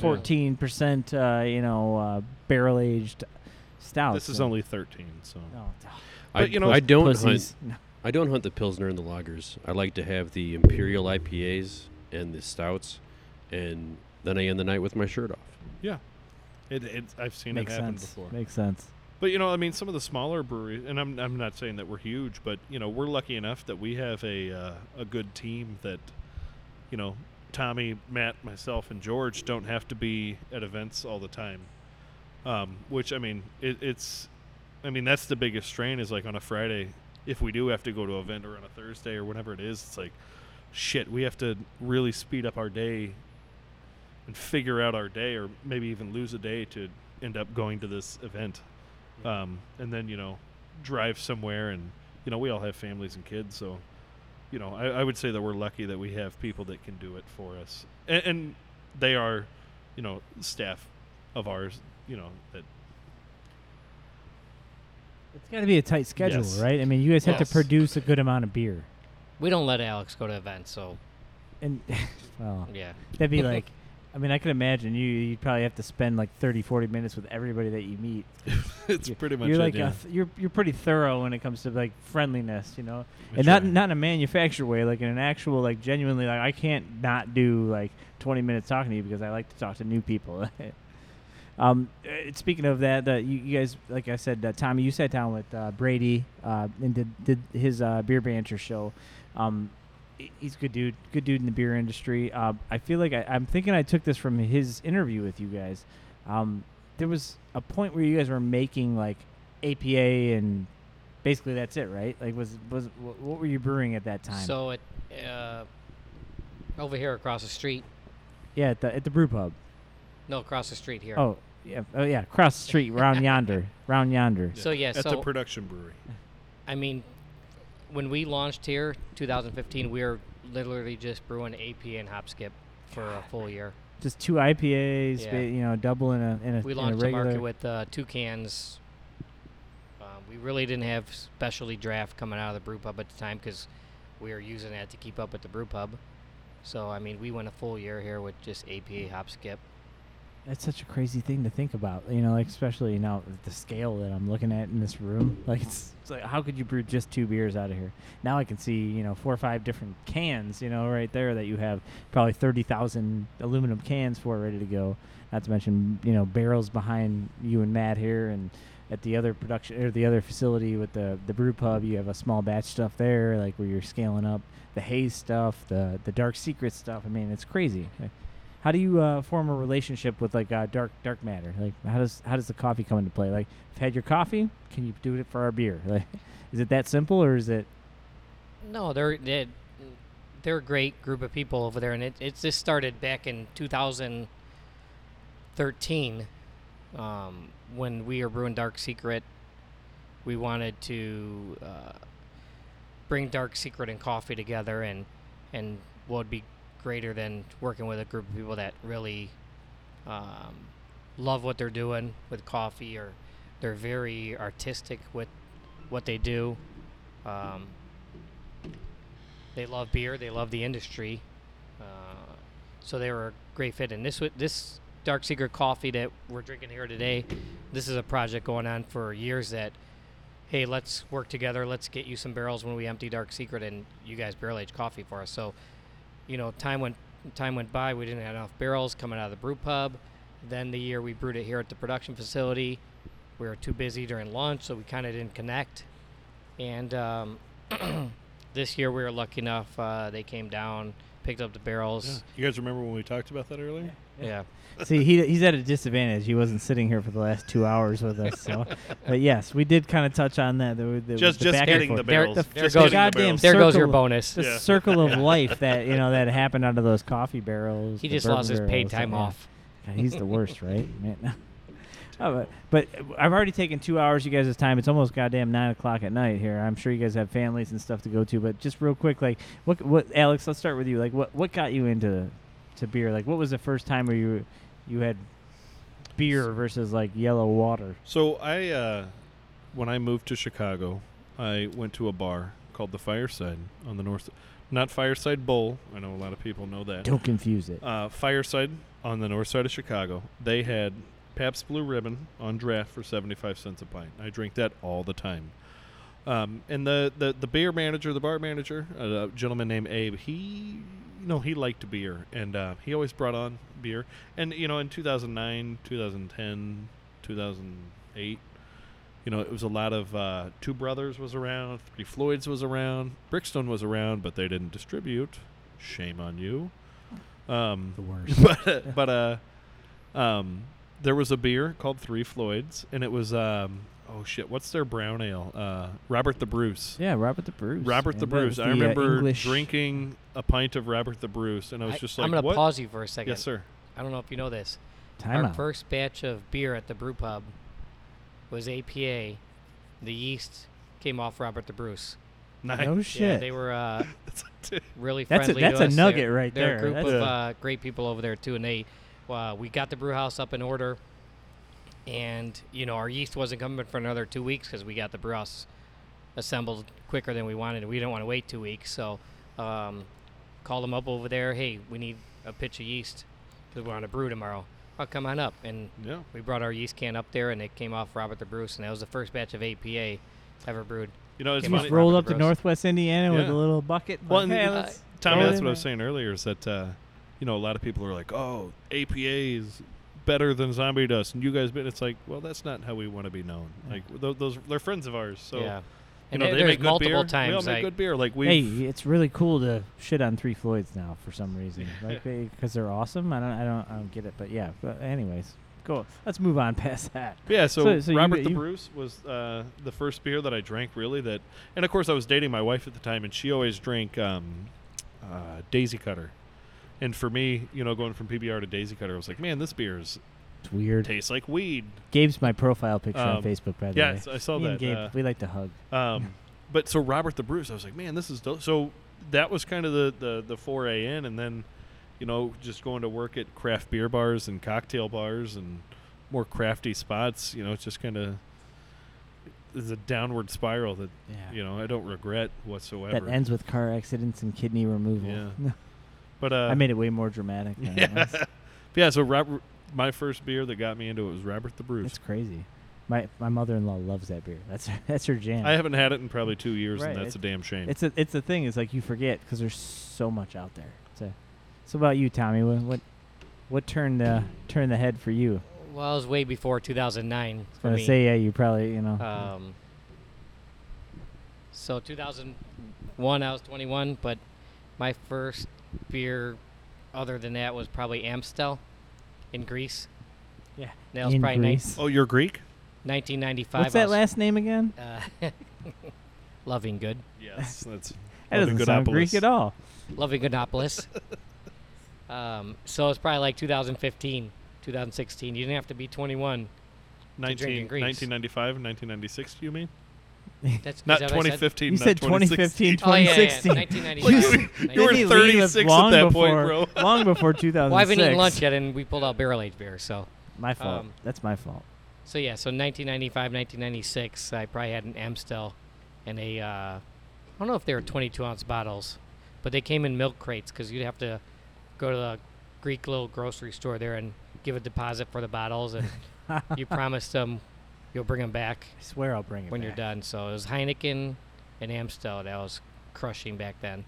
Speaker 1: four-
Speaker 2: chasers yeah.
Speaker 1: 14% uh, you know, uh, barrel aged stouts.
Speaker 2: this is
Speaker 1: and-
Speaker 2: only 13 so
Speaker 1: Oh, d-
Speaker 3: I,
Speaker 2: But, you know,
Speaker 3: I don't hunt.
Speaker 1: pussies. No.
Speaker 3: I don't hunt the pilsner and the lagers. I like to have the imperial IPAs and the stouts, and then I end the night with my shirt off.
Speaker 2: it, it, i've seen
Speaker 1: Makes
Speaker 2: it happen
Speaker 1: sense.
Speaker 2: before
Speaker 1: Makes sense.
Speaker 2: But you know, I mean, some of the smaller breweries, and I'm, I'm not saying that we're huge, but you know, we're lucky enough that we have a uh, a good team that, you know, Tommy, Matt, myself, and George don't have to be at events all the time. Um, which I mean, it, it's, I mean, that's the biggest strain is like on a Friday, if we do have to go to an event or on a Thursday or whatever it is, it's like, shit, we have to really speed up our day and figure out our day or maybe even lose a day to end up going to this event um, and then you know drive somewhere and you know we all have families and kids so you know I, I would say that we're lucky that we have people that can do it for us and, and they are you know staff of ours you know that
Speaker 1: It's got to be a tight schedule,
Speaker 2: Yes.
Speaker 1: right? I mean, you guys have
Speaker 6: Yes.
Speaker 1: to produce a good amount of beer,
Speaker 6: We don't let Alex go to events, so
Speaker 1: and well,
Speaker 6: yeah.
Speaker 1: that'd be like. I mean, I could imagine you. You'd probably have to spend like 30, 40 minutes with everybody that you meet.
Speaker 2: it's
Speaker 1: You-
Speaker 2: pretty much
Speaker 1: you're
Speaker 2: it,
Speaker 1: like
Speaker 2: yeah.
Speaker 1: a th- you're you're pretty thorough when it comes to like friendliness, you know,
Speaker 2: We
Speaker 1: and not
Speaker 2: try.
Speaker 1: not in a manufactured way, like in an actual like genuinely like I can't not do like 20 minutes talking to you because I like to talk to new people. um, uh, speaking of that, uh, you, you guys, like I said, uh, Tommy, you sat down with uh, Brady uh, and did did his uh, beer banter show. Um, he- he's a good dude, good dude in the beer industry. Uh, I feel like I, I'm thinking I took this from his interview with you guys. Um, there was a point where you guys were making like APA and basically that's it, right? Like was was wh- what were you brewing at that time?
Speaker 6: So it, uh, Over here across the street.
Speaker 1: Yeah, at the at the brew pub.
Speaker 6: No, across the street here.
Speaker 1: Oh yeah, oh yeah, across the street, round yonder, round yonder.
Speaker 6: So yeah,
Speaker 2: at the
Speaker 6: so-
Speaker 2: production brewery.
Speaker 6: I mean, when we launched here, 2015, we were literally just brewing AP and hop skip for a full year.
Speaker 1: Just two IPAs,
Speaker 6: Yeah.
Speaker 1: ba- you know, double in a in a,
Speaker 6: We
Speaker 1: in a
Speaker 6: launched the
Speaker 1: regular.
Speaker 6: market with uh, two cans. Um, we really didn't have specialty draft coming out of the brew pub at the time because we were using that to keep up with the brew pub. So I mean, we went a full year here with just APA hop skip.
Speaker 1: That's such a crazy thing to think about, you know, like especially now with the scale that I'm looking at in this room. Like it's, it's like how could you brew just two beers out of here? Now I can see, you know, four or five different cans, you know, right there that you have probably 30,000 aluminum cans for ready to go. Not to mention, you know, barrels behind you and Matt here and at the other production or the other facility with the the brew pub, you have a small batch stuff there like where you're scaling up the haze stuff, the the dark secret stuff. I mean, it's crazy. How do you uh, form a relationship with like uh, dark dark matter? Like how does how does the coffee come into play? Like I've had your coffee, can you do it for our beer? Like is it that simple or is it
Speaker 6: No, they're they're, they're a great group of people over there, and it it just started back in 2013 um, when we were brewing Dark Secret. We wanted to uh, bring Dark Secret and coffee together, and and what would be greater than working with a group of people that really um, love what they're doing with coffee, or they're very artistic with what they do. Um, they love beer. They love the industry. Uh, so they were a great fit. And this wa- this Dark Secret coffee that we're drinking here today, this is a project going on for years. That hey, let's work together. Let's get you some barrels when we empty Dark Secret, and you guys barrel age coffee for us. So, you know, time went time went by. We didn't have enough barrels coming out of the brew pub. Then the year we brewed it here at the production facility, we were too busy during launch, so we kind of didn't connect. And um, this year we were lucky enough. Uh, they came down, picked up the barrels.
Speaker 2: You guys remember when we talked about that earlier?
Speaker 6: yeah.
Speaker 1: See, he, he's at a disadvantage. He wasn't sitting here for the last two hours with us. So, but yes, we did kind of touch on that. The, the,
Speaker 2: Just
Speaker 1: the
Speaker 2: just
Speaker 1: back and
Speaker 2: getting
Speaker 1: forth.
Speaker 2: the
Speaker 6: There-
Speaker 2: barrels.
Speaker 6: the-
Speaker 2: Just
Speaker 6: there
Speaker 2: getting
Speaker 6: goes-
Speaker 2: the
Speaker 1: Goddamn
Speaker 2: barrels.
Speaker 6: There goes your
Speaker 1: Circle-
Speaker 6: bonus.
Speaker 1: the
Speaker 2: Yeah.
Speaker 1: circle of life that you know that happened out of those coffee barrels.
Speaker 6: He
Speaker 1: the
Speaker 6: just lost his
Speaker 1: bourbon
Speaker 6: paid
Speaker 1: barrels,
Speaker 6: time
Speaker 1: yeah.
Speaker 6: off.
Speaker 1: God, he's the worst, right? Man. Oh, but, but I've already taken two hours of you guys' time. It's almost goddamn nine o'clock at night here. I'm sure you guys have families and stuff to go to. But just real quick, like what what Alex, let's start with you. Like what what got you into to beer? Like what was the first time where you you had beer versus like yellow water?
Speaker 2: So I, uh, when I moved to Chicago, I went to a bar called the Fireside on the north, not Fireside Bowl. I know a lot of people know that.
Speaker 1: Don't confuse it.
Speaker 2: Uh, Fireside on the north side of Chicago. They had Pabst Blue Ribbon on draft for seventy-five cents a pint. I drink that all the time. Um, and the, the the beer manager, the bar manager, uh, a gentleman named Abe, he you know he liked beer, and uh, he always brought on beer. And you know, in 2009, 2010, 2008, you know, it was a lot of uh, Two Brothers was around, Three Floyds was around, Brickstone was around, but they didn't distribute. Shame on you. Um,
Speaker 1: The worst.
Speaker 2: but but uh, um, there was a beer called Three Floyds, and it was um, oh shit, what's their brown ale? Uh, Robert the Bruce.
Speaker 1: Yeah, Robert the Bruce.
Speaker 2: Robert
Speaker 1: man.
Speaker 2: the
Speaker 1: That was
Speaker 2: Bruce. I
Speaker 1: the, uh,
Speaker 2: remember
Speaker 1: English-
Speaker 2: drinking a pint of Robert the Bruce, and I was just
Speaker 6: I,
Speaker 2: like,
Speaker 6: am gonna
Speaker 2: "What?"
Speaker 6: pause you for a second.
Speaker 2: yes, sir.
Speaker 6: I don't know if you know this.
Speaker 1: Time
Speaker 6: Our
Speaker 1: out.
Speaker 6: first batch of beer at the brew pub was APA. The yeast came off Robert the Bruce.
Speaker 2: Nice.
Speaker 1: No
Speaker 6: Yeah,
Speaker 1: shit.
Speaker 6: they were uh,
Speaker 2: That's a t-
Speaker 6: really
Speaker 1: That's a-
Speaker 6: friendly.
Speaker 1: that's
Speaker 6: to
Speaker 1: a
Speaker 6: us.
Speaker 1: nugget
Speaker 6: They're-
Speaker 1: right
Speaker 6: they're
Speaker 1: there.
Speaker 6: A group
Speaker 1: That's
Speaker 6: of
Speaker 1: a-
Speaker 6: uh, great people over there too, and they uh, we got the brew house up in order, and you know our yeast wasn't coming for another two weeks because we got the brew house assembled quicker than we wanted. and We didn't want to wait two weeks, so um, called them up over there. Hey, we need a pitch of yeast because we're on a brew tomorrow. Oh, come on up and.
Speaker 2: yeah.
Speaker 6: We brought our yeast can up there, and it came off Robert the Bruce, and that was the first batch of APA ever brewed.
Speaker 2: You know, it's
Speaker 6: Came
Speaker 1: You just
Speaker 2: funny.
Speaker 6: roll-
Speaker 1: rolled
Speaker 6: Robert
Speaker 1: up
Speaker 6: the
Speaker 1: to
Speaker 6: Bruce.
Speaker 1: Northwest Indiana with
Speaker 2: Yeah.
Speaker 1: a little bucket. like,
Speaker 2: Well, and
Speaker 1: "Hey,
Speaker 2: the-
Speaker 1: let's
Speaker 2: Tommy,
Speaker 1: throw it
Speaker 2: that's
Speaker 1: in
Speaker 2: what I was
Speaker 1: there."
Speaker 2: saying earlier is that, uh, you know, a lot of people are like, oh, APA is better than zombie dust. And you guys, been, it's like, well, that's not how we want to be known.
Speaker 1: Mm.
Speaker 2: Like, those, those they're friends of ours. So,
Speaker 6: yeah,
Speaker 2: you
Speaker 6: and
Speaker 2: know,
Speaker 6: there-
Speaker 2: they
Speaker 6: there's
Speaker 2: make good
Speaker 6: multiple
Speaker 2: beer.
Speaker 6: times
Speaker 2: we all make
Speaker 6: like,
Speaker 2: good beer. Like, we
Speaker 1: Hey, it's really cool to shit on Three Floyds now for some reason, like because they're awesome. I don't, I don't, I don't get it, but yeah. But anyways, cool. Let's move on past that.
Speaker 2: Yeah, so,
Speaker 1: So- so you-
Speaker 2: Robert the
Speaker 1: you-
Speaker 2: Bruce was uh, the first beer that I drank, really. That, and of course, I was dating my wife at the time, and she always drank um, uh, Daisy Cutter, And for me, you know, going from PBR to Daisy Cutter, I was like, man, this beer is,
Speaker 1: It's weird.
Speaker 2: tastes like weed.
Speaker 1: Gabe's my profile picture on
Speaker 2: Um,
Speaker 1: Facebook, by the way.
Speaker 2: Yes, I saw
Speaker 1: Me
Speaker 2: that.
Speaker 1: and Gabe,
Speaker 2: uh,
Speaker 1: we like to hug.
Speaker 2: Um, but so Robert the Bruce, I was like, man, this is dope. So that was kind of the the the foray in, and then you know just going to work at craft beer bars and cocktail bars and more crafty spots. You know, it's just kind of is a downward spiral that
Speaker 1: Yeah.
Speaker 2: you know I don't regret whatsoever.
Speaker 1: that ends with car accidents and kidney removal.
Speaker 2: Yeah. but uh,
Speaker 1: I made it way more dramatic. Than it
Speaker 2: yeah,
Speaker 1: was.
Speaker 2: yeah. So Robert, my first beer that got me into it was Robert the Bruce.
Speaker 1: It's crazy. My my mother-in-law loves that beer. That's her, that's her jam.
Speaker 2: I haven't had it in probably two years,
Speaker 1: Right,
Speaker 2: and that's a damn shame.
Speaker 1: it's a it's a thing. It's like you forget because there's so much out there. So, so about you, Tommy. What what, what turned the turned the head for you?
Speaker 6: Well, it was way before 2009
Speaker 1: I was
Speaker 6: for
Speaker 1: gonna
Speaker 6: me.
Speaker 1: say yeah. You probably you know.
Speaker 6: Um, so 2001, I was 21, but my first beer, other than that, was probably Amstel in Greece.
Speaker 1: yeah.
Speaker 6: That was
Speaker 1: in
Speaker 6: probably nine-
Speaker 1: Greece.
Speaker 2: oh, you're Greek?
Speaker 6: 1995.
Speaker 1: What's
Speaker 6: I
Speaker 1: that
Speaker 6: was,
Speaker 1: last name again?
Speaker 6: Uh, Loving Good.
Speaker 2: Yes, that's
Speaker 1: That doesn't sound Greek
Speaker 2: Lovingoodopolis.
Speaker 1: at all.
Speaker 6: Loving Goodopolis. um, so it's probably like 2015, 2016. You didn't have to be 21. drink
Speaker 2: 19,
Speaker 6: in Greece.
Speaker 2: 1995 and 1996, you mean?
Speaker 6: That's is
Speaker 2: Not
Speaker 6: that what I
Speaker 2: 2015,
Speaker 1: You
Speaker 2: not
Speaker 1: said
Speaker 2: 2016.
Speaker 1: 2015,
Speaker 6: Oh, yeah, yeah,
Speaker 1: 2016.
Speaker 6: 1995.
Speaker 2: You were
Speaker 1: Didn't he leave
Speaker 2: 36 at
Speaker 1: long
Speaker 2: that
Speaker 1: before,
Speaker 2: point, bro.
Speaker 1: long before 2006.
Speaker 6: Well, I haven't eaten lunch yet, and we pulled out barrel aged beer. So,
Speaker 1: My fault.
Speaker 6: Um,
Speaker 1: That's my fault.
Speaker 6: so yeah. So 1995, 1996, I probably had an Amstel, and a. Uh, I don't know if they were 22 ounce bottles, but they came in milk crates because you'd have to go to the Greek little grocery store there and give a deposit for the bottles, and you promised them you'll bring them back
Speaker 1: I swear I'll bring it
Speaker 6: when
Speaker 1: back.
Speaker 6: you're done. So it was Heineken and Amstel that I was crushing back then.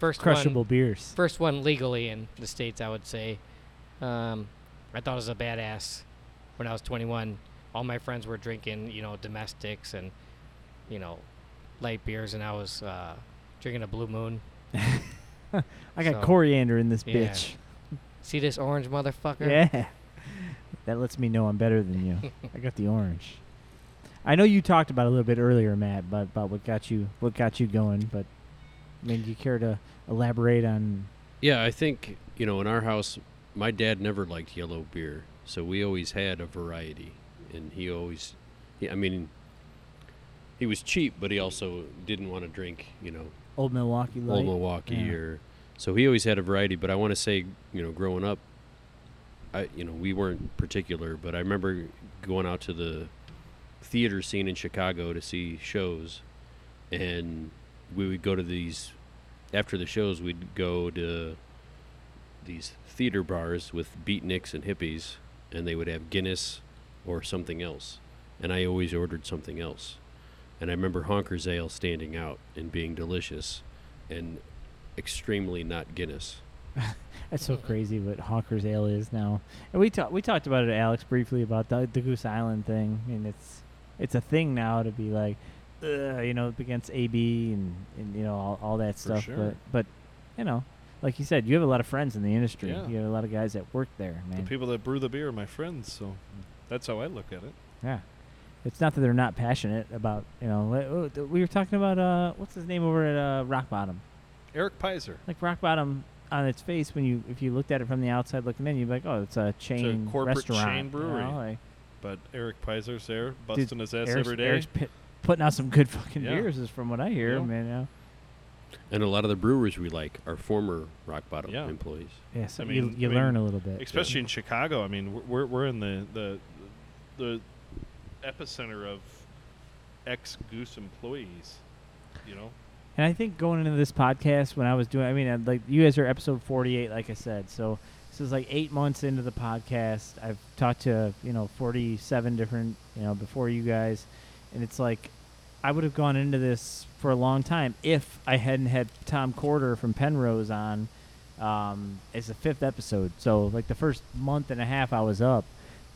Speaker 6: First one,
Speaker 1: Crushable beers.
Speaker 6: first one legally in the states, I would say. Um, I thought it was a badass when I was 21. All my friends were drinking, you know, domestics and, you know, light beers, and I was uh, drinking a Blue Moon.
Speaker 1: I got
Speaker 6: so-
Speaker 1: coriander in this
Speaker 6: Yeah.
Speaker 1: bitch.
Speaker 6: See this orange motherfucker?
Speaker 1: Yeah. That lets me know I'm better than you. I got the orange. I know you talked about it a little bit earlier, Matt, but about what got you what got you going, but I mean, do you care to elaborate on
Speaker 3: Yeah, I think, you know, in our house, my dad never liked yellow beer, so we always had a variety. And he always, he, I mean, he was cheap, but he also didn't want to drink, you know,
Speaker 1: Old Milwaukee Light?
Speaker 3: old Milwaukee
Speaker 1: Yeah.
Speaker 3: or. So he always had a variety, but I want to say, you know, growing up, I, you know, we weren't particular, but I remember going out to the theater scene in Chicago to see shows, and we would go to these after the shows we'd go to these theater bars with beatniks and hippies and they would have guinness or something else and i always ordered something else and i remember honker's ale standing out and being delicious and extremely not guinness
Speaker 1: That's so crazy what Honker's Ale is now. And we talked we talked about it, Alex, briefly about the, the Goose Island thing. I mean, it's it's a thing now to be like, Ugh, you know, against AB and, and you know all, all that stuff.
Speaker 2: sure.
Speaker 1: But but you know, like you said, you have a lot of friends in the industry.
Speaker 2: Yeah.
Speaker 1: You have a lot of guys that work there,
Speaker 2: The
Speaker 1: man.
Speaker 2: people that brew the beer are my friends, so that's how I look at it.
Speaker 1: yeah. It's not that they're not passionate about you know. what- oh, th- We were talking about uh, what's his name over at uh, Rock Bottom.
Speaker 2: Eric Pizer.
Speaker 1: Like Rock Bottom on its face, when you if you looked at it from the outside looking in, you'd be like, oh, it's a chain
Speaker 2: corporate
Speaker 1: restaurant,
Speaker 2: chain
Speaker 1: you
Speaker 2: brewery.
Speaker 1: know, like-
Speaker 2: But Eric Pizer's there, busting his ass
Speaker 1: Eric's-
Speaker 2: every day.
Speaker 1: Eric's pi- putting out some good fucking
Speaker 2: Yeah.
Speaker 1: beers, is from what I hear,
Speaker 2: Yeah.
Speaker 1: man. Yeah.
Speaker 3: and a lot of the brewers we like are former rock bottom
Speaker 2: Yeah.
Speaker 3: employees
Speaker 1: Yeah, so
Speaker 2: I
Speaker 1: you,
Speaker 2: mean-
Speaker 1: you
Speaker 2: I mean,
Speaker 1: learn a little bit,
Speaker 2: Especially in Chicago. I mean, we're- we're, we're in the, the, the epicenter of ex Goose employees, you know?
Speaker 1: And I think going into this podcast, when I was doing, I mean, I'd like you guys are episode forty-eight, like I said. So this is like eight months into the podcast. I've talked to you know forty-seven different, you know, before you guys, and it's like I would have gone into this for a long time if I hadn't had Tom Corder from Penrose on. Um, it's the fifth episode, so like the first month and a half I was up,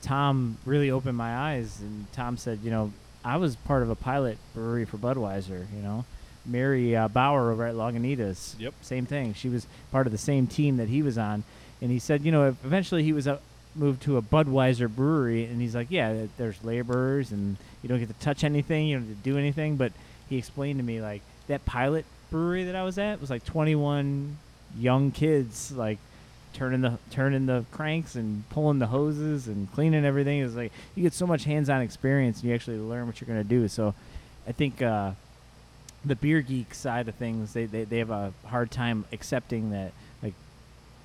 Speaker 1: Tom really opened my eyes, and Tom said, you know, I was part of a pilot brewery for Budweiser, you know. Mary uh, Bauer over at Lagunitas.
Speaker 2: Yep.
Speaker 1: Same thing. She was part of the same team that he was on, and he said, you know, ev- eventually he was uh, moved to a Budweiser brewery, and he's like, yeah, th- there's laborers, and you don't get to touch anything, you don't get to do anything. But he explained to me like that pilot brewery that I was at was like 21 young kids like turning the turning the cranks and pulling the hoses and cleaning everything is like you get so much hands-on experience and you actually learn what you're going to do so i think uh, the beer geek side of things they, they, they have a hard time accepting that like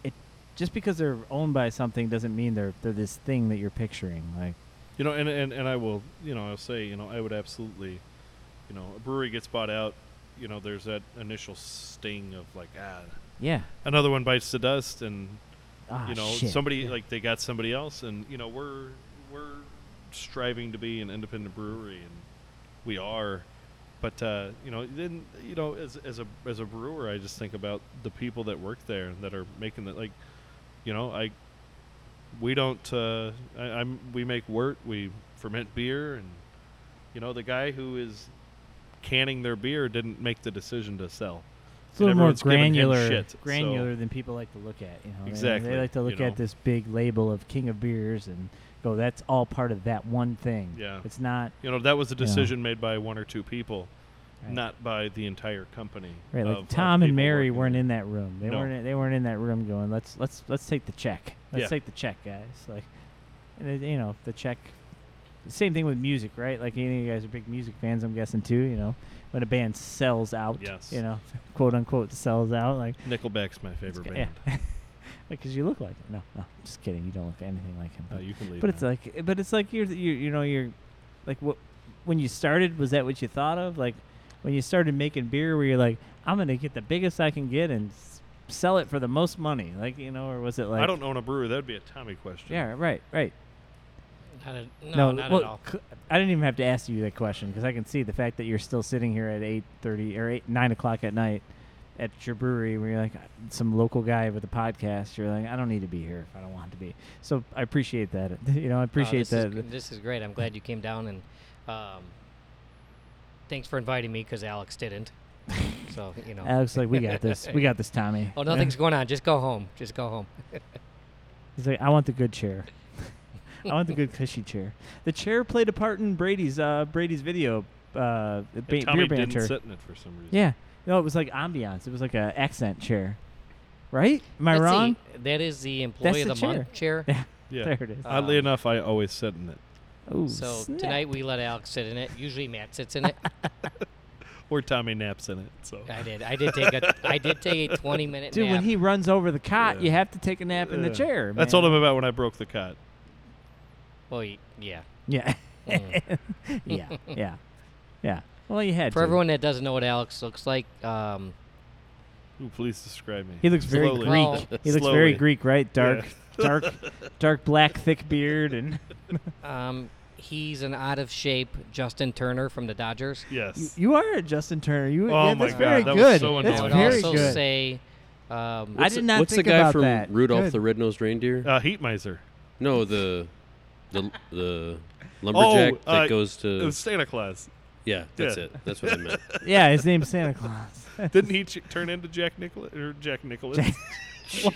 Speaker 1: it just because they're owned by something doesn't mean they're they're this thing that you're picturing like
Speaker 2: You know, and, and, and I will, you know, I'll say, you know, I would absolutely, you know, a brewery gets bought out, you know, there's that initial sting of like, ah,
Speaker 1: yeah
Speaker 2: another one bites the dust, and
Speaker 1: ah,
Speaker 2: you know,
Speaker 1: shit.
Speaker 2: somebody
Speaker 1: Yeah.
Speaker 2: like they got somebody else, and you know, we're we're striving to be an independent brewery, and we are, but uh, you know, then you know, as as a as a brewer, I just think about the people that work there that are making that like, you know, I we don't uh, I, I'm we make wort, we ferment beer, and you know, the guy who is canning their beer didn't make the decision to sell.
Speaker 1: It's a little more
Speaker 2: everyone's giving him
Speaker 1: granular,
Speaker 2: shit, so-
Speaker 1: granular than people like to look at. You know, They-
Speaker 2: Exactly,
Speaker 1: They like to
Speaker 2: you
Speaker 1: look
Speaker 2: know.
Speaker 1: at this big label of King of Beers and go, "That's all part of that one thing."
Speaker 2: Yeah.
Speaker 1: it's not
Speaker 2: You know, that was a
Speaker 1: Yeah.
Speaker 2: decision made by one or two people,
Speaker 1: Right.
Speaker 2: not by the entire company.
Speaker 1: right. Like
Speaker 2: of- of
Speaker 1: Tom and
Speaker 2: people
Speaker 1: Mary
Speaker 2: working
Speaker 1: weren't
Speaker 2: there.
Speaker 1: in that room. They
Speaker 2: No.
Speaker 1: weren't. They weren't in that room going, "Let's let's let's take the check. Let's
Speaker 2: Yeah.
Speaker 1: take the check, guys." Like, and it, you know, the check. Same thing with music, right? Like any of you guys are big music fans, I'm guessing too. You know, when a band sells out,
Speaker 2: Yes.
Speaker 1: you know, quote unquote sells out, like.
Speaker 2: Nickelback's my favorite
Speaker 1: It's
Speaker 2: band.
Speaker 1: ca- Yeah. because you look like him. No, no, just kidding. You don't look anything like him.
Speaker 2: Uh,
Speaker 1: But,
Speaker 2: you can leave.
Speaker 1: but it's
Speaker 2: now.
Speaker 1: like, eh, but it's like you're, you, you know, you're, like what, when you started, was that what you thought of? Like, when you started making beer, were you like, I'm gonna get the biggest I can get and s- sell it for the most money? Like, you know, or was it like,
Speaker 2: I don't own a brewer. That would be a Tommy question.
Speaker 1: Yeah, right, right.
Speaker 6: Not at, no, not
Speaker 1: well,
Speaker 6: at all.
Speaker 1: cl- I didn't even have to ask you that question because I can see the fact that you're still sitting here at eight thirty or eight nine o'clock at night at your brewery, where you're like "Uh, some local guy with a podcast. You're like, I don't need to be here if I don't want to be. So I appreciate that. You know, I
Speaker 6: No,
Speaker 1: appreciate
Speaker 6: Oh, this
Speaker 1: that.
Speaker 6: is g- this is great. I'm glad you came down and um, thanks for inviting me because Alex didn't. so you know.
Speaker 1: Alex, like, we got this. We got this, Tommy.
Speaker 6: Oh, nothing's going on. Just go home. Just go home.
Speaker 1: He's like, I want the good chair. I want the good cushy chair. The chair played a part in Brady's uh, Brady's video uh, ba-
Speaker 2: And Tommy
Speaker 1: beer
Speaker 2: didn't
Speaker 1: banter.
Speaker 2: sit in it for some reason.
Speaker 1: Yeah. No, it was like ambiance. It was like a accent chair. Right? Am I
Speaker 6: That's the-
Speaker 1: wrong?
Speaker 6: that is the employee
Speaker 1: That's
Speaker 6: of
Speaker 1: the
Speaker 6: the month chair.
Speaker 2: Yeah.
Speaker 1: There it is.
Speaker 2: Oddly
Speaker 6: Um,
Speaker 2: enough, I always sit in it,
Speaker 1: Oh,
Speaker 6: So
Speaker 1: snap.
Speaker 6: tonight we let Alex sit in it. Usually Matt sits in it.
Speaker 2: or Tommy naps in it. So
Speaker 6: I did. I did take a. I did take a 20 minute
Speaker 1: Dude,
Speaker 6: nap.
Speaker 1: when he runs over the cot,
Speaker 2: Yeah.
Speaker 1: you have to take a nap in the
Speaker 2: Yeah.
Speaker 1: chair.
Speaker 2: I
Speaker 1: man.
Speaker 2: told him about when I broke the cot.
Speaker 6: well, y- yeah.
Speaker 1: Yeah.
Speaker 6: Mm.
Speaker 1: yeah. Yeah. Yeah. Well, you had
Speaker 6: For
Speaker 1: to.
Speaker 6: everyone that doesn't know what Alex looks like, um,
Speaker 2: Ooh, please describe me.
Speaker 1: He looks very
Speaker 2: Slowly.
Speaker 1: Greek.
Speaker 6: Well-
Speaker 1: he looks very
Speaker 2: Slowly.
Speaker 1: Greek, right? Dark, dark, dark black, thick beard, and
Speaker 6: um, he's an out of shape Justin Turner from the Dodgers.
Speaker 1: you,
Speaker 2: Yes.
Speaker 1: you are a Justin Turner. You,
Speaker 2: Oh
Speaker 1: yeah,
Speaker 2: my
Speaker 1: that's very
Speaker 2: God, that was
Speaker 1: good.
Speaker 2: so
Speaker 1: that's
Speaker 6: I would
Speaker 2: annoying.
Speaker 1: very
Speaker 6: also
Speaker 1: good.
Speaker 6: say, um,
Speaker 1: I
Speaker 3: What's
Speaker 1: did
Speaker 3: the-
Speaker 1: not
Speaker 3: What's
Speaker 1: think
Speaker 3: the guy
Speaker 1: about
Speaker 3: from
Speaker 1: that.
Speaker 3: Rudolph
Speaker 1: Good.
Speaker 3: the Red-Nosed Reindeer?
Speaker 2: Uh, heat miser.
Speaker 3: no, the the the lumberjack
Speaker 2: Oh,
Speaker 3: that
Speaker 2: uh,
Speaker 3: goes to
Speaker 2: It was Santa Claus.
Speaker 3: yeah. That's
Speaker 2: yeah.
Speaker 3: it. That's what I meant.
Speaker 1: yeah, his name's Santa Claus.
Speaker 2: Didn't he ch- turn into Jack Nicholas or Jack Nicholas?
Speaker 1: All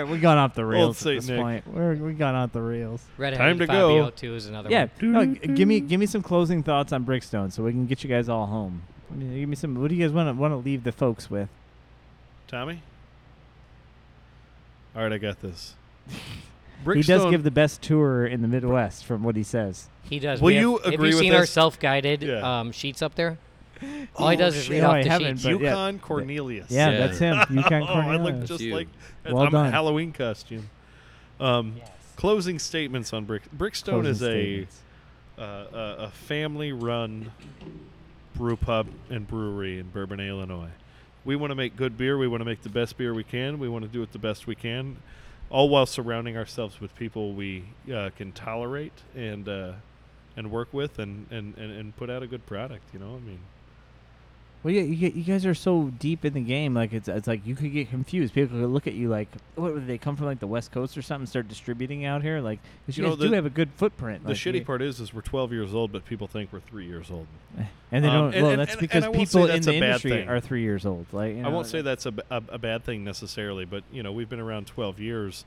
Speaker 1: right, we've gone off the rails at
Speaker 2: Saint
Speaker 1: this
Speaker 2: Nick.
Speaker 1: point. We're, we've gone off the rails.
Speaker 6: redhead
Speaker 2: Time to
Speaker 6: Fabio
Speaker 2: go.
Speaker 6: too is another
Speaker 1: Yeah,
Speaker 6: one.
Speaker 1: no, g- give me give me some closing thoughts on Brickstone so we can get you guys all home. I mean, Give me some. What do you guys want to want to leave the folks with?
Speaker 2: Tommy? All right, I got this.
Speaker 1: he does
Speaker 2: Brickstone-
Speaker 1: give the best tour in the Midwest, from what he says.
Speaker 6: He does.
Speaker 2: Will
Speaker 6: We have-
Speaker 2: you
Speaker 6: have,
Speaker 2: agree
Speaker 6: you
Speaker 2: with
Speaker 6: seen our
Speaker 2: this?
Speaker 6: self-guided
Speaker 2: Yeah.
Speaker 6: um, sheets up there? All he does is read
Speaker 1: No,
Speaker 6: off
Speaker 1: Oh, I
Speaker 6: the
Speaker 1: haven't,
Speaker 6: sheets.
Speaker 1: but yeah.
Speaker 2: Yukon Cornelius.
Speaker 1: Yeah,
Speaker 3: Yeah.
Speaker 1: that's him. You can
Speaker 2: oh, I look just
Speaker 3: you.
Speaker 2: like
Speaker 1: Well
Speaker 2: I'm
Speaker 1: done.
Speaker 2: a Halloween costume. Um,
Speaker 6: Yes.
Speaker 2: Closing statements on Brick. Brickstone is a, uh, a a family-run brew pub and brewery in Bourbon, Illinois. We want to make good beer. We want to make the best beer we can. We want to do it the best we can, all while surrounding ourselves with people we uh, can tolerate and uh, and work with, and, and, and, and put out a good product. You know, I mean,
Speaker 1: Well, yeah, you, get- you guys are so deep in the game, like it's it's like you could get confused. People could look at you like, what did they come from, like the West Coast or something? Start distributing out here, like 'cause you,
Speaker 2: You know,
Speaker 1: guys
Speaker 2: the-
Speaker 1: do have a good footprint.
Speaker 2: the
Speaker 1: like,
Speaker 2: shitty
Speaker 1: you-
Speaker 2: part is, is we're 12 years old, but people think we're three years old.
Speaker 1: and they
Speaker 2: um,
Speaker 1: don't.
Speaker 2: and-
Speaker 1: well,
Speaker 2: and-
Speaker 1: that's
Speaker 2: and- and
Speaker 1: because
Speaker 2: I won't say
Speaker 1: people in
Speaker 2: that's
Speaker 1: the
Speaker 2: a bad
Speaker 1: industry
Speaker 2: thing.
Speaker 1: are three years old. Like you
Speaker 2: I
Speaker 1: know,
Speaker 2: won't say that's a, b- a- a bad thing necessarily, but you know we've been around 12 years,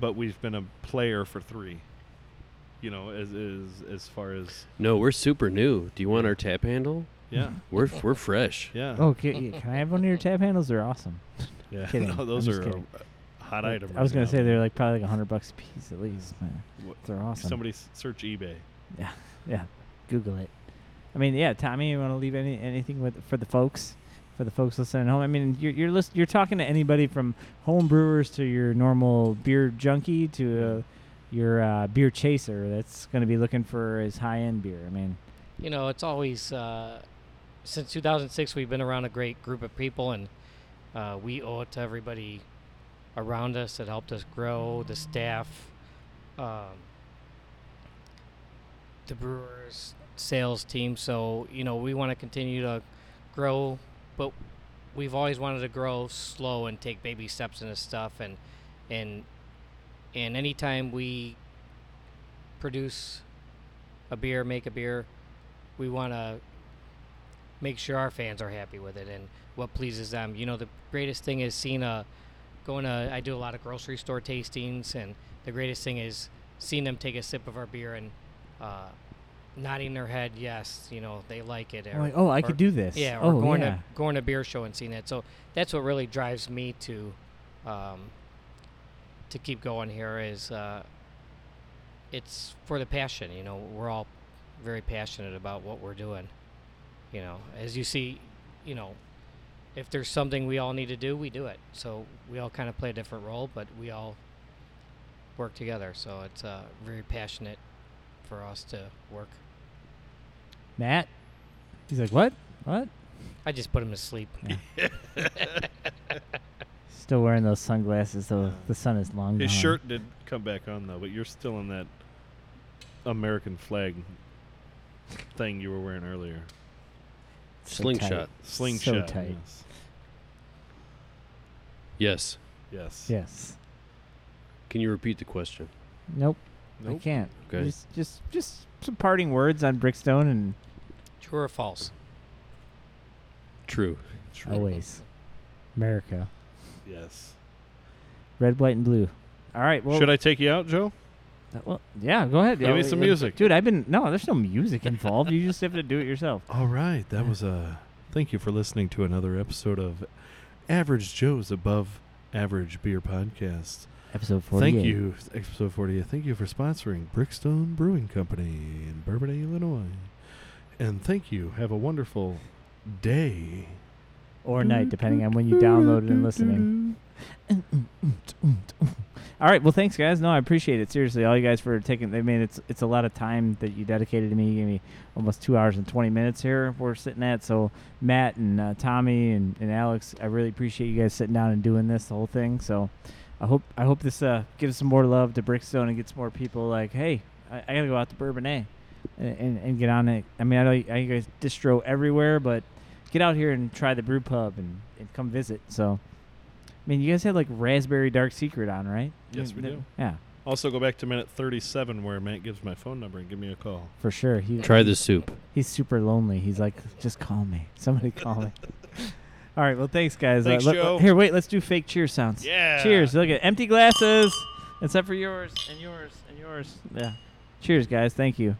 Speaker 2: but we've been a player for three. You know, as as as far as
Speaker 3: No, we're super new. Do you want our tap handle?
Speaker 2: yeah,
Speaker 3: We're we're fresh.
Speaker 2: yeah,
Speaker 1: Oh, can, can I have one of your tab handles? They're awesome.
Speaker 2: Yeah,
Speaker 1: Kidding.
Speaker 2: no,
Speaker 1: I'm
Speaker 2: those
Speaker 1: just
Speaker 2: are
Speaker 1: kidding.
Speaker 2: a hot item.
Speaker 1: I was
Speaker 2: right
Speaker 1: gonna
Speaker 2: now.
Speaker 1: say they're like probably like hundred bucks a piece at least. Man.
Speaker 2: What-
Speaker 1: They're awesome.
Speaker 2: Somebody s- search eBay.
Speaker 1: Yeah, yeah. Google it. I mean, yeah, Tommy, you want to leave any anything with for the folks, for the folks listening at home. I mean, you're you're list, you're talking to anybody from home brewers to your normal beer junkie to uh, your uh, beer chaser that's going to be looking for his high end beer. I mean,
Speaker 6: you know, it's always uh, since 2006 we've been around a great group of people, and uh, we owe it to everybody around us that helped us grow, the staff, um, the brewers, sales team. So you know, we want to continue to grow, but we've always wanted to grow slow and take baby steps in this stuff, and and and anytime we produce a beer, make a beer, we want to make sure our fans are happy with it and what pleases them. You know, the greatest thing is seeing a going to. I do a lot of grocery store tastings, and the greatest thing is seeing them take a sip of our beer and uh, nodding their head, yes, you know, they like it.
Speaker 1: I'm like, oh, I
Speaker 6: or-
Speaker 1: could do this.
Speaker 6: yeah, or
Speaker 1: oh,
Speaker 6: going
Speaker 1: yeah.
Speaker 6: to going to beer show and seeing that. So that's what really drives me to um, to keep going here is uh, it's for the passion. You know, we're all very passionate about what we're doing. You know, as you see, you know, if there's something we all need to do, we do it. So we all kind of play a different role, but we all work together. So it's uh, very passionate for us to work.
Speaker 1: Matt. He's like, what? What?
Speaker 6: I just put him to sleep.
Speaker 1: Still wearing those sunglasses though. the sun is long.
Speaker 2: His
Speaker 1: gone.
Speaker 2: shirt did come back on though, but you're still in that American flag thing you were wearing earlier.
Speaker 1: So
Speaker 3: Slingshot.
Speaker 2: Slingshot.
Speaker 1: tight.
Speaker 2: Yes.
Speaker 3: Yes.
Speaker 2: Yes.
Speaker 1: Yes.
Speaker 3: Can you repeat the question?
Speaker 1: Nope. I
Speaker 2: Nope.
Speaker 1: can't.
Speaker 3: Okay.
Speaker 1: Just, just, just some parting words on Brickstone and
Speaker 6: True or false?
Speaker 3: True.
Speaker 1: always America,
Speaker 2: Yes.
Speaker 1: red, white, and blue. All right. Well, uh,
Speaker 2: Should I take you out, Joe?
Speaker 1: well, yeah. Go ahead.
Speaker 2: Give
Speaker 1: Yeah,
Speaker 2: me
Speaker 1: we-
Speaker 2: some
Speaker 1: uh,
Speaker 2: music.
Speaker 1: dude. I've been no. There's no music involved. you just have to do it yourself.
Speaker 2: All right. That was a. Thank you for listening to another episode of Average Joe's Above Average Beer Podcast.
Speaker 1: Episode 48.
Speaker 2: Thank you, episode 48. Thank you for sponsoring Brickstone Brewing Company in Bourbon, Illinois. And thank you. Have a wonderful day.
Speaker 1: Or night, depending on when you download it and listening. All right. Well, thanks, guys. No, I appreciate it. Seriously, all you guys for taking. I mean, it's it's a lot of time that you dedicated to me. You gave me almost two hours and twenty minutes here. We're sitting at so Matt and uh, Tommy and, and Alex. I really appreciate you guys sitting down and doing this the whole thing. So, I hope I hope this uh, gives some more love to Brickstone and gets more people like, hey, I, I gotta go out to Bourbonnais and, and and get on it. I mean, I know you, I know you guys distro everywhere, but get out here and try the brew pub and, and come visit. So, I mean, you guys had like raspberry dark secret on, right?
Speaker 2: Yes, we
Speaker 1: Th-
Speaker 2: do.
Speaker 1: Yeah,
Speaker 2: Also, go back to minute 37 where Matt gives my phone number and give me a call.
Speaker 1: for sure. He
Speaker 3: Try the soup.
Speaker 1: he's super lonely. He's like, just call me. Somebody call me. All right. Well, thanks, guys.
Speaker 2: Thanks,
Speaker 1: let-
Speaker 2: Joe.
Speaker 1: Here, wait. Let's do fake cheer sounds.
Speaker 2: Yeah.
Speaker 1: Cheers. Look at empty glasses, except for yours and yours and yours. Yeah. Cheers, guys. Thank you.